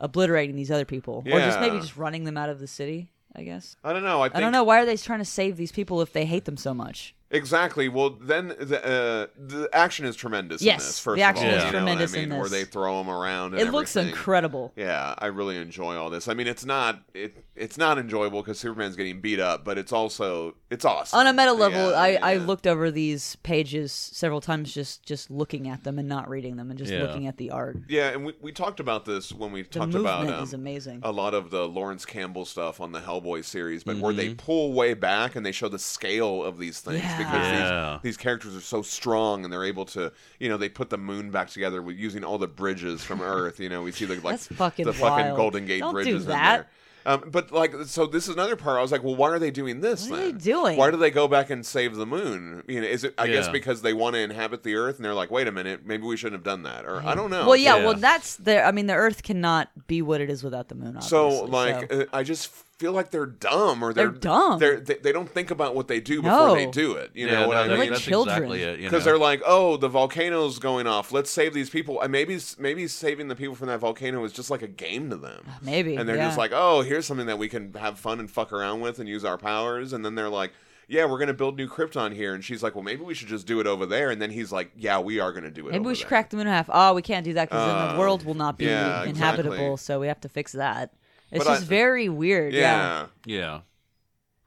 Speaker 3: obliterating these other people, or just maybe
Speaker 1: Yeah.
Speaker 3: just running them out of the city? I guess.
Speaker 1: i don't know i think
Speaker 3: I don't know. Why are they trying to save these people if they hate them so much?
Speaker 1: Exactly. Well, then the uh, the action is tremendous.
Speaker 3: Yes,
Speaker 1: in this, first
Speaker 3: the action
Speaker 1: of all,
Speaker 2: is
Speaker 1: you know what
Speaker 3: tremendous
Speaker 1: I mean,
Speaker 3: in
Speaker 1: where
Speaker 3: this.
Speaker 1: they throw him around. And
Speaker 3: it looks
Speaker 1: everything.
Speaker 3: incredible.
Speaker 1: Yeah, I really enjoy all this. I mean, it's not it it's not enjoyable because Superman's getting beat up, but it's also it's awesome
Speaker 3: On a meta level,
Speaker 1: Yeah,
Speaker 3: I, I
Speaker 1: yeah.
Speaker 3: looked over these pages several times, just just looking at them and not reading them, and just
Speaker 2: Yeah.
Speaker 3: looking at the art.
Speaker 1: Yeah, and we, we talked about this when we
Speaker 3: The
Speaker 1: talked
Speaker 3: movement
Speaker 1: about
Speaker 3: is
Speaker 1: um,
Speaker 3: amazing.
Speaker 1: a lot of the Lawrence Campbell stuff on the Hellboy series, but where they
Speaker 2: Mm-hmm.
Speaker 1: pull way back and they show the scale of these things
Speaker 3: Yeah.
Speaker 1: because
Speaker 2: Yeah.
Speaker 1: these, these characters are so strong and they're able to, you know, they put the moon back together with using all the bridges from Earth. You know, we see the like
Speaker 3: That's fucking
Speaker 1: the fucking
Speaker 3: wild.
Speaker 1: Golden Gate
Speaker 3: Don't do
Speaker 1: bridges
Speaker 3: that.
Speaker 1: in there. Um, but like, so this is another part. I was like, well, why are they doing this?
Speaker 3: What are they
Speaker 1: then?
Speaker 3: doing?
Speaker 1: Why do they go back and save the moon? You know, is it? I guess
Speaker 2: Yeah.
Speaker 1: because they want to inhabit the Earth, and they're like, wait a minute, maybe we shouldn't have done that, or I don't know.
Speaker 3: Well, yeah,
Speaker 2: Yeah.
Speaker 3: well, that's the. I mean, the Earth cannot be what it is without the moon. Obviously,
Speaker 1: So like, uh, I just feel like they're dumb or they're,
Speaker 3: They're dumb.
Speaker 1: They're, they they don't think about what they do before
Speaker 3: No.
Speaker 1: they do it. You
Speaker 2: yeah,
Speaker 1: know what
Speaker 2: no,
Speaker 1: I
Speaker 2: that-
Speaker 1: mean?
Speaker 3: Like
Speaker 2: that's
Speaker 3: children.
Speaker 2: exactly it. you
Speaker 1: because
Speaker 2: know.
Speaker 1: they're like, oh, the volcano's going off. Let's save these people. And maybe maybe saving the people from that volcano is just like a game to them.
Speaker 3: Ah, Maybe.
Speaker 1: And they're
Speaker 3: yeah.
Speaker 1: just like, oh, here's something that we can have fun and fuck around with and use our powers. And then they're like, yeah, we're gonna build new Krypton here. And she's like, well, maybe we should just do it over there. And then he's like, yeah, we are gonna do it.
Speaker 3: Maybe
Speaker 1: over
Speaker 3: we should
Speaker 1: there.
Speaker 3: crack them in half. Oh, we can't do that because then
Speaker 1: Um,
Speaker 3: the world will not be
Speaker 1: yeah,
Speaker 3: inhabitable.
Speaker 1: exactly.
Speaker 3: So we have to fix that. It's
Speaker 1: But I-
Speaker 3: just very weird. Yeah.
Speaker 1: Yeah.
Speaker 2: yeah.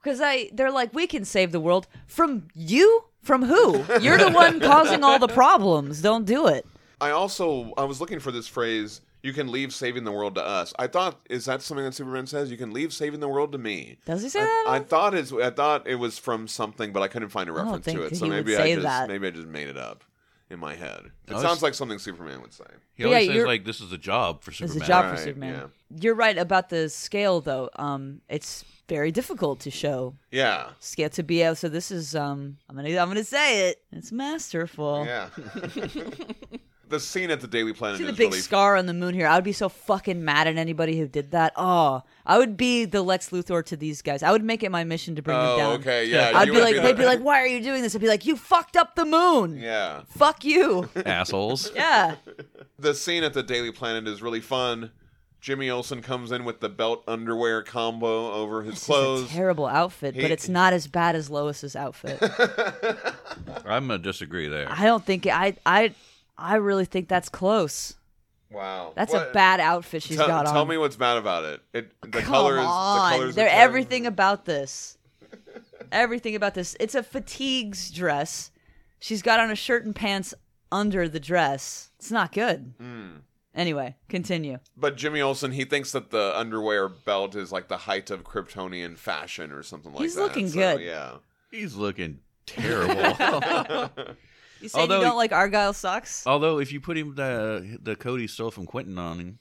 Speaker 3: Because I, they're like, we can save the world from you. From who? You're the one causing all the problems. Don't do it.
Speaker 1: I also I was looking for this phrase. You can leave saving the world to us. I thought is that something that Superman says? You can leave saving the world to me.
Speaker 3: Does he say
Speaker 1: I,
Speaker 3: that?
Speaker 1: I thought it's I thought it was from something, but I couldn't find a
Speaker 3: don't
Speaker 1: reference
Speaker 3: think
Speaker 1: to it. So
Speaker 3: he would
Speaker 1: maybe I
Speaker 3: say
Speaker 1: just
Speaker 3: that.
Speaker 1: maybe I just made it up in my head. It
Speaker 2: No,
Speaker 1: sounds
Speaker 2: it's-
Speaker 1: like something Superman would say.
Speaker 2: He
Speaker 3: But yeah,
Speaker 2: always says
Speaker 3: you're-
Speaker 2: like, "This is a job for
Speaker 3: It's
Speaker 2: Superman."
Speaker 3: a job for
Speaker 1: Right,
Speaker 3: Superman. You're right about the scale, though. Um, it's very difficult to show
Speaker 1: Yeah.
Speaker 3: scale to be able. So this is um, I'm gonna I'm gonna say it. It's masterful.
Speaker 1: Yeah. the scene at the Daily Planet
Speaker 3: See the
Speaker 1: is
Speaker 3: big
Speaker 1: really
Speaker 3: scar on the moon here. I would be so fucking mad at anybody who did that. Oh, I would be the Lex Luthor to these guys. I would make it my mission to bring them
Speaker 1: Oh,
Speaker 3: down.
Speaker 1: okay, yeah.
Speaker 3: I'd
Speaker 1: you
Speaker 3: be
Speaker 1: would
Speaker 3: like,
Speaker 1: the-
Speaker 3: they'd be like, why are you doing this? I'd be like, you fucked up the moon.
Speaker 1: Yeah.
Speaker 3: Fuck you.
Speaker 2: Assholes.
Speaker 3: Yeah.
Speaker 1: The scene at the Daily Planet is really fun. Jimmy Olsen comes in with the belt underwear combo over his
Speaker 3: This is a
Speaker 1: clothes.
Speaker 3: terrible outfit, but
Speaker 1: He-
Speaker 3: it's not as bad as Lois's outfit.
Speaker 2: I'm gonna disagree there.
Speaker 3: I don't think I I I really think that's close.
Speaker 1: wow.
Speaker 3: That's a
Speaker 1: What-
Speaker 3: bad outfit she's
Speaker 1: tell,
Speaker 3: got on.
Speaker 1: tell me what's bad about it. It the
Speaker 3: Come
Speaker 1: colors.
Speaker 3: on.
Speaker 1: The colors
Speaker 3: They're
Speaker 1: are terrible.
Speaker 3: everything about this. everything about this. It's a fatigues dress. She's got on a shirt and pants under the dress. It's not good.
Speaker 1: Hmm.
Speaker 3: Anyway, continue.
Speaker 1: But Jimmy Olsen, he thinks that the underwear belt is like the height of Kryptonian fashion or something like
Speaker 3: He's
Speaker 1: that.
Speaker 3: looking
Speaker 1: So,
Speaker 3: good.
Speaker 1: Yeah.
Speaker 2: He's looking terrible.
Speaker 3: You say you
Speaker 2: Although-
Speaker 3: don't like Argyle
Speaker 1: Oh,
Speaker 3: socks?
Speaker 2: Although, if you put him the the coat he stole from Quentin on, him,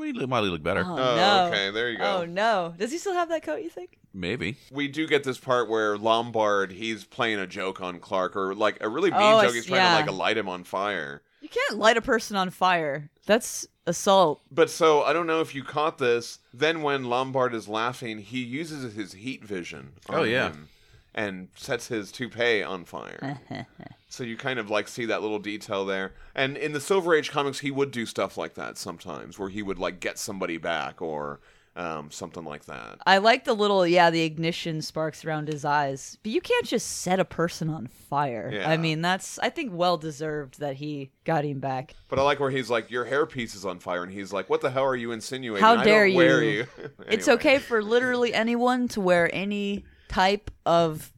Speaker 2: he look- might look better.
Speaker 3: Oh,
Speaker 1: Oh,
Speaker 3: no.
Speaker 1: okay. There you go.
Speaker 3: Oh no. Does he still have that coat, you think?
Speaker 2: Maybe.
Speaker 1: We do get this part where Lombard, he's playing a joke on Clark or like a really mean
Speaker 3: Oh, I
Speaker 1: joke. He's
Speaker 3: s-
Speaker 1: trying
Speaker 3: yeah.
Speaker 1: to like light him on fire.
Speaker 3: You can't light a person on fire. That's assault.
Speaker 1: But so I don't know if you caught this. Then when Lombard is laughing, he uses his heat vision. On
Speaker 2: Oh, yeah.
Speaker 1: him and sets his toupee on fire. so you kind of like see that little detail there. And in the Silver Age comics, he would do stuff like that sometimes, where he would like get somebody back or um, something like that.
Speaker 3: I like the little, yeah, the ignition sparks around his eyes. But you can't just set a person on fire.
Speaker 1: Yeah.
Speaker 3: I mean, that's, I think, well deserved that he got him back.
Speaker 1: But I like where he's like, "Your hairpiece is on fire," and he's like, "What the hell are you insinuating?
Speaker 3: How
Speaker 1: I don't
Speaker 3: dare
Speaker 1: wear
Speaker 3: you."
Speaker 1: you?"
Speaker 3: It's
Speaker 1: Anyway.
Speaker 3: okay for literally anyone to wear any type of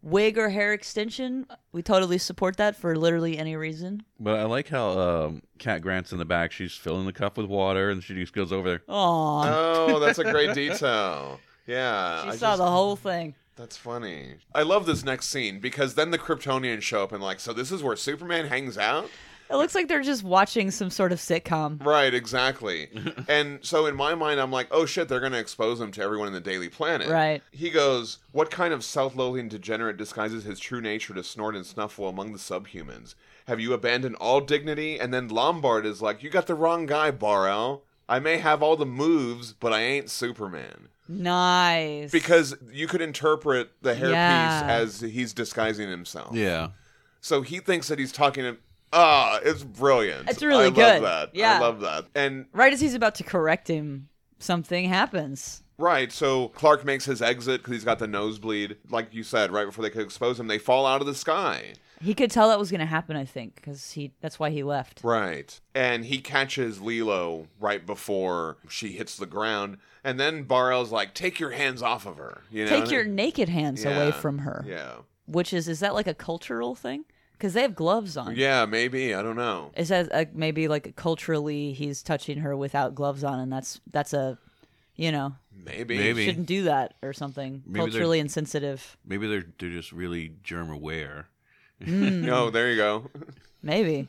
Speaker 3: wig or hair extension. We totally support that for literally any reason.
Speaker 2: But I like how um, Cat Grant's in the back. She's filling the cup with water, and she just goes over there.
Speaker 3: Aw.
Speaker 1: Oh, that's a great detail. Yeah,
Speaker 3: she
Speaker 1: I
Speaker 3: saw
Speaker 1: just-
Speaker 3: the whole thing.
Speaker 1: That's funny. I love this next scene because then the Kryptonians show up and like, so this is where Superman hangs out?
Speaker 3: It looks like they're just watching some sort of sitcom.
Speaker 1: Right, exactly. and so in my mind I'm like, oh shit, they're gonna expose him to everyone in the Daily Planet.
Speaker 3: Right.
Speaker 1: He goes, What kind of self loathing degenerate disguises his true nature to snort and snuffle among the subhumans? Have you abandoned all dignity? And then Lombard is like, You got the wrong guy, Barrow. I may have all the moves, but I ain't Superman.
Speaker 3: Nice.
Speaker 1: Because you could interpret the hairpiece
Speaker 3: Yeah.
Speaker 1: as he's disguising himself.
Speaker 2: Yeah.
Speaker 1: So he thinks that he's talking to. Ah, it's brilliant.
Speaker 3: It's really
Speaker 1: I Love
Speaker 3: good.
Speaker 1: that. I
Speaker 3: Yeah.
Speaker 1: love that. And
Speaker 3: right as he's about to correct him, something happens.
Speaker 1: right, so Clark makes his exit because he's got the nosebleed. Like you said, right before they could expose him, they fall out of the sky.
Speaker 3: He could tell that was going to happen, I think, because he that's why he left.
Speaker 1: Right. And he catches Lilo right before she hits the ground. And then Barrel's like, "Take your hands off of her." You know.
Speaker 3: Take your naked hands away
Speaker 1: Yeah.
Speaker 3: from her.
Speaker 1: Yeah.
Speaker 3: Which is is that like a cultural thing? Because they have gloves on.
Speaker 1: Yeah. Maybe. I don't know.
Speaker 3: Is that uh, maybe like culturally he's touching her without gloves on, and that's that's a, you know,
Speaker 1: Maybe.
Speaker 2: Maybe.
Speaker 3: shouldn't do that or something
Speaker 2: Maybe they're-
Speaker 3: culturally insensitive.
Speaker 2: Maybe they're they're just really germ aware.
Speaker 1: No. There you go.
Speaker 3: Maybe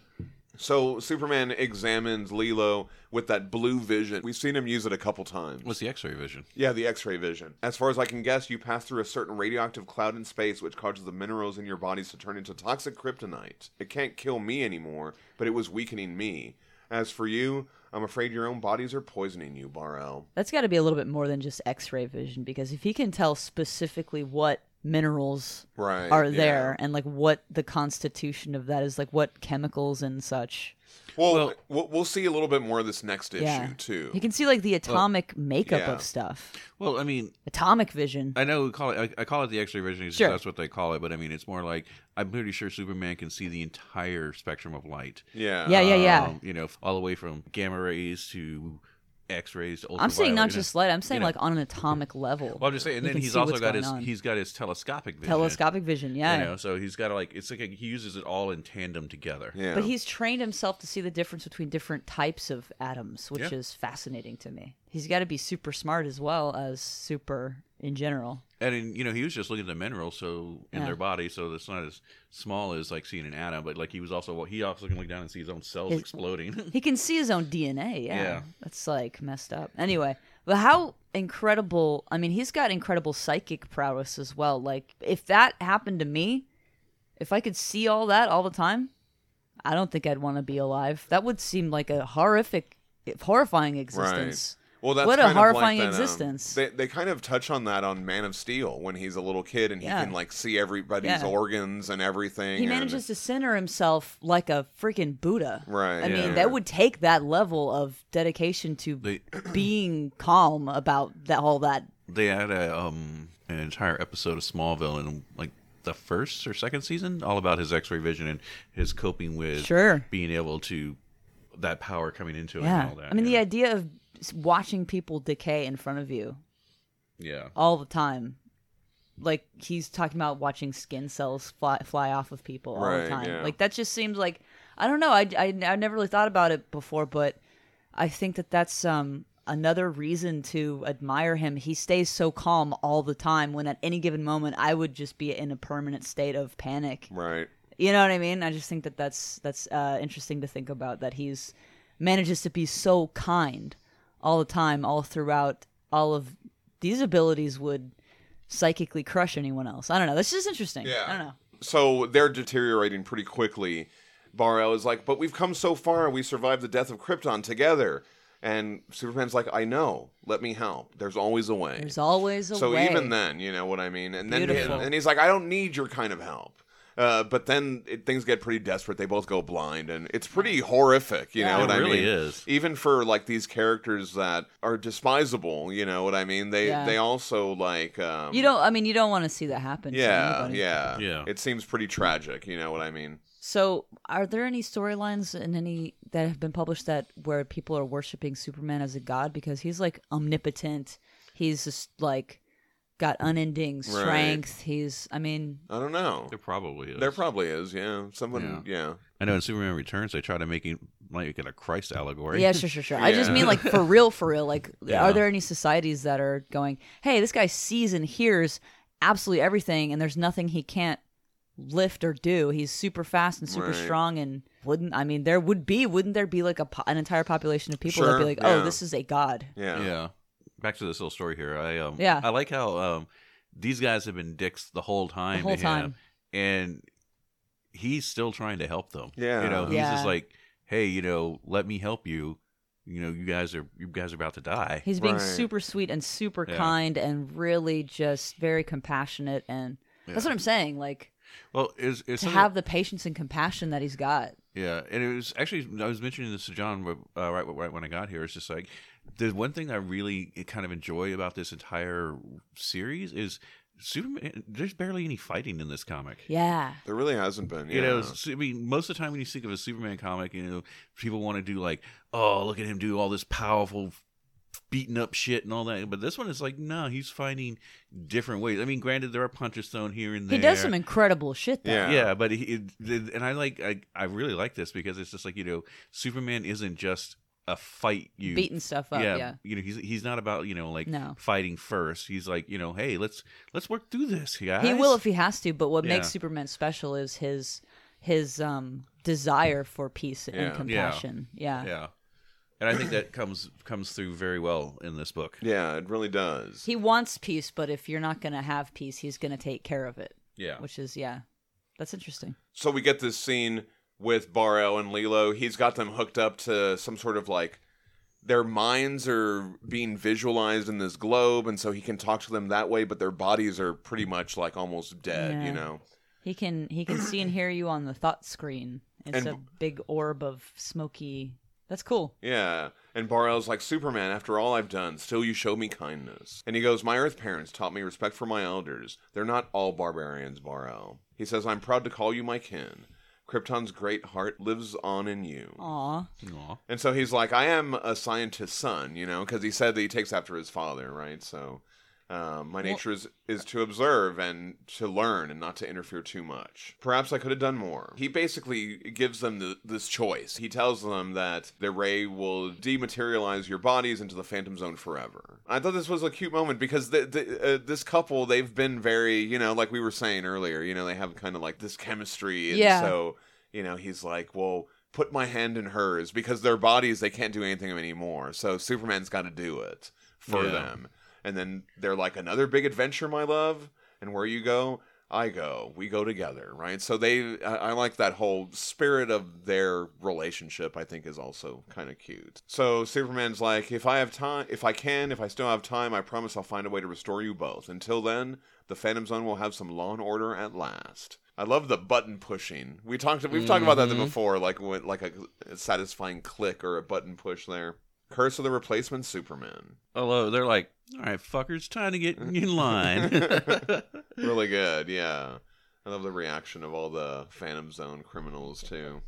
Speaker 1: So Superman examines Lilo with that blue vision. We've seen him use it a couple times.
Speaker 2: What's the X-ray vision?
Speaker 1: Yeah, the X-ray vision. As far as I can guess, you pass through a certain radioactive cloud in space, which causes the minerals in your bodies to turn into toxic kryptonite. It can't kill me anymore, but it was weakening me. As for you, I'm afraid your own bodies are poisoning you, Barel.
Speaker 3: That's got to be a little bit more than just X-ray vision because if he can tell specifically what minerals
Speaker 1: Right.
Speaker 3: are
Speaker 1: yeah.
Speaker 3: there and like what the constitution of that is, like what chemicals and such,
Speaker 1: Well,
Speaker 2: Well-
Speaker 1: we'll we'll see a little bit more of this next issue
Speaker 3: Yeah.
Speaker 1: too.
Speaker 3: he can see like the atomic makeup
Speaker 1: yeah.
Speaker 3: of stuff.
Speaker 2: Well, I mean,
Speaker 3: Atomic vision.
Speaker 2: I know we call it. I, I call it the X-ray vision. 'cause
Speaker 3: Sure.
Speaker 2: That's what they call it. But I mean, it's more like I'm pretty sure Superman can see the entire spectrum of light.
Speaker 1: yeah.
Speaker 3: Yeah, yeah, yeah.
Speaker 2: Um, you know, all the way from gamma rays to X-rays to ultraviolet.
Speaker 3: I'm saying not
Speaker 2: you know.
Speaker 3: just light. I'm saying
Speaker 2: know.
Speaker 3: like on an atomic level.
Speaker 2: Well, I'm just saying. And
Speaker 3: You
Speaker 2: then
Speaker 3: can
Speaker 2: he's
Speaker 3: see
Speaker 2: also
Speaker 3: what's
Speaker 2: got
Speaker 3: going
Speaker 2: his.
Speaker 3: on.
Speaker 2: He's got his telescopic vision.
Speaker 3: telescopic vision. Yeah.
Speaker 2: You know, so he's got to like it's like a, he uses it all in tandem together.
Speaker 1: Yeah.
Speaker 3: But he's trained himself to see the difference between different types of atoms, which
Speaker 2: Yeah.
Speaker 3: is fascinating to me. He's got to be super smart as well as super in general.
Speaker 2: And in, you know, he was just looking at the minerals so in
Speaker 3: Yeah.
Speaker 2: their body, so it's not as small as like seeing an atom, but like he was also well, he also can look down and see his own cells
Speaker 3: His-
Speaker 2: exploding.
Speaker 3: He can see his own DNA. Yeah.
Speaker 2: Yeah.
Speaker 3: That's like messed up. Anyway, but how incredible. I mean, he's got incredible psychic prowess as well. Like, if that happened to me, if I could see all that all the time, I don't think I'd want to be alive. That would seem like a horrific, horrifying existence.
Speaker 1: Well, that's
Speaker 3: What a
Speaker 1: kind of like
Speaker 3: horrifying
Speaker 1: that, um,
Speaker 3: existence.
Speaker 1: they, they kind of touch on that on Man of Steel when he's a little kid and he
Speaker 3: Yeah.
Speaker 1: can like see everybody's
Speaker 3: Yeah.
Speaker 1: organs and everything.
Speaker 3: He
Speaker 1: and-
Speaker 3: manages to center himself like a freaking Buddha.
Speaker 1: Right,
Speaker 3: I
Speaker 1: yeah.
Speaker 3: mean, that would take that level of dedication to
Speaker 2: they
Speaker 3: being calm about that all that.
Speaker 2: they had a um an entire episode of Smallville in like the first or second season, all about his X-ray vision and his coping with
Speaker 3: Sure.
Speaker 2: being able to that power coming into him and
Speaker 3: Yeah.
Speaker 2: all that.
Speaker 3: I mean, the
Speaker 2: yeah.
Speaker 3: idea of s- watching people decay in front of you
Speaker 2: yeah.
Speaker 3: all the time. Like he's talking about watching skin cells fly, fly off of people all
Speaker 1: Right,
Speaker 3: the time.
Speaker 1: yeah.
Speaker 3: Like that just seems like I don't know. I, I I never really thought about it before, but I think that that's um another reason to admire him. He stays so calm all the time. When at any given moment, I would just be in a permanent state of panic.
Speaker 1: Right.
Speaker 3: You know what I mean? I just think that that's that's uh, interesting to think about that he's manages to be so kind all the time, all throughout. All of these abilities would psychically crush anyone else. I don't know. That's just interesting.
Speaker 1: Yeah.
Speaker 3: I don't know.
Speaker 1: So they're deteriorating pretty quickly. Barel is like, but we've come so far. We survived the death of Krypton together. And Superman's like, I know. Let me help. There's always a way.
Speaker 3: There's always a
Speaker 1: so
Speaker 3: way.
Speaker 1: even then, you know what I mean. And then
Speaker 3: Beautiful.
Speaker 1: and he's like, I don't need your kind of help. Uh, but then it, things get pretty desperate. They both go blind, and it's pretty horrific. You know
Speaker 2: It
Speaker 1: what I
Speaker 2: really
Speaker 1: mean?
Speaker 2: is.
Speaker 1: Even for like these characters that are despisable. You know what I mean? They
Speaker 3: Yeah.
Speaker 1: they also like um,
Speaker 3: you don't. I mean, you don't want to see that happen. to
Speaker 1: Yeah,
Speaker 3: anybody.
Speaker 1: yeah,
Speaker 2: Yeah.
Speaker 1: It seems pretty tragic. You know what I mean?
Speaker 3: So, are there any storylines in any that have been published that where people are worshiping Superman as a god because he's like omnipotent? He's just like got unending strength. He's, I mean,
Speaker 1: I don't know.
Speaker 2: There probably is.
Speaker 1: There probably is. Yeah, someone. Yeah.
Speaker 2: I know in Superman Returns they try to make him like it a Christ allegory.
Speaker 3: yeah, sure, sure, sure. I just
Speaker 1: Yeah.
Speaker 3: mean like for real, for real. Like,
Speaker 2: Yeah.
Speaker 3: are there any societies that are going, hey, this guy sees and hears absolutely everything, and there's nothing he can't lift or do. He's super fast and super
Speaker 1: Right.
Speaker 3: strong, and wouldn't I mean there would be wouldn't there be like a po- an entire population of people that'd
Speaker 1: Sure,
Speaker 3: be like, oh,
Speaker 1: yeah.
Speaker 3: this is a god.
Speaker 1: Yeah.
Speaker 2: Yeah. Back to this little story here. I um
Speaker 3: Yeah.
Speaker 2: I like how um these guys have been dicks the whole time
Speaker 3: whole
Speaker 2: to him
Speaker 3: time.
Speaker 2: and he's still trying to help them.
Speaker 1: Yeah.
Speaker 2: You know, he's
Speaker 3: Yeah.
Speaker 2: just like, Hey, you know, let me help you. You know, you guys are you guys are about to die.
Speaker 3: He's being
Speaker 1: Right.
Speaker 3: super sweet and super
Speaker 2: Yeah.
Speaker 3: kind and really just very compassionate and that's what I'm saying. Like
Speaker 2: Well, it's it's
Speaker 3: to
Speaker 2: something-
Speaker 3: have the patience and compassion that he's got.
Speaker 2: Yeah, and it was actually I was mentioning this to John uh, right right when I got here. It's just like the one thing I really eh, kind of enjoy about this entire series is Superman. There's barely any fighting in this comic.
Speaker 3: Yeah.
Speaker 1: There really hasn't been. Yeah.
Speaker 2: You know, so- I mean, most of the time when you think of a Superman comic, you know, people want to do like, oh, look at him do all this powerful, beating up shit and all that. But this one is like, no, he's finding different ways. I mean, granted, there are punches thrown here and there.
Speaker 3: He does some incredible shit though.
Speaker 1: Yeah.
Speaker 2: Yeah, but he, it- and I like I, I really like this because it's just like you know Superman isn't just a fight you
Speaker 3: Beating stuff up, yeah.
Speaker 2: you know he's he's not about you know like
Speaker 3: No.
Speaker 2: fighting first. He's like you know hey let's let's work through this guys.
Speaker 3: He will if he has to, but what
Speaker 2: Yeah.
Speaker 3: makes Superman special is his his um desire for peace
Speaker 1: Yeah.
Speaker 3: and compassion. Yeah.
Speaker 2: yeah, and I think that comes comes through very well in this book.
Speaker 1: Yeah, it really does.
Speaker 3: He wants peace, but if you're not gonna have peace, he's gonna take care of it.
Speaker 2: Yeah,
Speaker 3: Which is yeah. That's interesting.
Speaker 1: so we get this scene with Barrow and Lilo. He's got them hooked up to some sort of like their minds are being visualized in this globe, and so he can talk to them that way, but their bodies are pretty much like almost dead,
Speaker 3: Yeah.
Speaker 1: you know?
Speaker 3: He can he can see and hear you on the thought screen. It's
Speaker 1: And-
Speaker 3: a big orb of smoky. That's cool.
Speaker 1: Yeah. And Barrow's like, Superman, after all I've done, still you show me kindness. And he goes, My earth parents taught me respect for my elders. They're not all barbarians, Barrow. He says, I'm proud to call you my kin. Krypton's great heart lives on in you.
Speaker 3: Aw,
Speaker 2: Aw.
Speaker 1: And so he's like, I am a scientist's son, you know, because he said that he takes after his father, right? So um, my nature is, is to observe and to learn and not to interfere too much. Perhaps I could have done more. He basically gives them the, this choice. He tells them that the ray will dematerialize your bodies into the Phantom Zone forever. I thought this was a cute moment because the, the, uh, this couple, they've been very, you know, like we were saying earlier, you know, they have kind of like this chemistry. And
Speaker 3: Yeah.
Speaker 1: so, you know, he's like, well, put my hand in hers because their bodies, they can't do anything anymore. So Superman's got to do it for
Speaker 2: Yeah.
Speaker 1: them. And then they're like, another big adventure, my love. And where you go, I go. We go together, right? So they, I, I like that whole spirit of their relationship. I think is also kind of cute. So Superman's like, if I have time, if I can, if I still have time, I promise I'll find a way to restore you both. Until then, the Phantom Zone will have some law and order at last. I love the button pushing. We talked, we've talked about that
Speaker 2: Mhm.
Speaker 1: before, like when, like a satisfying click or a button push there. Curse of the Replacement Superman.
Speaker 2: Although they're like, all right, fuckers, time to get in line.
Speaker 1: really good. Yeah, I love the reaction of all the Phantom Zone criminals too.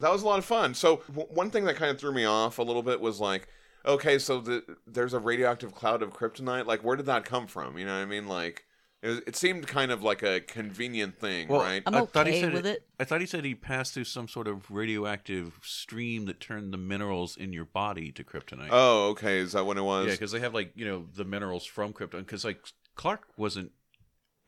Speaker 1: That was a lot of fun. So w- one thing that kind of threw me off a little bit was like, okay, so the, there's a radioactive cloud of kryptonite. Like, where did that come from? You know what I mean? Like, it, was, it seemed kind of like a convenient thing,
Speaker 2: Well, um,
Speaker 1: right?
Speaker 3: I'm
Speaker 2: I thought he
Speaker 3: okay
Speaker 2: said
Speaker 3: with it.
Speaker 2: I thought he said he passed through some sort of radioactive stream that turned the minerals in your body to kryptonite.
Speaker 1: oh, okay. Is that what it was?
Speaker 2: yeah, because they have like you know the minerals from Krypton. Because like Clark wasn't.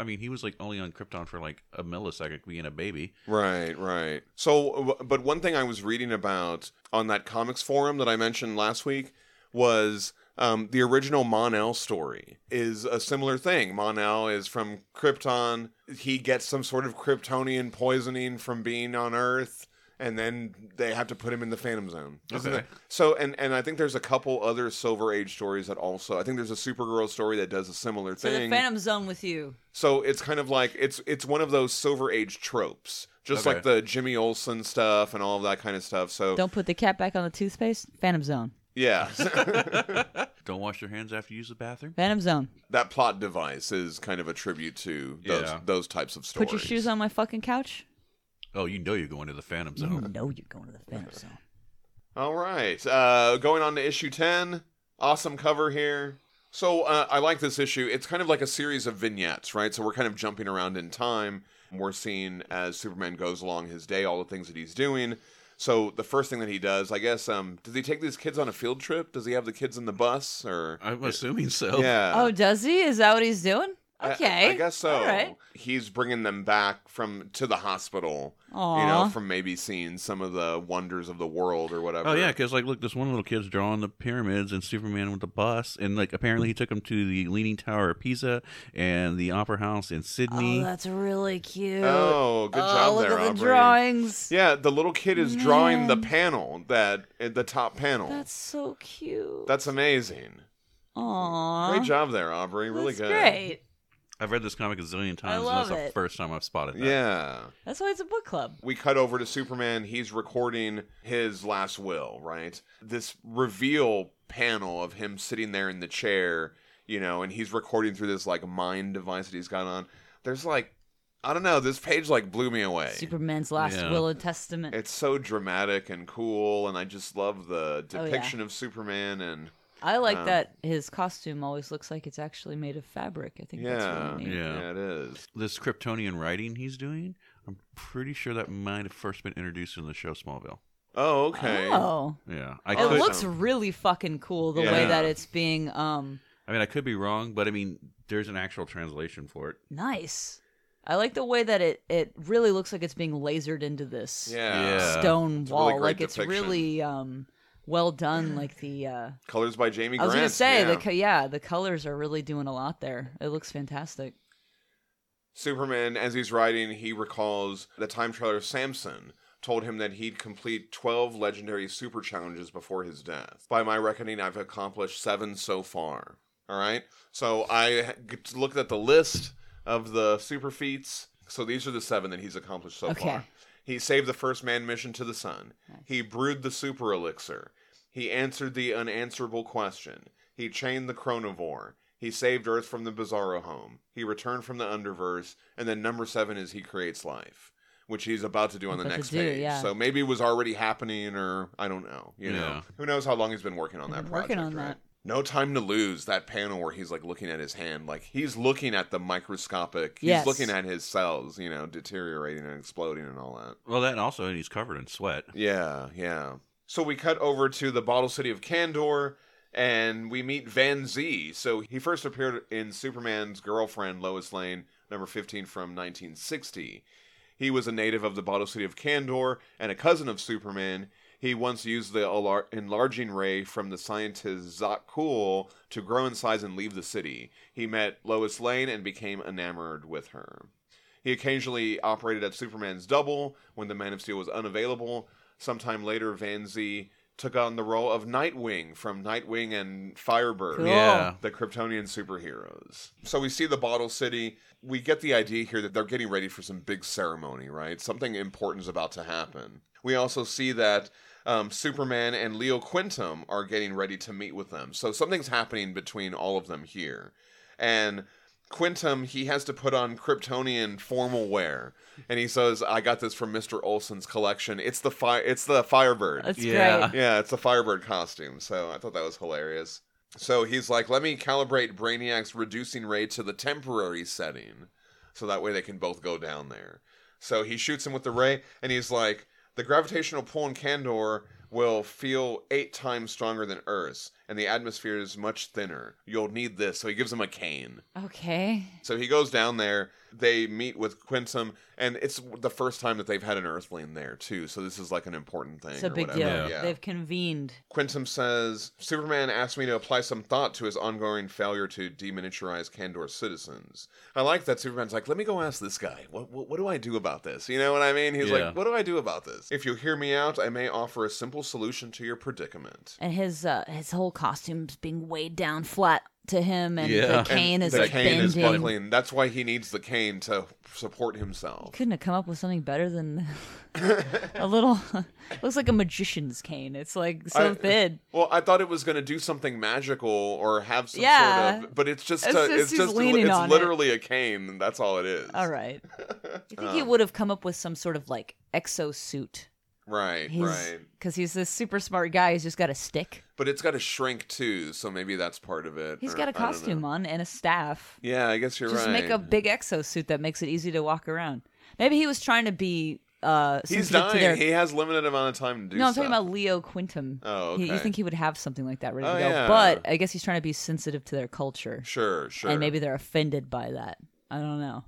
Speaker 2: I mean, he was like only on Krypton for like a millisecond, being a baby.
Speaker 1: Right, right. So, w- but one thing I was reading about on that comics forum that I mentioned last week was um, the original Mon-El story is a similar thing. Mon-El is from Krypton. He gets some sort of Kryptonian poisoning from being on Earth, and then they have to put him in the Phantom Zone. Isn't
Speaker 2: Okay.
Speaker 1: it- So, and and I think there's a couple other Silver Age stories that also. I think there's a Supergirl story that does a similar
Speaker 3: So the
Speaker 1: thing.
Speaker 3: Phantom Zone with you.
Speaker 1: So it's kind of like it's it's one of those silver age tropes, just
Speaker 2: Okay.
Speaker 1: like the Jimmy Olsen stuff and all of that kind of stuff. So
Speaker 3: Don't put the cat back on the toothpaste. Phantom Zone.
Speaker 1: yeah,
Speaker 2: Don't wash your hands after you use the bathroom.
Speaker 3: Phantom Zone.
Speaker 1: that plot device is kind of a tribute to those
Speaker 2: Yeah.
Speaker 1: those types of stories.
Speaker 3: Put your shoes on my fucking couch.
Speaker 2: Oh, you know you're going to the Phantom
Speaker 3: You
Speaker 1: Mm.
Speaker 2: Zone.
Speaker 3: know you're going to the
Speaker 1: Uh,
Speaker 3: Phantom Zone.
Speaker 1: All right, uh, going on to issue ten. Awesome cover here. So uh, I like this issue. It's kind of like a series of vignettes, right? So we're kind of jumping around in time. We're seeing as Superman goes along his day, all the things that he's doing. So the first thing that he does, I guess, um, does he take these kids on a field trip? Does he have the kids in the bus or?
Speaker 2: I'm assuming so.
Speaker 1: yeah.
Speaker 3: oh, does he? Is that what he's doing?
Speaker 1: I-
Speaker 3: Okay.
Speaker 1: I, guess so.
Speaker 3: All right.
Speaker 1: He's bringing them back from to the hospital, you
Speaker 3: Aw.
Speaker 1: know, from maybe seeing some of the wonders of the world or whatever.
Speaker 2: Oh yeah, because like look, this one little kid's drawing the pyramids and Superman with the bus, and like apparently he took him to the Leaning Tower of Pisa and the Opera House in Sydney.
Speaker 3: Oh, that's really cute.
Speaker 1: Oh, good
Speaker 3: Oh,
Speaker 1: job
Speaker 3: look
Speaker 1: there,
Speaker 3: at the
Speaker 1: Aubrey.
Speaker 3: drawings.
Speaker 1: Yeah, the little kid is drawing the
Speaker 3: Man.
Speaker 1: panel that uh, the top panel.
Speaker 3: That's so cute.
Speaker 1: That's amazing.
Speaker 3: Aww.
Speaker 1: Great job there, Aubrey. Really
Speaker 3: That's
Speaker 1: good.
Speaker 3: Great.
Speaker 2: I've read this comic a zillion times,
Speaker 3: love
Speaker 2: and that's
Speaker 3: it.
Speaker 2: the first time I've spotted that.
Speaker 1: Yeah.
Speaker 3: That's why it's a book club.
Speaker 1: We cut over to Superman. He's recording his last will, right? This reveal panel of him sitting there in the chair, you know, and he's recording through this like mind device that he's got on. There's like I don't know, this page like blew me away.
Speaker 3: Superman's last
Speaker 2: Yeah.
Speaker 3: will and testament.
Speaker 1: it's so dramatic and cool and I just love the
Speaker 3: Oh, yeah.
Speaker 1: depiction of Superman and
Speaker 3: I like
Speaker 1: um,
Speaker 3: that his costume always looks like it's actually made of fabric. I think
Speaker 1: yeah,
Speaker 3: that's really neat.
Speaker 2: Yeah.
Speaker 1: yeah, it is.
Speaker 2: This Kryptonian writing he's doing, I'm pretty sure that might have first been introduced in the show Smallville.
Speaker 1: Oh, okay.
Speaker 3: Oh.
Speaker 2: Yeah, I
Speaker 3: it
Speaker 2: could.
Speaker 3: looks really fucking cool the
Speaker 1: Yeah.
Speaker 3: way that it's being um
Speaker 2: I mean, I could be wrong, but I mean, there's an actual translation for it.
Speaker 3: nice. I like the way that it it really looks like it's being lasered into this
Speaker 1: Yeah.
Speaker 2: Yeah.
Speaker 3: stone
Speaker 1: It's a really
Speaker 3: wall.
Speaker 1: great
Speaker 3: like it's
Speaker 1: depiction.
Speaker 3: really um well done like the uh
Speaker 1: Colors by Jamie
Speaker 3: I
Speaker 1: Grant.
Speaker 3: was gonna say
Speaker 1: yeah.
Speaker 3: the co- yeah the colors are really doing a lot there. It looks fantastic.
Speaker 1: Superman, as he's riding, he recalls the time traveler Samson, told him that he'd complete 12 legendary super challenges before his death. By my reckoning, I've accomplished seven so far. All right. So I ha- g- looked at the list of the super feats. So these are the seven that he's accomplished so
Speaker 3: Okay.
Speaker 1: far. He saved the first man mission to the sun. He brewed the super elixir. He answered the unanswerable question. He chained the chronovore. He saved Earth from the bizarro home. He returned from the underverse. And then number seven is he creates life, which he's about to do on the
Speaker 3: About to
Speaker 1: next
Speaker 3: do,
Speaker 1: page.
Speaker 3: yeah.
Speaker 1: So maybe it was already happening, or I don't know. You
Speaker 2: Yeah.
Speaker 1: know, who knows how long he's been working on that
Speaker 3: Been
Speaker 1: project?
Speaker 3: working on
Speaker 1: right?
Speaker 3: that.
Speaker 1: No time to lose. That panel where he's like looking at his hand, like he's looking at the microscopic. He's
Speaker 3: Yes.
Speaker 1: looking at his cells, you know, deteriorating and exploding and all that.
Speaker 2: Well, that and also, and he's covered in sweat.
Speaker 1: Yeah, yeah. So we cut over to the bottle city of Kandor and we meet Van Z. So he first appeared in Superman's Girlfriend, Lois Lane, number 15 from 1960. He was a native of the bottle city of Kandor and a cousin of Superman. He once used the alar- enlarging ray from the scientist Zot Cool to grow in size and leave the city. He met Lois Lane and became enamored with her. He occasionally operated at Superman's double when the Man of Steel was unavailable. Sometime later, Van Z took on the role of Nightwing from Nightwing and Firebird,
Speaker 3: Cool.
Speaker 2: Yeah.
Speaker 1: the Kryptonian superheroes. So we see the Bottle City. We get the idea here that they're getting ready for some big ceremony, right? Something important is about to happen. We also see that um, Superman and Leo Quintum are getting ready to meet with them. So something's happening between all of them here. And Quintum, he has to put on Kryptonian formal wear, and he says, "I got this from Mister Olson's collection. It's the fire. It's the Firebird.
Speaker 3: That's
Speaker 2: Yeah.
Speaker 3: great.
Speaker 1: yeah, it's a Firebird costume." So I thought that was hilarious. So he's like, "Let me calibrate Brainiac's reducing ray to the temporary setting, so that way they can both go down there." So he shoots him with the ray, and he's like, "The gravitational pull in Kandor." Will feel eight times stronger than Earth's, and the atmosphere is much thinner. You'll need this. So he gives him a cane.
Speaker 3: Okay.
Speaker 1: So he goes down there. They meet with Quintum, and it's the first time that they've had an Earthling there too. So this is like an important thing.
Speaker 3: It's a
Speaker 1: or
Speaker 3: big deal.
Speaker 1: whatever.
Speaker 2: Yeah.
Speaker 3: They've convened.
Speaker 1: Quintum says Superman asked me to apply some thought to his ongoing failure to deminiaturize Kandor's citizens. I like that Superman's like, let me go ask this guy. What what, what do I do about this? You know what I mean? He's
Speaker 2: Yeah.
Speaker 1: like, what do I do about this? If you hear me out, I may offer a simple solution to your predicament.
Speaker 3: and his uh, his whole costume's being weighed down flat to him, and
Speaker 2: Yeah.
Speaker 3: the cane
Speaker 1: and
Speaker 3: is
Speaker 1: the
Speaker 3: like
Speaker 1: cane
Speaker 3: bending.
Speaker 1: is buckling. That's why he needs the cane to support himself.
Speaker 3: Couldn't have come up with something better than a little. looks like a magician's cane. It's like so
Speaker 1: I- uh,
Speaker 3: thin.
Speaker 1: Well, I thought it was going to do something magical or have some
Speaker 3: Yeah.
Speaker 1: sort of, but it's just
Speaker 3: It's
Speaker 1: a,
Speaker 3: just
Speaker 1: it's
Speaker 3: he's
Speaker 1: just
Speaker 3: leaning
Speaker 1: it's
Speaker 3: on it.
Speaker 1: literally a cane. and That's all it is.
Speaker 3: All right. You think he would have come up with some sort of like exosuit?
Speaker 1: right,
Speaker 3: He's
Speaker 1: right.
Speaker 3: because he's this super smart guy. He's just got a stick.
Speaker 1: But it's got to shrink too, so maybe that's part of it.
Speaker 3: He's
Speaker 1: or-
Speaker 3: got
Speaker 1: I
Speaker 3: a
Speaker 1: don't know.
Speaker 3: costume on and a staff.
Speaker 1: Yeah, I guess you're
Speaker 3: Just
Speaker 1: right.
Speaker 3: make a big exosuit that makes it easy to walk around. Maybe he was trying to be. Uh,
Speaker 1: He's
Speaker 3: sensitive to
Speaker 1: dying.
Speaker 3: their-
Speaker 1: He has limited amount of time to do.
Speaker 3: No, I'm talking
Speaker 1: stuff.
Speaker 3: about Leo Quintum.
Speaker 1: Oh,
Speaker 3: He- you
Speaker 1: okay.
Speaker 3: think he would have something like that ready to
Speaker 1: Oh,
Speaker 3: go?
Speaker 1: yeah.
Speaker 3: But I guess he's trying to be sensitive to their culture,
Speaker 1: Sure, sure.
Speaker 3: and maybe they're offended by that. I don't know.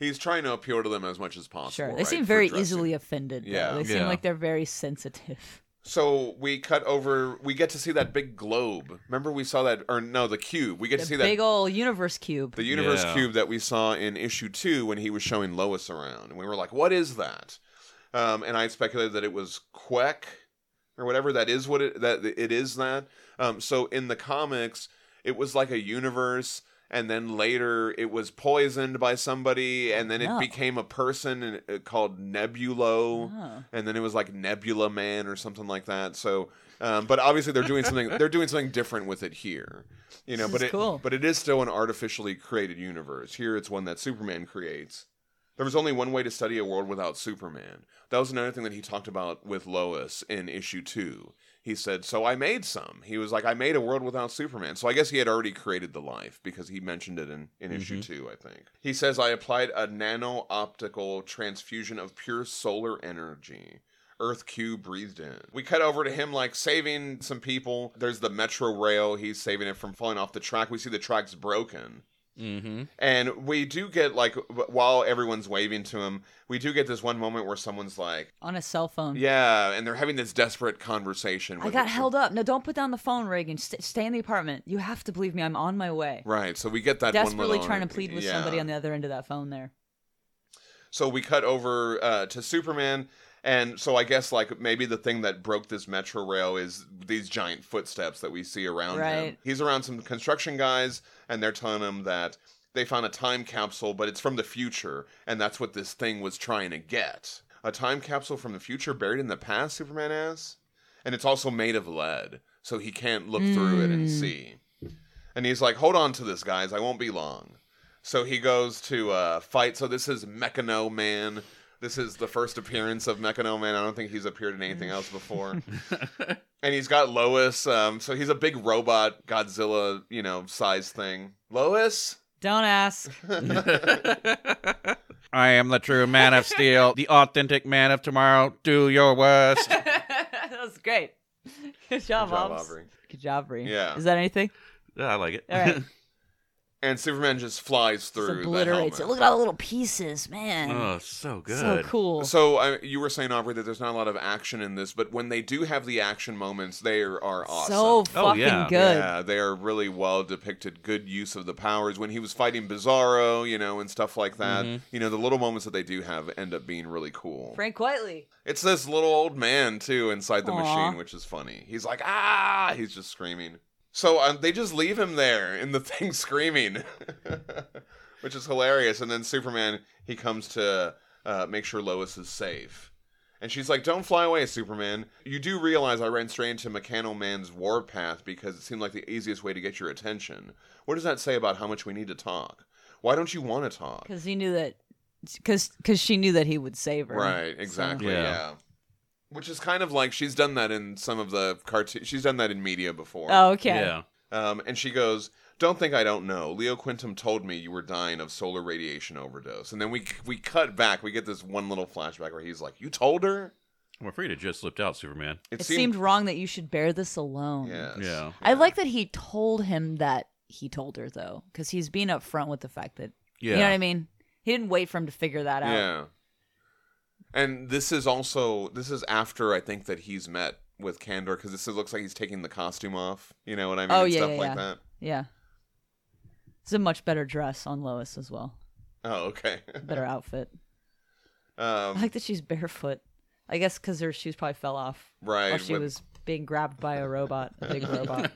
Speaker 1: he's trying to appeal to them as much as possible.
Speaker 3: Sure, they
Speaker 1: right,
Speaker 3: seem
Speaker 1: for
Speaker 3: very
Speaker 1: dressing.
Speaker 3: easily offended. though.
Speaker 1: Yeah.
Speaker 3: they seem
Speaker 2: Yeah.
Speaker 3: like they're very sensitive.
Speaker 1: So we cut over. We get to see that big globe. Remember, we saw that, or no, the cube. We get to see
Speaker 3: The
Speaker 1: that
Speaker 3: big ol' universe cube.
Speaker 1: The universe
Speaker 2: Yeah.
Speaker 1: cube that we saw in issue two when he was showing Lois around, and we were like, "What is that?" Um, and I speculated that it was Queck or whatever. That is what it that it is that. Um, so in the comics, it was like a universe, and then later it was poisoned by somebody, and then it
Speaker 3: No.
Speaker 1: became a person and it, uh, called Nebulo
Speaker 3: Oh.
Speaker 1: and then it was like Nebula Man or something like that. So, um, but obviously they're doing something they're doing something different with it here, you know.
Speaker 3: This
Speaker 1: but
Speaker 3: is
Speaker 1: it
Speaker 3: cool.
Speaker 1: but it is still an artificially created universe. Here it's one that Superman creates. There was only one way to study a world without Superman. That was another thing that he talked about with Lois in issue two. He said, "So I made some." He was like, "I made a world without Superman." So I guess he had already created the life because he mentioned it in in issue two, I think. He says, "I applied a nano optical transfusion of pure solar energy." Earth Q breathed in. We cut over to him like saving some people. There's the metro rail. He's saving it from falling off the track. We see the track's broken.
Speaker 2: Mm-hmm.
Speaker 1: And we do get like w- while everyone's waving to him, we do get this one moment where someone's like,
Speaker 3: on a cell phone.
Speaker 1: "Yeah," and they're having this desperate conversation.
Speaker 3: I
Speaker 1: with
Speaker 3: got
Speaker 1: it.
Speaker 3: held up. No, don't put down the phone, Reagan. St- stay in the apartment. You have to believe me. I'm on my way.
Speaker 1: Right, so we get that one
Speaker 3: Desperately
Speaker 1: little-
Speaker 3: trying to plead with
Speaker 1: Yeah.
Speaker 3: somebody on the other end of that phone. There.
Speaker 1: So we cut over uh, to Superman, And so I guess like maybe the thing that broke this metro rail is these giant footsteps that we see around him.
Speaker 3: Right.
Speaker 1: He's around some construction guys and they're telling him that they found a time capsule, but it's from the future, and that's what this thing was trying to get. A time capsule from the future buried in the past, Superman asks. And it's also made of lead, so he can't look through it and
Speaker 3: Mm.
Speaker 1: see. And he's like, Hold on to this, guys, I won't be long. So he goes to uh, fight. So this is Mechano Man. This is the first appearance of Mechano Man. I don't think he's appeared in anything else before. and he's got Lois. Um, so he's a big robot Godzilla, you know, size thing. Lois.
Speaker 3: Don't ask.
Speaker 2: I am the true man of steel, the authentic man of tomorrow. Do your worst.
Speaker 3: that was great. Good job,
Speaker 1: Good job,
Speaker 3: Hobbs.
Speaker 1: Aubrey.
Speaker 3: Good job, Bree.
Speaker 1: Yeah.
Speaker 3: Is that anything?
Speaker 2: Yeah, I like it.
Speaker 3: All right.
Speaker 1: And Superman just flies
Speaker 3: Just
Speaker 1: through. the
Speaker 3: obliterates it.
Speaker 1: helmet.
Speaker 3: Look at all the little pieces, man.
Speaker 2: oh, so good.
Speaker 3: So cool.
Speaker 1: So I, you were saying, Aubrey, that there's not a lot of action in this, but when they do have the action moments, they are, are awesome.
Speaker 3: So
Speaker 2: Oh,
Speaker 3: fucking
Speaker 2: yeah.
Speaker 3: good.
Speaker 1: Yeah, they are really well depicted. Good use of the powers when he was fighting Bizarro, you know, and stuff like that.
Speaker 2: Mhm.
Speaker 1: You know, the little moments that they do have end up being really cool.
Speaker 3: Frank Whiteley.
Speaker 1: It's this little old man too inside the
Speaker 3: Aw.
Speaker 1: machine, which is funny. He's like, ah, he's just screaming. So um, they just leave him there in the thing screaming, which is hilarious. And then Superman he comes to uh, make sure Lois is safe, and she's like, "Don't fly away, Superman. You do realize I ran straight into Mechano Man's warpath because it seemed like the easiest way to get your attention. What does that say about how much we need to talk? Why don't you want to talk?
Speaker 3: Because he knew that. Because because she knew that he would save her.
Speaker 1: Right,
Speaker 3: So-
Speaker 1: exactly.
Speaker 2: Yeah.
Speaker 1: Yeah. Which is kind of like she's done that in some of the cartoon. She's done that in media before.
Speaker 3: Oh, okay.
Speaker 2: Yeah.
Speaker 1: Um, and she goes, "Don't think I don't know. Leo Quintum told me you were dying of solar radiation overdose." And then we we cut back. We get this one little flashback where he's like, "You told her."
Speaker 2: I'm afraid it just slipped out, Superman.
Speaker 1: It,
Speaker 3: It seemed wrong that you should bear this alone.
Speaker 1: Yes.
Speaker 2: Yeah.
Speaker 3: I like that he told him that he told her though, because he's being upfront with the fact that
Speaker 2: Yeah.
Speaker 3: you know what I mean. He didn't wait for him to figure that out.
Speaker 1: Yeah. And this is also this is after I think that he's met with Candor because this looks like he's taking the costume off. You know what I mean?
Speaker 3: Oh,
Speaker 1: and
Speaker 3: yeah,
Speaker 1: stuff
Speaker 3: yeah,
Speaker 1: like
Speaker 3: yeah.
Speaker 1: that.
Speaker 3: Yeah. It's a much better dress on Lois as well.
Speaker 1: Oh, okay.
Speaker 3: Better outfit.
Speaker 1: um,
Speaker 3: I like that she's barefoot. I guess because her shoes probably fell off
Speaker 1: right.
Speaker 3: while Oh, she
Speaker 1: with-
Speaker 3: was being grabbed by a robot, a big robot.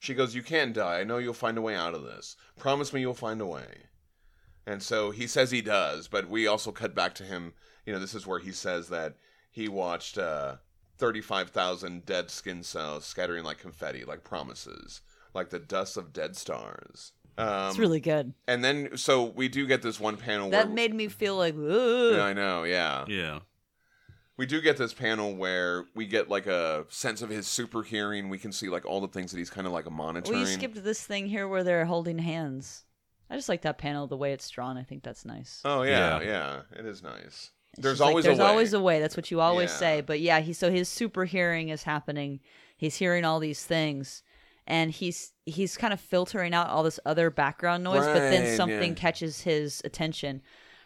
Speaker 1: She goes, You can die. I know you'll find a way out of this. Promise me you'll find a way. And so he says he does, but we also cut back to him. You know, this is where he says that he watched uh, 35,000 dead skin cells scattering like confetti, like promises, like the dust of dead stars. Um,
Speaker 3: It's really good.
Speaker 1: And then, so we do get this one panel
Speaker 3: That
Speaker 1: where.
Speaker 3: made me feel like, ooh.
Speaker 1: Yeah, I know, yeah.
Speaker 2: yeah.
Speaker 1: We do get this panel where we get like a sense of his super hearing. We can see like all the things that he's kind of like monitoring.
Speaker 3: Well, you skipped this thing here where they're holding hands. I just like that panel, the way it's drawn. I think that's nice.
Speaker 1: Oh yeah, yeah, It is nice.
Speaker 3: It's
Speaker 1: There's
Speaker 3: just like,
Speaker 1: always
Speaker 3: there's
Speaker 1: a way.
Speaker 3: always a way. That's what you always
Speaker 1: Yeah.
Speaker 3: say. But yeah, he so his super hearing is happening. He's hearing all these things, and he's he's kind of filtering out all this other background noise. but
Speaker 1: Right,
Speaker 3: then something
Speaker 1: yeah.
Speaker 3: catches his attention.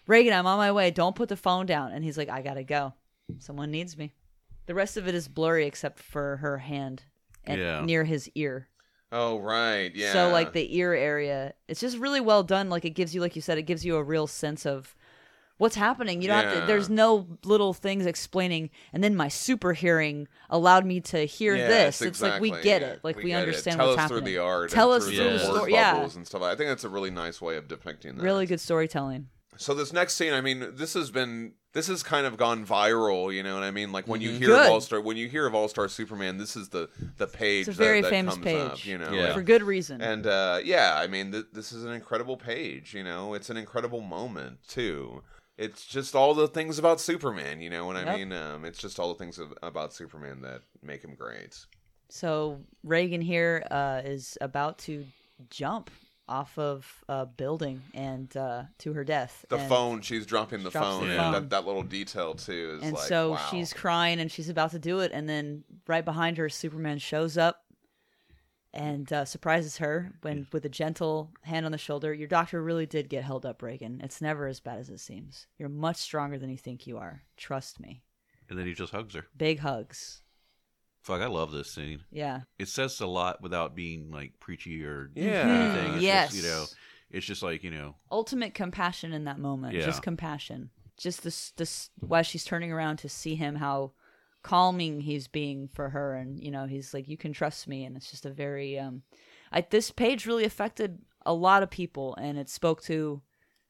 Speaker 3: Reagan, I'm on my way. Don't put the phone down. And he's like, I gotta go. Someone needs me. The rest of it is blurry except for her hand and
Speaker 2: Yeah.
Speaker 3: near his ear.
Speaker 1: oh right, yeah.
Speaker 3: So like the ear area, it's just really well done. Like it gives you, like you said, it gives you a real sense of what's happening. You don't have
Speaker 1: Yeah.
Speaker 3: to. There's no little things explaining. And then my super hearing allowed me to hear this.
Speaker 1: Yes,
Speaker 3: It's like we
Speaker 1: exactly,
Speaker 3: get
Speaker 1: yeah.
Speaker 3: it. Like we,
Speaker 1: get it.
Speaker 3: understand
Speaker 1: Tell
Speaker 3: what's
Speaker 1: us
Speaker 3: happening.
Speaker 1: through the art.
Speaker 3: Tell
Speaker 1: and
Speaker 3: us
Speaker 1: through
Speaker 2: through
Speaker 1: the
Speaker 2: the
Speaker 1: word
Speaker 3: story- yeah.
Speaker 1: bubbles and stuff. I think that's a really nice way of depicting that.
Speaker 3: Really good storytelling.
Speaker 1: So this next scene, I mean, this has been this has kind of gone viral. You know what I mean? Like when you
Speaker 2: Mhm.
Speaker 1: hear
Speaker 3: Good.
Speaker 1: of All Star, when you hear of All Star Superman, this is the the page.
Speaker 3: It's a very
Speaker 1: that, that
Speaker 3: famous
Speaker 1: comes
Speaker 3: page
Speaker 1: Up, you know,
Speaker 2: Yeah.
Speaker 3: for good reason.
Speaker 1: And
Speaker 3: Mm-hmm.
Speaker 1: uh, yeah, I mean, th- this is an incredible page. You know, it's an incredible moment too. It's just all the things about Superman. You know what I
Speaker 3: Yep.
Speaker 1: mean? Um, it's just all the things of, about Superman that make him great.
Speaker 3: so Reagan here uh, is about to jump off of a building and uh, to her death.
Speaker 1: The
Speaker 3: And-
Speaker 1: phone, she's dropping the
Speaker 3: Drops
Speaker 1: phone,
Speaker 2: the
Speaker 1: and
Speaker 2: phone.
Speaker 1: That, that little detail too is
Speaker 3: and
Speaker 1: like,
Speaker 3: so
Speaker 1: wow.
Speaker 3: she's crying and she's about to do it and then right behind her superman shows up and uh, surprises her when with a gentle hand on the shoulder your doctor really did get held up reagan it's never as bad as it seems you're much stronger than you think you are trust me
Speaker 2: And then he just hugs her.
Speaker 3: big hugs
Speaker 2: Fuck, I love this scene.
Speaker 3: yeah
Speaker 2: It says a lot without being like preachy or
Speaker 1: Yeah.
Speaker 2: anything. It's
Speaker 3: yes
Speaker 2: Just, you know, it's just like you know,
Speaker 3: ultimate compassion in that moment
Speaker 2: Yeah.
Speaker 3: just compassion just this this while she's turning around to see him how calming he's being for her and you know he's like you can trust me and it's just a very um I, this page really affected a lot of people and it spoke to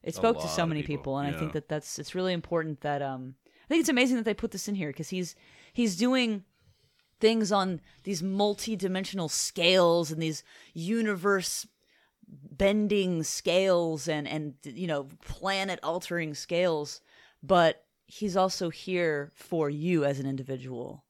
Speaker 3: it
Speaker 2: A
Speaker 3: spoke to
Speaker 2: lot
Speaker 3: so
Speaker 2: of
Speaker 3: many people,
Speaker 2: people,
Speaker 3: and i
Speaker 2: yeah.
Speaker 3: think that that's it's really important that um i think it's amazing that they put this in here because he's he's doing things on these multi-dimensional scales and these universe bending scales and and you know planet altering scales but he's also here for you as an individual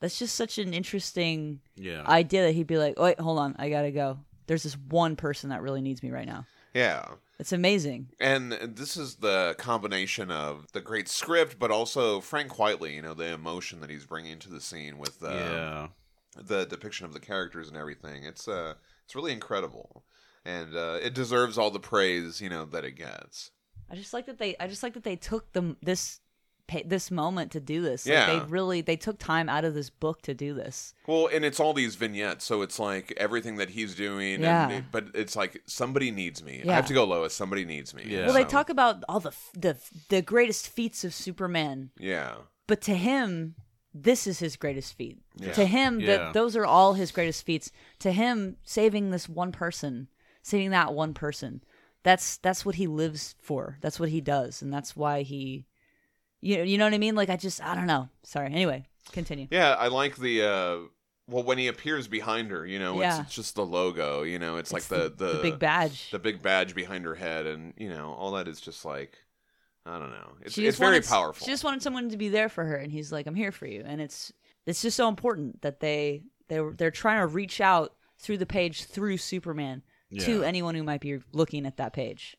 Speaker 3: that's just such an interesting
Speaker 2: Yeah.
Speaker 3: idea that he'd be like wait hold on i gotta go there's this one person that really needs me right now
Speaker 1: Yeah.
Speaker 3: it's amazing
Speaker 1: And this is the combination of the great script, but also Frank Whiteley, you know, the emotion that he's bringing to the scene with um, the,
Speaker 2: yeah.
Speaker 1: the depiction of the characters and everything. It's uh, it's really incredible, and uh, it deserves all the praise you know that it gets.
Speaker 3: i just like that they i just like that they took them this pa- this moment to do this like
Speaker 1: Yeah.
Speaker 3: they really they took time out of this book to do this
Speaker 1: Well, and it's all these vignettes, so it's like everything that he's doing.
Speaker 3: Yeah.
Speaker 1: And it- but it's like somebody needs me. I
Speaker 3: Yeah.
Speaker 1: have to go, Lois. Somebody needs me.
Speaker 2: Yeah.
Speaker 3: well they
Speaker 1: So,
Speaker 3: talk about all the f- the f- the greatest feats of superman
Speaker 1: Yeah.
Speaker 3: but to him this is his greatest feat
Speaker 1: Yeah.
Speaker 3: to him
Speaker 2: Yeah.
Speaker 3: that those are all his greatest feats to him saving this one person saving that one person that's that's what he lives for that's what he does and that's why he you know, you know what i mean like i just i don't know sorry anyway continue
Speaker 1: Yeah, I like the uh well when he appears behind her, you know, it's,
Speaker 3: Yeah.
Speaker 1: it's just the logo, you know, it's,
Speaker 3: It's
Speaker 1: like the the,
Speaker 3: big badge
Speaker 1: the big badge behind her head and, you know, all that is just like I don't know. It's
Speaker 3: She
Speaker 1: it's
Speaker 3: just
Speaker 1: very
Speaker 3: wanted-
Speaker 1: powerful.
Speaker 3: She just wanted someone to be there for her, and he's like, "I'm here for you." And it's it's just so important that they they were- they're trying to reach out through the page through Superman to
Speaker 2: Yeah.
Speaker 3: anyone who might be looking at that page.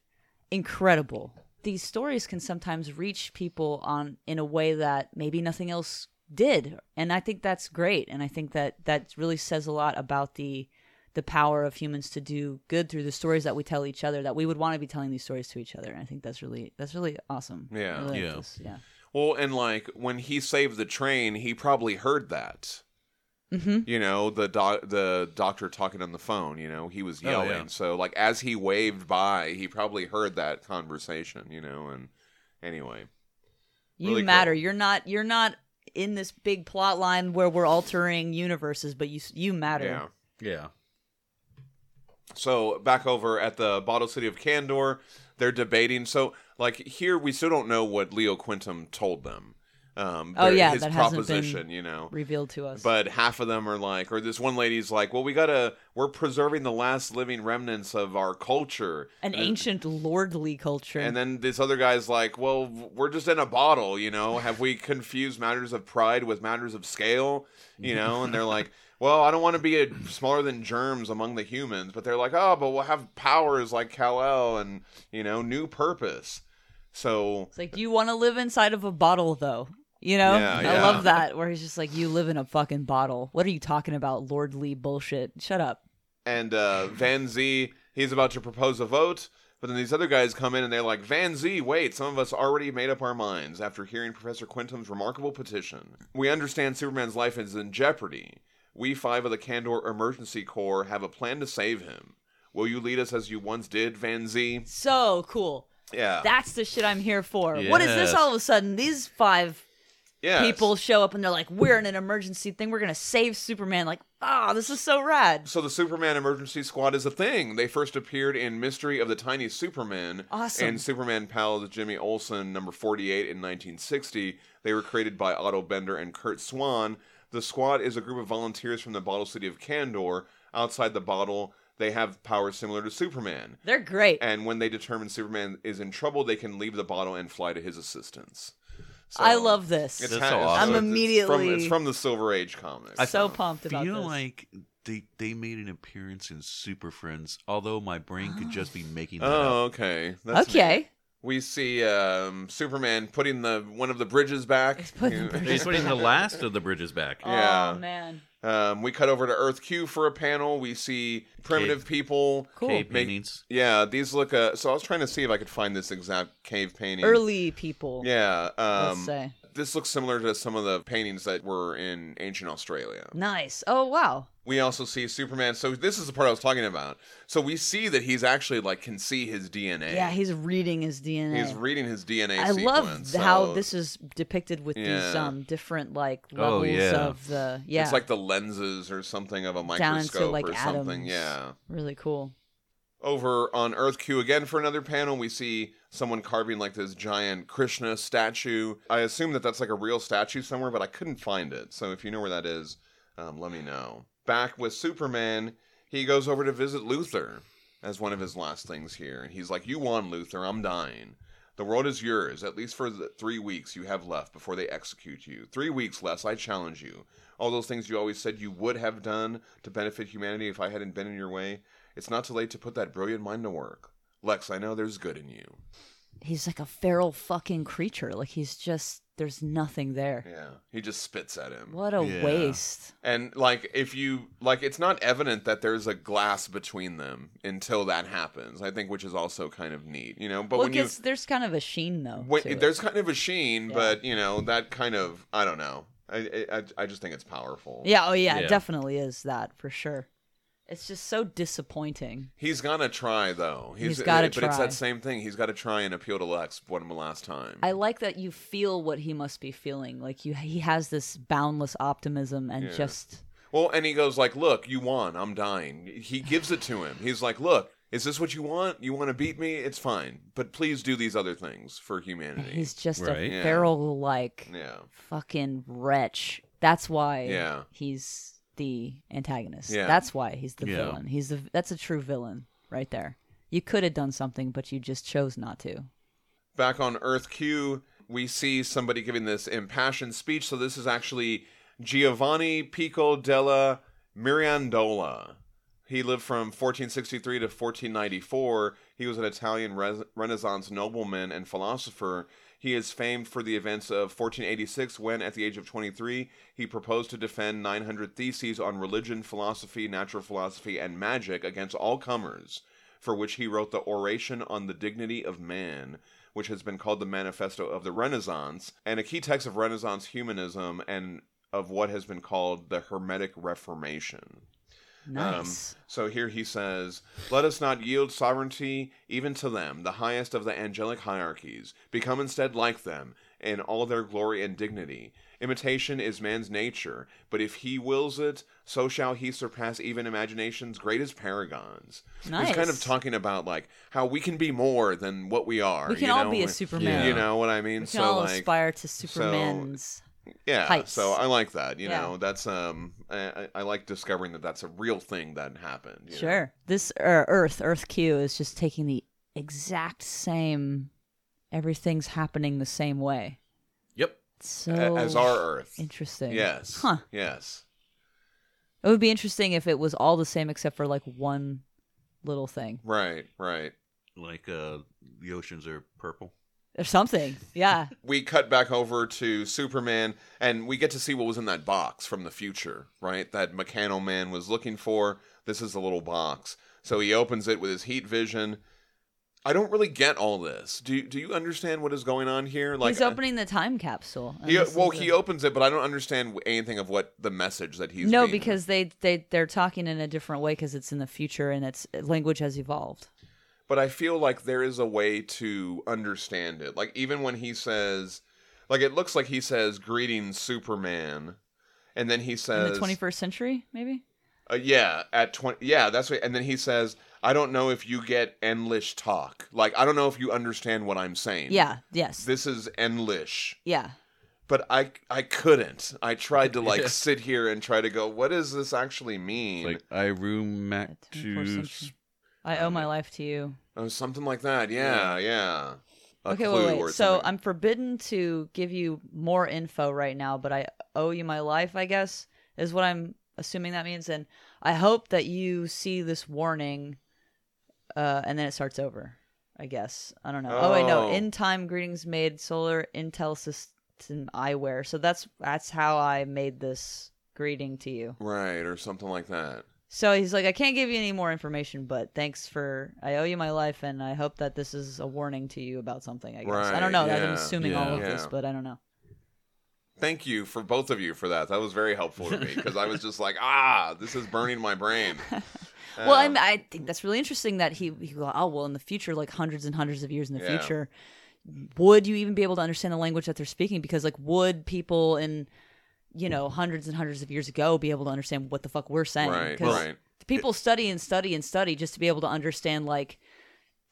Speaker 3: Incredible. These stories can sometimes reach people on in a way that maybe nothing else did, and I think that's great. And I think that that really says a lot about the the power of humans to do good through the stories that we tell each other that we would want to be telling these stories to each other and i think that's really that's really awesome
Speaker 1: Yeah.
Speaker 3: I really like
Speaker 2: Yeah.
Speaker 3: this. yeah
Speaker 1: well, and like when he saved the train, he probably heard that.
Speaker 3: mm-hmm.
Speaker 1: You know, the doc- the doctor talking on the phone, you know, he was
Speaker 2: Oh,
Speaker 1: yelling.
Speaker 2: yeah.
Speaker 1: So like as he waved by, he probably heard that conversation, you know, and anyway.
Speaker 3: you
Speaker 1: Really cool.
Speaker 3: matter you're not you're not in this big plot line where we're altering universes but you you matter
Speaker 1: Yeah.
Speaker 2: Yeah.
Speaker 1: So back over at the bottle city of Candor, they're debating. So like here, we still don't know what Leo Quintum told them. Um,
Speaker 3: Oh,
Speaker 1: their-
Speaker 3: yeah,
Speaker 1: his
Speaker 3: that hasn't been-
Speaker 1: proposition, you know.
Speaker 3: revealed to us
Speaker 1: But half of them are like, or this one lady's like, well, we gotta, we're preserving the last living remnants of our culture,
Speaker 3: an
Speaker 1: And-
Speaker 3: ancient lordly culture
Speaker 1: And then this other guy's like, well, we're just in a bottle, you know. Have we confused matters of pride with matters of scale, you know? And they're like, well, I don't want to be a, smaller than germs among the humans, but they're like, oh, but we'll have powers like Kal El and you know, new purpose. So
Speaker 3: it's like you want to live inside of a bottle though you know
Speaker 1: Yeah,
Speaker 3: i
Speaker 1: yeah.
Speaker 3: love that where he's just like you live in a fucking bottle what are you talking about lordly bullshit shut up
Speaker 1: and uh, Van Z, he's about to propose a vote. But then these other guys come in and they're like, Van Z, wait, some of us already made up our minds after hearing Professor Quintum's remarkable petition. We understand Superman's life is in jeopardy. We five of the Candor Emergency Corps have a plan to save him. Will you lead us as you once did, Van Z?
Speaker 3: so cool
Speaker 1: Yeah.
Speaker 3: that's the shit i'm here for what is
Speaker 2: Yes.
Speaker 3: this all of a sudden these five
Speaker 1: yeah.
Speaker 3: people show up and they're like, "We're in an emergency thing. We're gonna save Superman." Like, ah, this is so rad,
Speaker 1: So the Superman Emergency Squad is a thing. They first appeared in Mystery of the Tiny Superman
Speaker 3: Awesome.
Speaker 1: and Superman Pals Jimmy Olsen number 48 in 1960. They were created by Otto Bender and Kurt Swan. The squad is a group of volunteers from the bottle city of Kandor. Outside the bottle, they have powers similar to Superman.
Speaker 3: they're great.
Speaker 1: And when they determine Superman is in trouble, they can leave the bottle and fly to his assistance. So
Speaker 3: I love this.
Speaker 1: it's
Speaker 2: That's
Speaker 1: ha-
Speaker 2: so
Speaker 1: it's-
Speaker 2: awesome.
Speaker 1: it's
Speaker 3: I'm
Speaker 1: from-
Speaker 3: immediately-
Speaker 1: It's from, the Silver Age comics.
Speaker 3: I'm so pumped about
Speaker 2: feel
Speaker 3: this.
Speaker 2: like they they made an appearance in Super Friends, although my brain could just be making that up.
Speaker 1: Oh, okay. That's
Speaker 3: okay,
Speaker 1: We see um, Superman putting the one of the bridges back.
Speaker 3: He's putting the bridges
Speaker 2: He's putting the last of the bridges back.
Speaker 1: Yeah.
Speaker 3: oh man,
Speaker 1: um, we cut over to Earth Q for a panel. We see primitive people.
Speaker 3: cool.
Speaker 2: Cave
Speaker 1: Make-
Speaker 2: paintings.
Speaker 1: Yeah, these look. Uh, so I was trying to see if I could find this exact cave painting.
Speaker 3: Early people.
Speaker 1: Yeah.
Speaker 3: Let's
Speaker 1: Um,
Speaker 3: say
Speaker 1: This looks similar to some of the paintings that were in ancient Australia.
Speaker 3: Nice. Oh wow.
Speaker 1: We also see Superman. So this is the part I was talking about. So we see that he's actually like can see his DNA.
Speaker 3: Yeah, he's reading his DNA.
Speaker 1: he's reading his DNA.
Speaker 3: I love
Speaker 1: sequence,
Speaker 3: how
Speaker 1: so
Speaker 3: this is depicted with these
Speaker 1: Yeah.
Speaker 3: um different like
Speaker 2: Oh,
Speaker 3: levels
Speaker 2: yeah.
Speaker 3: of the yeah.
Speaker 1: It's like the lenses or something of a
Speaker 3: Down into,
Speaker 1: microscope
Speaker 3: like,
Speaker 1: or something.
Speaker 3: atoms.
Speaker 1: Yeah.
Speaker 3: really cool.
Speaker 1: Over on Earth Q again for another panel, we see someone carving like this giant Krishna statue. I assume that that's like a real statue somewhere, but I couldn't find it. So if you know where that is, um, let me know. Back with Superman, he goes over to visit Luther as one of his last things here. And he's like, You won, Luther. I'm dying. The world is yours, at least for the three weeks you have left before they execute you. Three weeks less, I challenge you. All those things you always said you would have done to benefit humanity if I hadn't been in your way, it's not too late to put that brilliant mind to work. Lex, I know there's good in you.
Speaker 3: He's like a feral fucking creature. Like he's just there's nothing there.
Speaker 1: Yeah. He just spits at him.
Speaker 3: What a
Speaker 2: Yeah.
Speaker 3: waste.
Speaker 1: And like if you like it's not evident that there's a glass between them until that happens. I think which is also kind of neat, you know. But
Speaker 3: well, it
Speaker 1: when you
Speaker 3: gets, there's kind of a sheen though.
Speaker 1: when,
Speaker 3: to it.
Speaker 1: there's kind of a sheen,
Speaker 3: Yeah.
Speaker 1: but you know that kind of I don't know. I I, I just think it's powerful.
Speaker 3: yeah, oh yeah,
Speaker 2: Yeah.
Speaker 3: it definitely is that for sure. It's just so disappointing.
Speaker 1: He's gonna try though. eh,
Speaker 3: He's gotta
Speaker 1: But it's
Speaker 3: try.
Speaker 1: that same thing. He's got to try and appeal to Lex one last time.
Speaker 3: I like that you feel what he must be feeling. Like you, he has this boundless optimism and
Speaker 1: Yeah.
Speaker 3: just
Speaker 1: Well, and he goes like, "Look, you won. I'm dying." He gives it to him. He's like, "Look, is this what you want? You want to beat me? It's fine, but please do these other things for humanity."
Speaker 3: he's just
Speaker 2: Right.
Speaker 3: a
Speaker 1: Yeah.
Speaker 3: feral like
Speaker 1: yeah,
Speaker 3: fucking wretch. That's why
Speaker 1: Yeah.
Speaker 3: he's the antagonist.
Speaker 1: Yeah.
Speaker 3: That's why he's the
Speaker 2: Yeah.
Speaker 3: villain. He's the that's a true villain right there. You could have done something, but you just chose not to.
Speaker 1: Um, back on Earth Q, we see somebody giving this impassioned speech. So this is actually Giovanni Pico della Mirandola. He lived from 1463 to 1494. He was an Italian res- Renaissance nobleman and philosopher. He is famed for the events of 1486, when, at the age of 23, he proposed to defend 900 theses on religion, philosophy, natural philosophy, and magic against all comers, for which he wrote the Oration on the Dignity of Man, which has been called the Manifesto of the Renaissance, and a key text of Renaissance humanism and of what has been called the Hermetic Reformation.
Speaker 3: Nice.
Speaker 1: Um, So here he says, Let us not yield sovereignty even to them, the highest of the angelic hierarchies. Become instead like them in all their glory and dignity. Imitation is man's nature, but if he wills it, so shall he surpass even imagination's greatest paragons. He's kind of
Speaker 3: Nice.
Speaker 1: talking about like how we can be more than what we are.
Speaker 3: We can
Speaker 1: you
Speaker 3: all
Speaker 1: know?
Speaker 3: be a
Speaker 1: Like,
Speaker 3: Superman.
Speaker 1: You know what I mean?
Speaker 3: We can
Speaker 1: so
Speaker 3: all
Speaker 1: like,
Speaker 3: aspire to Superman's.
Speaker 1: yeah,
Speaker 3: heights.
Speaker 1: so I like that. You
Speaker 3: Yeah.
Speaker 1: know, that's um, I, I I like discovering that that's a real thing that happened. you know?
Speaker 3: Sure. This uh, Earth, Earth Q, is just taking the exact same. Everything's happening the same way.
Speaker 2: Yep.
Speaker 3: So
Speaker 1: A- as our Earth.
Speaker 3: Oh, interesting.
Speaker 1: Yes.
Speaker 3: Huh.
Speaker 1: Yes.
Speaker 3: It would be interesting if it was all the same except for like one little thing
Speaker 1: Right. Right.
Speaker 2: Like uh, the oceans are purple.
Speaker 3: or something. Yeah.
Speaker 1: We cut back over to Superman, and we get to see what was in that box from the future, right? That Mechano Man was looking for. This is the little box. So he opens it with his heat vision. I don't really get all this. Do Do you understand what is going on here? Like,
Speaker 3: he's opening the time capsule. and
Speaker 1: he,
Speaker 3: this
Speaker 1: well,
Speaker 3: is
Speaker 1: he
Speaker 3: the-
Speaker 1: opens it, but I don't understand anything of what the message that he's.
Speaker 3: no,
Speaker 1: being-
Speaker 3: because they they they're talking in a different way because it's in the future and its language has evolved.
Speaker 1: but I feel like there is a way to understand it. Like even when he says, like it looks like he says "Greetings, Superman," and then he
Speaker 3: In
Speaker 1: says,
Speaker 3: the 21st century, maybe.
Speaker 1: uh, "Yeah, at twenty, yeah, that's what." And then he says, "I don't know if you get English talk. Like I don't know if you understand what I'm saying."
Speaker 3: Yeah. Yes.
Speaker 1: this is English.
Speaker 3: yeah.
Speaker 1: But I I couldn't. I tried to like
Speaker 2: Yeah.
Speaker 1: sit here and try to go. What does this actually mean?
Speaker 2: Like I room
Speaker 3: The
Speaker 2: Mac
Speaker 3: 21st
Speaker 2: to
Speaker 3: century. I owe my life to you.
Speaker 1: oh, something like that. Yeah, yeah. A
Speaker 3: okay,
Speaker 1: clue
Speaker 3: wait,
Speaker 1: or
Speaker 3: wait. So
Speaker 1: something.
Speaker 3: I'm forbidden to give you more info right now, but I owe you my life, I guess, is what I'm assuming that means. And I hope that you see this warning, uh, and then it starts over. I guess I don't know. Oh, wait, no.
Speaker 1: Oh.
Speaker 3: In time, greetings made solar intel system eyewear. So that's that's how I made this greeting to you.
Speaker 1: right or something like that.
Speaker 3: So he's like, I can't give you any more information, but thanks for I owe you my life, and I hope that this is a warning to you about something. I guess I
Speaker 1: Right,
Speaker 3: don't know. I'm
Speaker 1: yeah,
Speaker 3: assuming all of
Speaker 1: yeah.
Speaker 3: this, but I don't know.
Speaker 1: Thank you for both of you for that. That was very helpful to me because I was just like, ah, this is burning my brain. Um,
Speaker 3: Well, I'm, I think that's really interesting that he, he go, oh, well, in the future, like hundreds and hundreds of years in the
Speaker 1: Yeah.
Speaker 3: future, would you even be able to understand the language that they're speaking? Because, like, would people in, you know, hundreds and hundreds of years ago be able to understand what the fuck we're saying?
Speaker 1: Right,
Speaker 3: 'Cause
Speaker 1: right.
Speaker 3: the People study and study and study just to be able to understand, like,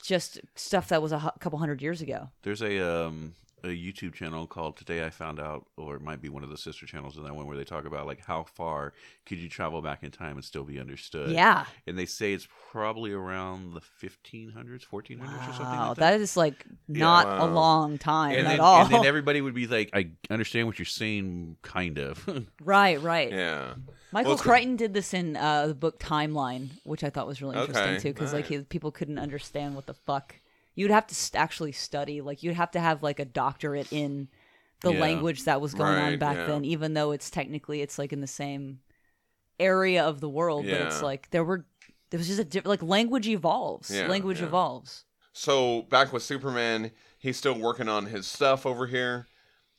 Speaker 3: just stuff that was a hu- couple hundred years ago.
Speaker 2: There's a um a YouTube channel called Today I Found Out, or it might be one of the sister channels in that one where they talk about like how far could you travel back in time and still be understood.
Speaker 3: yeah.
Speaker 2: And they say it's probably around the 1500s, 1400s or something.
Speaker 3: Wow.
Speaker 2: Like that.
Speaker 3: That is, like, not a
Speaker 1: wow.
Speaker 3: long time
Speaker 2: and
Speaker 3: at
Speaker 2: then,
Speaker 3: all.
Speaker 2: and then everybody would be like, I understand what you're saying, kind of.
Speaker 3: right, right.
Speaker 1: Yeah.
Speaker 3: Michael
Speaker 1: Well, it's-
Speaker 3: Crichton did this in uh, the book Timeline, which I thought was really interesting
Speaker 1: Okay,
Speaker 3: too, because like
Speaker 1: alright.
Speaker 3: he, people couldn't understand what the fuck. You'd have to st- actually study, like you'd have to have like a doctorate in the
Speaker 2: Yeah.
Speaker 3: language that was going on
Speaker 1: Right,
Speaker 3: back
Speaker 1: yeah.
Speaker 3: then, even though it's technically it's like in the same area of the world, but it's
Speaker 1: Yeah.
Speaker 3: like there were there was just a diff- like language evolves,
Speaker 1: Yeah,
Speaker 3: language
Speaker 1: yeah.
Speaker 3: evolves.
Speaker 1: So back with Superman, he's still working on his stuff over here.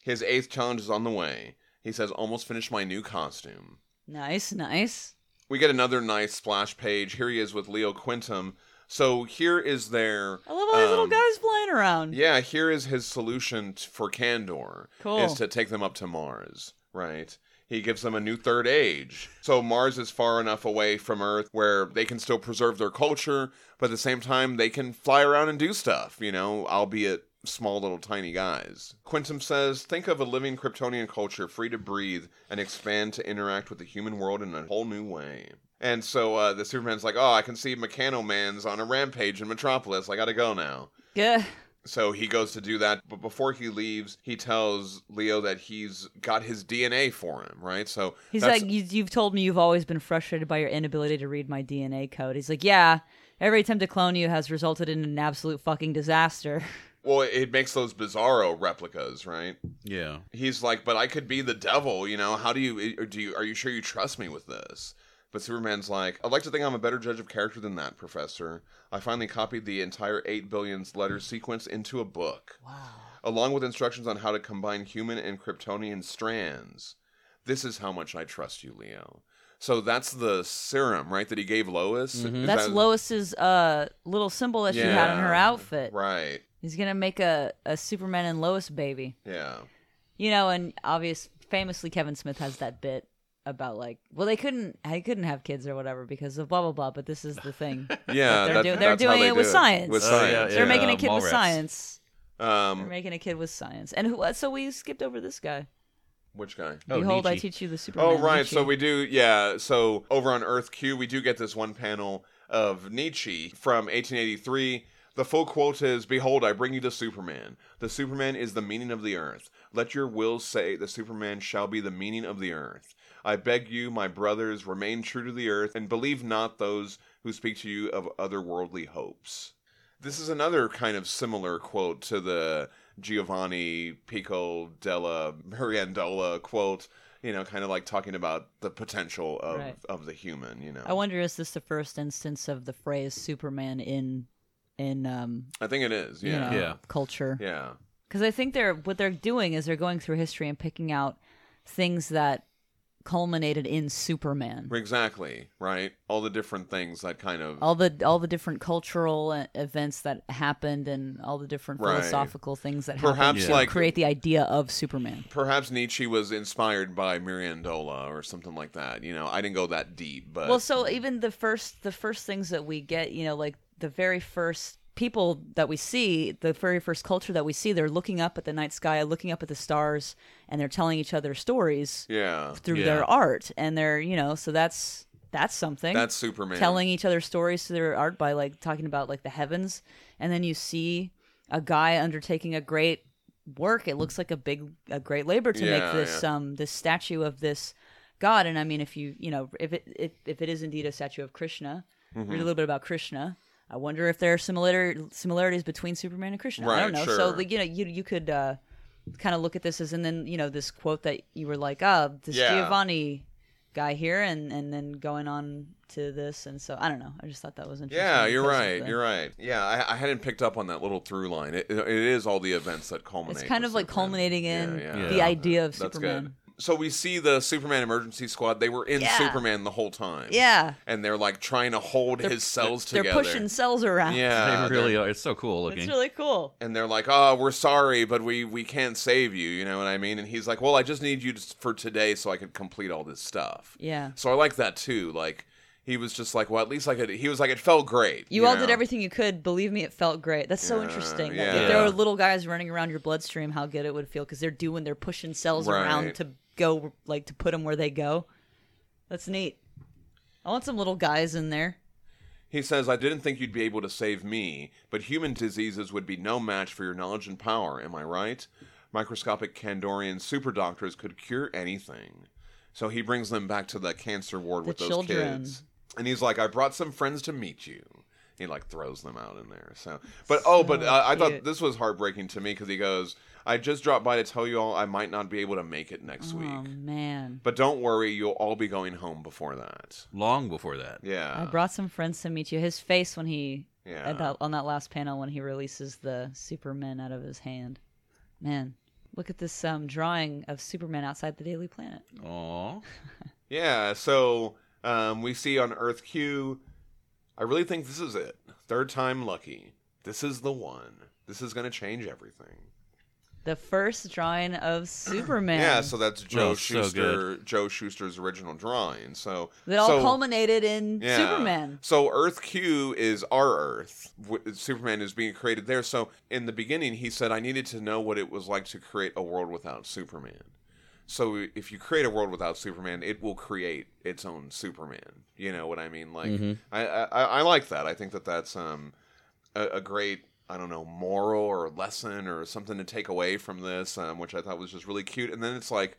Speaker 1: His eighth challenge is on the way. He says, almost finished my new costume.
Speaker 3: Nice, nice.
Speaker 1: We get another nice splash page. Here he is with Leo Quintum. So here is their.
Speaker 3: I love all these little
Speaker 1: um,
Speaker 3: guys flying around.
Speaker 1: Yeah, here is his solution t- for Candor.
Speaker 3: Cool.
Speaker 1: Is to take them up to Mars, right? He gives them a new third age. So Mars is far enough away from Earth where they can still preserve their culture, but at the same time they can fly around and do stuff, you know, albeit small little tiny guys. Quintum says, "Think of a living Kryptonian culture free to breathe and expand to interact with the human world in a whole new way." And so uh, the Superman's like, "Oh, I can see Mechano Man's on a rampage in Metropolis. I got to go now."
Speaker 3: Gah.
Speaker 1: So he goes to do that, but before he leaves, he tells Leo that he's got his DNA for him, right? So
Speaker 3: He's
Speaker 1: that's-
Speaker 3: like, you, you've told me you've always been frustrated by your inability to read my DNA code. He's like, yeah, every attempt to clone you has resulted in an absolute fucking disaster.
Speaker 1: well, it makes those bizarro replicas, right?
Speaker 2: yeah.
Speaker 1: He's like, but I could be the devil, you know? How do you eh, or do you are you sure you trust me with this? But Superman's like, I'd like to think I'm a better judge of character than that, Professor. I finally copied the entire 8 billion letter sequence into a book.
Speaker 3: Wow.
Speaker 1: along with instructions on how to combine human and Kryptonian strands. This is how much I trust you, Leo. So that's the serum, right? That he gave Lois. Is
Speaker 3: Mm-hmm. That's
Speaker 1: that-
Speaker 3: Lois's uh, little symbol that she had on her
Speaker 1: Yeah,
Speaker 3: outfit.
Speaker 1: Right.
Speaker 3: He's going to make a, a Superman and Lois baby.
Speaker 1: Yeah.
Speaker 3: You know, and obvious, famously, Kevin Smith has that bit about like, well, they couldn't, they couldn't have kids or whatever because of blah, blah, blah, but this is the thing.
Speaker 1: Yeah.
Speaker 3: They're
Speaker 1: that-
Speaker 3: doing- they're
Speaker 1: that's how
Speaker 3: doing
Speaker 1: they
Speaker 3: it
Speaker 1: do
Speaker 3: with science.
Speaker 1: With
Speaker 2: Oh,
Speaker 1: science.
Speaker 2: yeah,
Speaker 3: They're
Speaker 2: yeah.
Speaker 3: making a kid with
Speaker 2: Mallrats.
Speaker 3: science. They're
Speaker 1: Um,
Speaker 3: making a kid with science. And who, uh, so we skipped over this guy.
Speaker 1: which guy?
Speaker 3: Behold, I
Speaker 2: Nietzsche.
Speaker 3: teach you the Superman.
Speaker 1: Oh, right.
Speaker 3: Nietzsche.
Speaker 1: So we do, yeah. So over on Earth Q, we do get this one panel of Nietzsche from 1883. The full quote is Behold, I bring you the Superman. The Superman is the meaning of the earth. Let your will say the Superman shall be the meaning of the earth. I beg you, my brothers, remain true to the earth and believe not those who speak to you of otherworldly hopes. This is another kind of similar quote to the Giovanni Pico della Mirandola quote, you know, kind of like talking about the potential of,
Speaker 3: Right.
Speaker 1: of the human, you know.
Speaker 3: I wonder is this the first instance of the phrase Superman in in um
Speaker 1: I think it is,
Speaker 3: you
Speaker 1: yeah.
Speaker 3: know,
Speaker 2: Yeah.
Speaker 3: culture
Speaker 1: Yeah.
Speaker 3: because I think they're what they're doing is they're going through history and picking out things that culminated in Superman.
Speaker 1: Exactly, right? All the different things that kind of
Speaker 3: All the all the different cultural uh, events that happened and all the different
Speaker 1: Right.
Speaker 3: philosophical things that happened
Speaker 1: perhaps
Speaker 2: Yeah.
Speaker 1: like
Speaker 3: create the idea of Superman.
Speaker 1: perhaps Nietzsche was inspired by Mirandola or something like that. You know, I didn't go that deep, but
Speaker 3: well so even the first the first things that we get you know like the very first people that we see the very first culture that we see they're looking up at the night sky looking up at the stars and they're telling each other stories
Speaker 1: yeah.
Speaker 3: through
Speaker 2: Yeah.
Speaker 3: their art and they're you know so that's that's something
Speaker 1: That's Superman.
Speaker 3: telling each other stories through their art by like talking about like the heavens and then you see a guy undertaking a great work it looks like a big a great labor to
Speaker 1: Yeah,
Speaker 3: make this um this statue of this god and i mean if you you know if it if, if it is indeed a statue of krishna
Speaker 1: Mm-hmm.
Speaker 3: read a little bit about krishna i wonder if there are similar similarities between superman and krishna i
Speaker 1: Right,
Speaker 3: don't know so
Speaker 1: sure.
Speaker 3: like you know you you could uh kind of look at this as and then you know this quote that you were like ah this
Speaker 1: Yeah.
Speaker 3: giovanni guy here and and then going on to this and so I don't know. I just thought that was interesting.
Speaker 1: Yeah, you're
Speaker 3: because of
Speaker 1: right.
Speaker 3: the-
Speaker 1: You're right. Yeah, I, I hadn't picked up on that little through line. It, it is all the events that culminate.
Speaker 3: It's kind
Speaker 1: with
Speaker 3: of like
Speaker 1: Superman.
Speaker 3: culminating
Speaker 1: Yeah,
Speaker 3: in
Speaker 1: yeah.
Speaker 3: the
Speaker 2: Yeah.
Speaker 3: idea of
Speaker 1: That's
Speaker 3: Superman.
Speaker 1: good. So we see the Superman Emergency Squad. They were in
Speaker 3: Yeah.
Speaker 1: Superman the whole time.
Speaker 3: Yeah.
Speaker 1: and they're like trying to hold
Speaker 3: They're-
Speaker 1: his cells
Speaker 3: They're
Speaker 1: together.
Speaker 3: pushing cells around.
Speaker 1: Yeah,
Speaker 2: they
Speaker 1: Uh, they're-
Speaker 2: really are. It's so cool looking.
Speaker 3: It's really cool.
Speaker 1: and they're like, "Oh, we're sorry, but we we can't save you." You know what I mean? And he's like, "Well, I just need you to, for today so I can complete all this stuff."
Speaker 3: Yeah.
Speaker 1: So I like that too. Like he was just like, "Well, at least I could." He was like, "It felt great."
Speaker 3: You all did
Speaker 1: know?
Speaker 3: everything you could. Believe me, it felt great. That's so
Speaker 1: Yeah,
Speaker 3: interesting. that
Speaker 1: yeah.
Speaker 3: If there
Speaker 2: Yeah.
Speaker 3: were little guys running around your bloodstream, how good it would feel because they're doing, they're pushing cells
Speaker 1: Right.
Speaker 3: around to go, like to put them where they go. That's neat. I want some little guys in there.
Speaker 1: He says, I didn't think you'd be able to save me, but human diseases would be no match for your knowledge and power, am I right? Microscopic Kandorian super doctors could cure anything. So he brings them back to the cancer ward
Speaker 3: The
Speaker 1: with those
Speaker 3: children.
Speaker 1: kids. And he's like, I brought some friends to meet you. He like throws them out in there. So, but oh, but
Speaker 3: So
Speaker 1: uh, I thought
Speaker 3: cute.
Speaker 1: this was heartbreaking to me because he goes, I just dropped by to tell you all I might not be able to make it next
Speaker 3: Oh
Speaker 1: week.
Speaker 3: man,
Speaker 1: But don't worry, you'll all be going home before that.
Speaker 2: Long before that.
Speaker 1: Yeah.
Speaker 3: I brought some friends to meet you. His face when he
Speaker 1: Uh, Yeah.
Speaker 3: at that, on that last panel when he releases the Superman out of his hand. Man, look at this um, drawing of Superman outside the Daily Planet.
Speaker 2: Aw.
Speaker 1: Yeah, so um, we see on Earth Q. I really think this is it. Third time lucky. This is the one. This is going to change everything.
Speaker 3: The first drawing of Superman.
Speaker 1: Yeah, so that's Joe
Speaker 2: Oh, so
Speaker 1: Schuster. Joe Schuster's original drawing. So
Speaker 3: that all
Speaker 1: so-
Speaker 3: culminated in
Speaker 1: yeah.
Speaker 3: Superman.
Speaker 1: So Earth Q is our Earth. W- Superman is being created there. So in the beginning, he said, "I needed to know what it was like to create a world without Superman." So if you create a world without Superman, it will create its own Superman. You know what I mean? Like I, I I like that. I think that that's um a, a great I don't know moral or lesson or something to take away from this, um, which I thought was just really cute. And then it's like,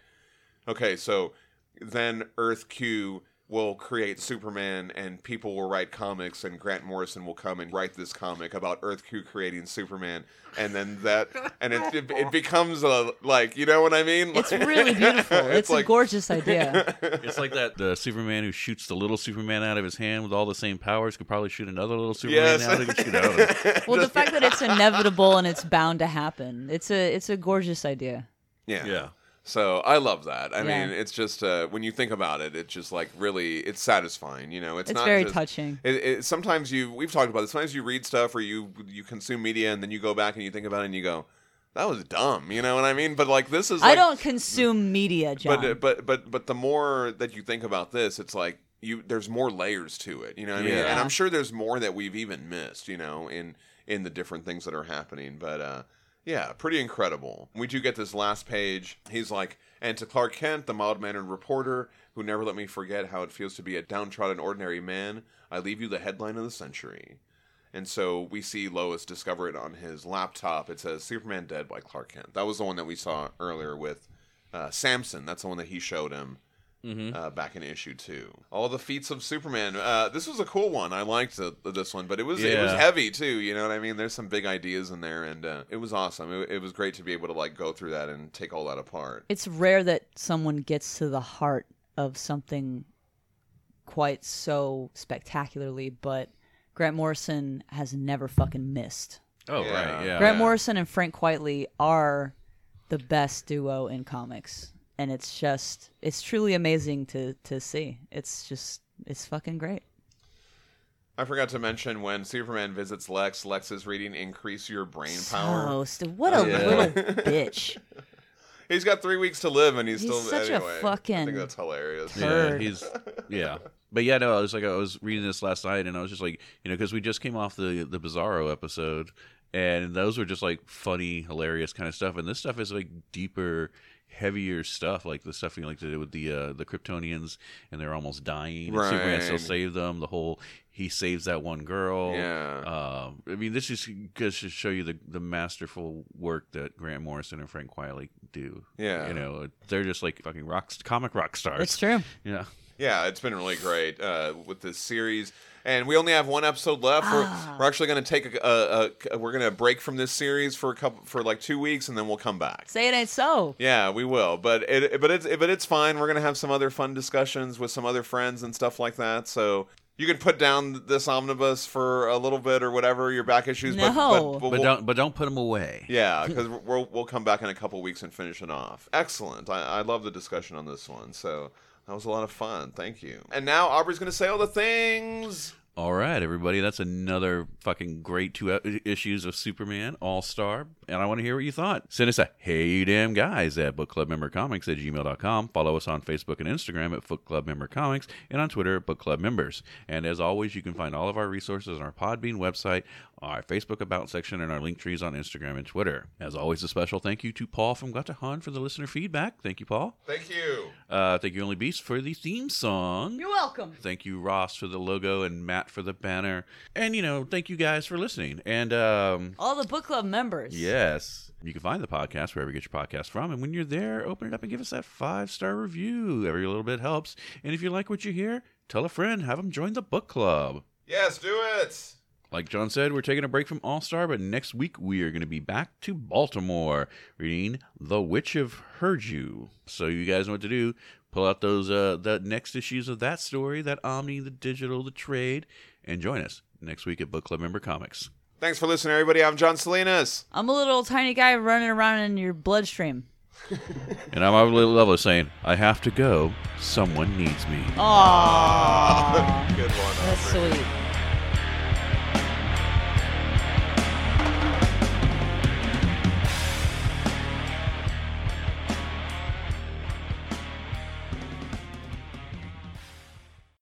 Speaker 1: okay, so then Earth Q will create Superman, and people will write comics, and Grant Morrison will come and write this comic about Earth Q creating Superman, and then that and it it, it becomes a like you know what I mean?
Speaker 3: It's really beautiful. it's a
Speaker 1: like-
Speaker 3: gorgeous idea.
Speaker 2: It's like that the Superman who shoots the little Superman out of his hand with all the same powers could probably shoot another little Superman
Speaker 1: Yes.
Speaker 2: out of his you know.
Speaker 3: Well, the fact that it's inevitable and it's bound to happen. It's a it's a gorgeous idea.
Speaker 1: Yeah.
Speaker 2: Yeah.
Speaker 1: So I love that. I
Speaker 3: Yeah.
Speaker 1: mean, it's just uh, when you think about it, it's just like really, it's satisfying. You know, it's,
Speaker 3: It's,
Speaker 1: not
Speaker 3: very
Speaker 1: just-
Speaker 3: touching.
Speaker 1: It, it, sometimes you, we've talked about this. Sometimes you read stuff or you you consume media, and then you go back and you think about it, and you go, "That was dumb." You know what I mean? But like this is, like,
Speaker 3: I don't consume media, John.
Speaker 1: But uh, but but but the more that you think about this, it's like you there's more layers to it. You know what I mean?
Speaker 2: Yeah.
Speaker 1: And I'm sure there's more that we've even missed. You know, in in the different things that are happening. But uh, yeah, pretty incredible. We do get this last page. He's like, and to Clark Kent, the mild mannered reporter who never let me forget how it feels to be a downtrodden ordinary man. I leave you the headline of the century. And so we see Lois discover it on his laptop. It says Superman Dead by Clark Kent. That was the one that we saw earlier with uh, Samson. That's the one that he showed him
Speaker 2: Mm-hmm.
Speaker 1: uh, back in issue two. All the feats of Superman. Uh, this was a cool one. I liked the, this one, but it was it was
Speaker 2: Yeah.
Speaker 1: heavy too. You know what I mean? There's some big ideas in there, and uh, it was awesome. It, it was great to be able to like go through that and take all that apart.
Speaker 3: it's rare that someone gets to the heart of something quite so spectacularly, but Grant Morrison has never fucking missed.
Speaker 2: Oh
Speaker 1: Yeah.
Speaker 2: right, yeah.
Speaker 3: Grant
Speaker 1: yeah.
Speaker 3: Morrison and Frank Quitely are the best duo in comics, and it's just it's truly amazing to to see. It's just it's fucking great.
Speaker 1: I forgot to mention when Superman visits Lex. Lex is reading "Increase Your Brain Power." Oh,
Speaker 3: So st- what a
Speaker 2: Yeah.
Speaker 3: little bitch.
Speaker 1: He's got three weeks to live, and he's,
Speaker 3: He's
Speaker 1: still
Speaker 3: such a
Speaker 1: anyway, I
Speaker 3: fucking
Speaker 1: think that's hilarious.
Speaker 2: Yeah,
Speaker 3: Turd.
Speaker 2: he's yeah. But yeah, no, I was like I was reading this last night and I was just like, you know, cuz we just came off the the Bizarro episode and those were just like funny, hilarious kind of stuff and this stuff is like deeper heavier stuff like the stuff you like to do with the uh, the Kryptonians and they're almost dying and Superman still
Speaker 1: Right.
Speaker 2: saved them the whole he saves that one girl
Speaker 1: Yeah.
Speaker 2: um, I mean this is goes to show you the the masterful work that Grant Morrison and Frank Wiley do
Speaker 1: Yeah.
Speaker 2: you know they're just like fucking rock comic rock stars
Speaker 3: It's true.
Speaker 2: yeah
Speaker 1: Yeah, it's been really great uh, with this series, and we only have one episode left.
Speaker 3: Ah.
Speaker 1: We're, we're actually going to take a, a, a we're going to break from this series for a couple for like two weeks, and then we'll come back.
Speaker 3: Say it ain't so.
Speaker 1: Yeah, we we will. But it, but it's but it's fine. We're gonna have some other fun discussions with some other friends and stuff like that. So you can put down this omnibus for a little bit or whatever your back issues. But,
Speaker 3: No.
Speaker 1: but,
Speaker 2: But
Speaker 1: we'll-
Speaker 2: don't but don't put them away.
Speaker 1: Yeah, because we'll we'll come back in a couple weeks and finish it off. Excellent. I, I love the discussion on this one. So that was a lot of fun. Thank you. And now Aubrey's gonna say all the things.
Speaker 2: All right, everybody. That's another fucking great two i- issues of Superman All Star. And I want to hear what you thought. Send us a hey, you damn guys at bookclubmembercomics at gmail.com. Follow us on Facebook and Instagram at Book Club Member Comics and on Twitter at Book Club Members. And as always, you can find all of our resources on our Podbean website, our Facebook About section, and our link trees on Instagram and Twitter. As always, a special thank you to Paul from Gatahan for the listener feedback. Thank you, Paul.
Speaker 1: Thank you.
Speaker 2: Uh, thank you, Only Beast, for the theme song.
Speaker 3: You're welcome.
Speaker 2: Thank you, Ross, for the logo and Matt for the banner. And, you know, thank you guys for listening. And, um,
Speaker 3: All the book club members.
Speaker 2: yes, you can find the podcast wherever you get your podcast from. And when you're there, open it up and give us that five star review. Every little bit helps. And if you like what you hear, tell a friend, have them join the book club.
Speaker 1: Yes, do it.
Speaker 2: Like John said, we're taking a break from All Star, but next week we are going to be back to Baltimore reading The Witch of Heard You. So you guys know what to do. Pull out those uh, the next issues of that story, that Omni, the digital, the trade, and join us next week at Book Club Member Comics.
Speaker 1: Thanks for listening, everybody. I'm John Salinas.
Speaker 3: I'm a little tiny guy running around in your bloodstream.
Speaker 2: And I'm Oliver Lovelace saying, I have to go. Someone needs me.
Speaker 3: Aww.
Speaker 1: Good one.
Speaker 3: That's sweet.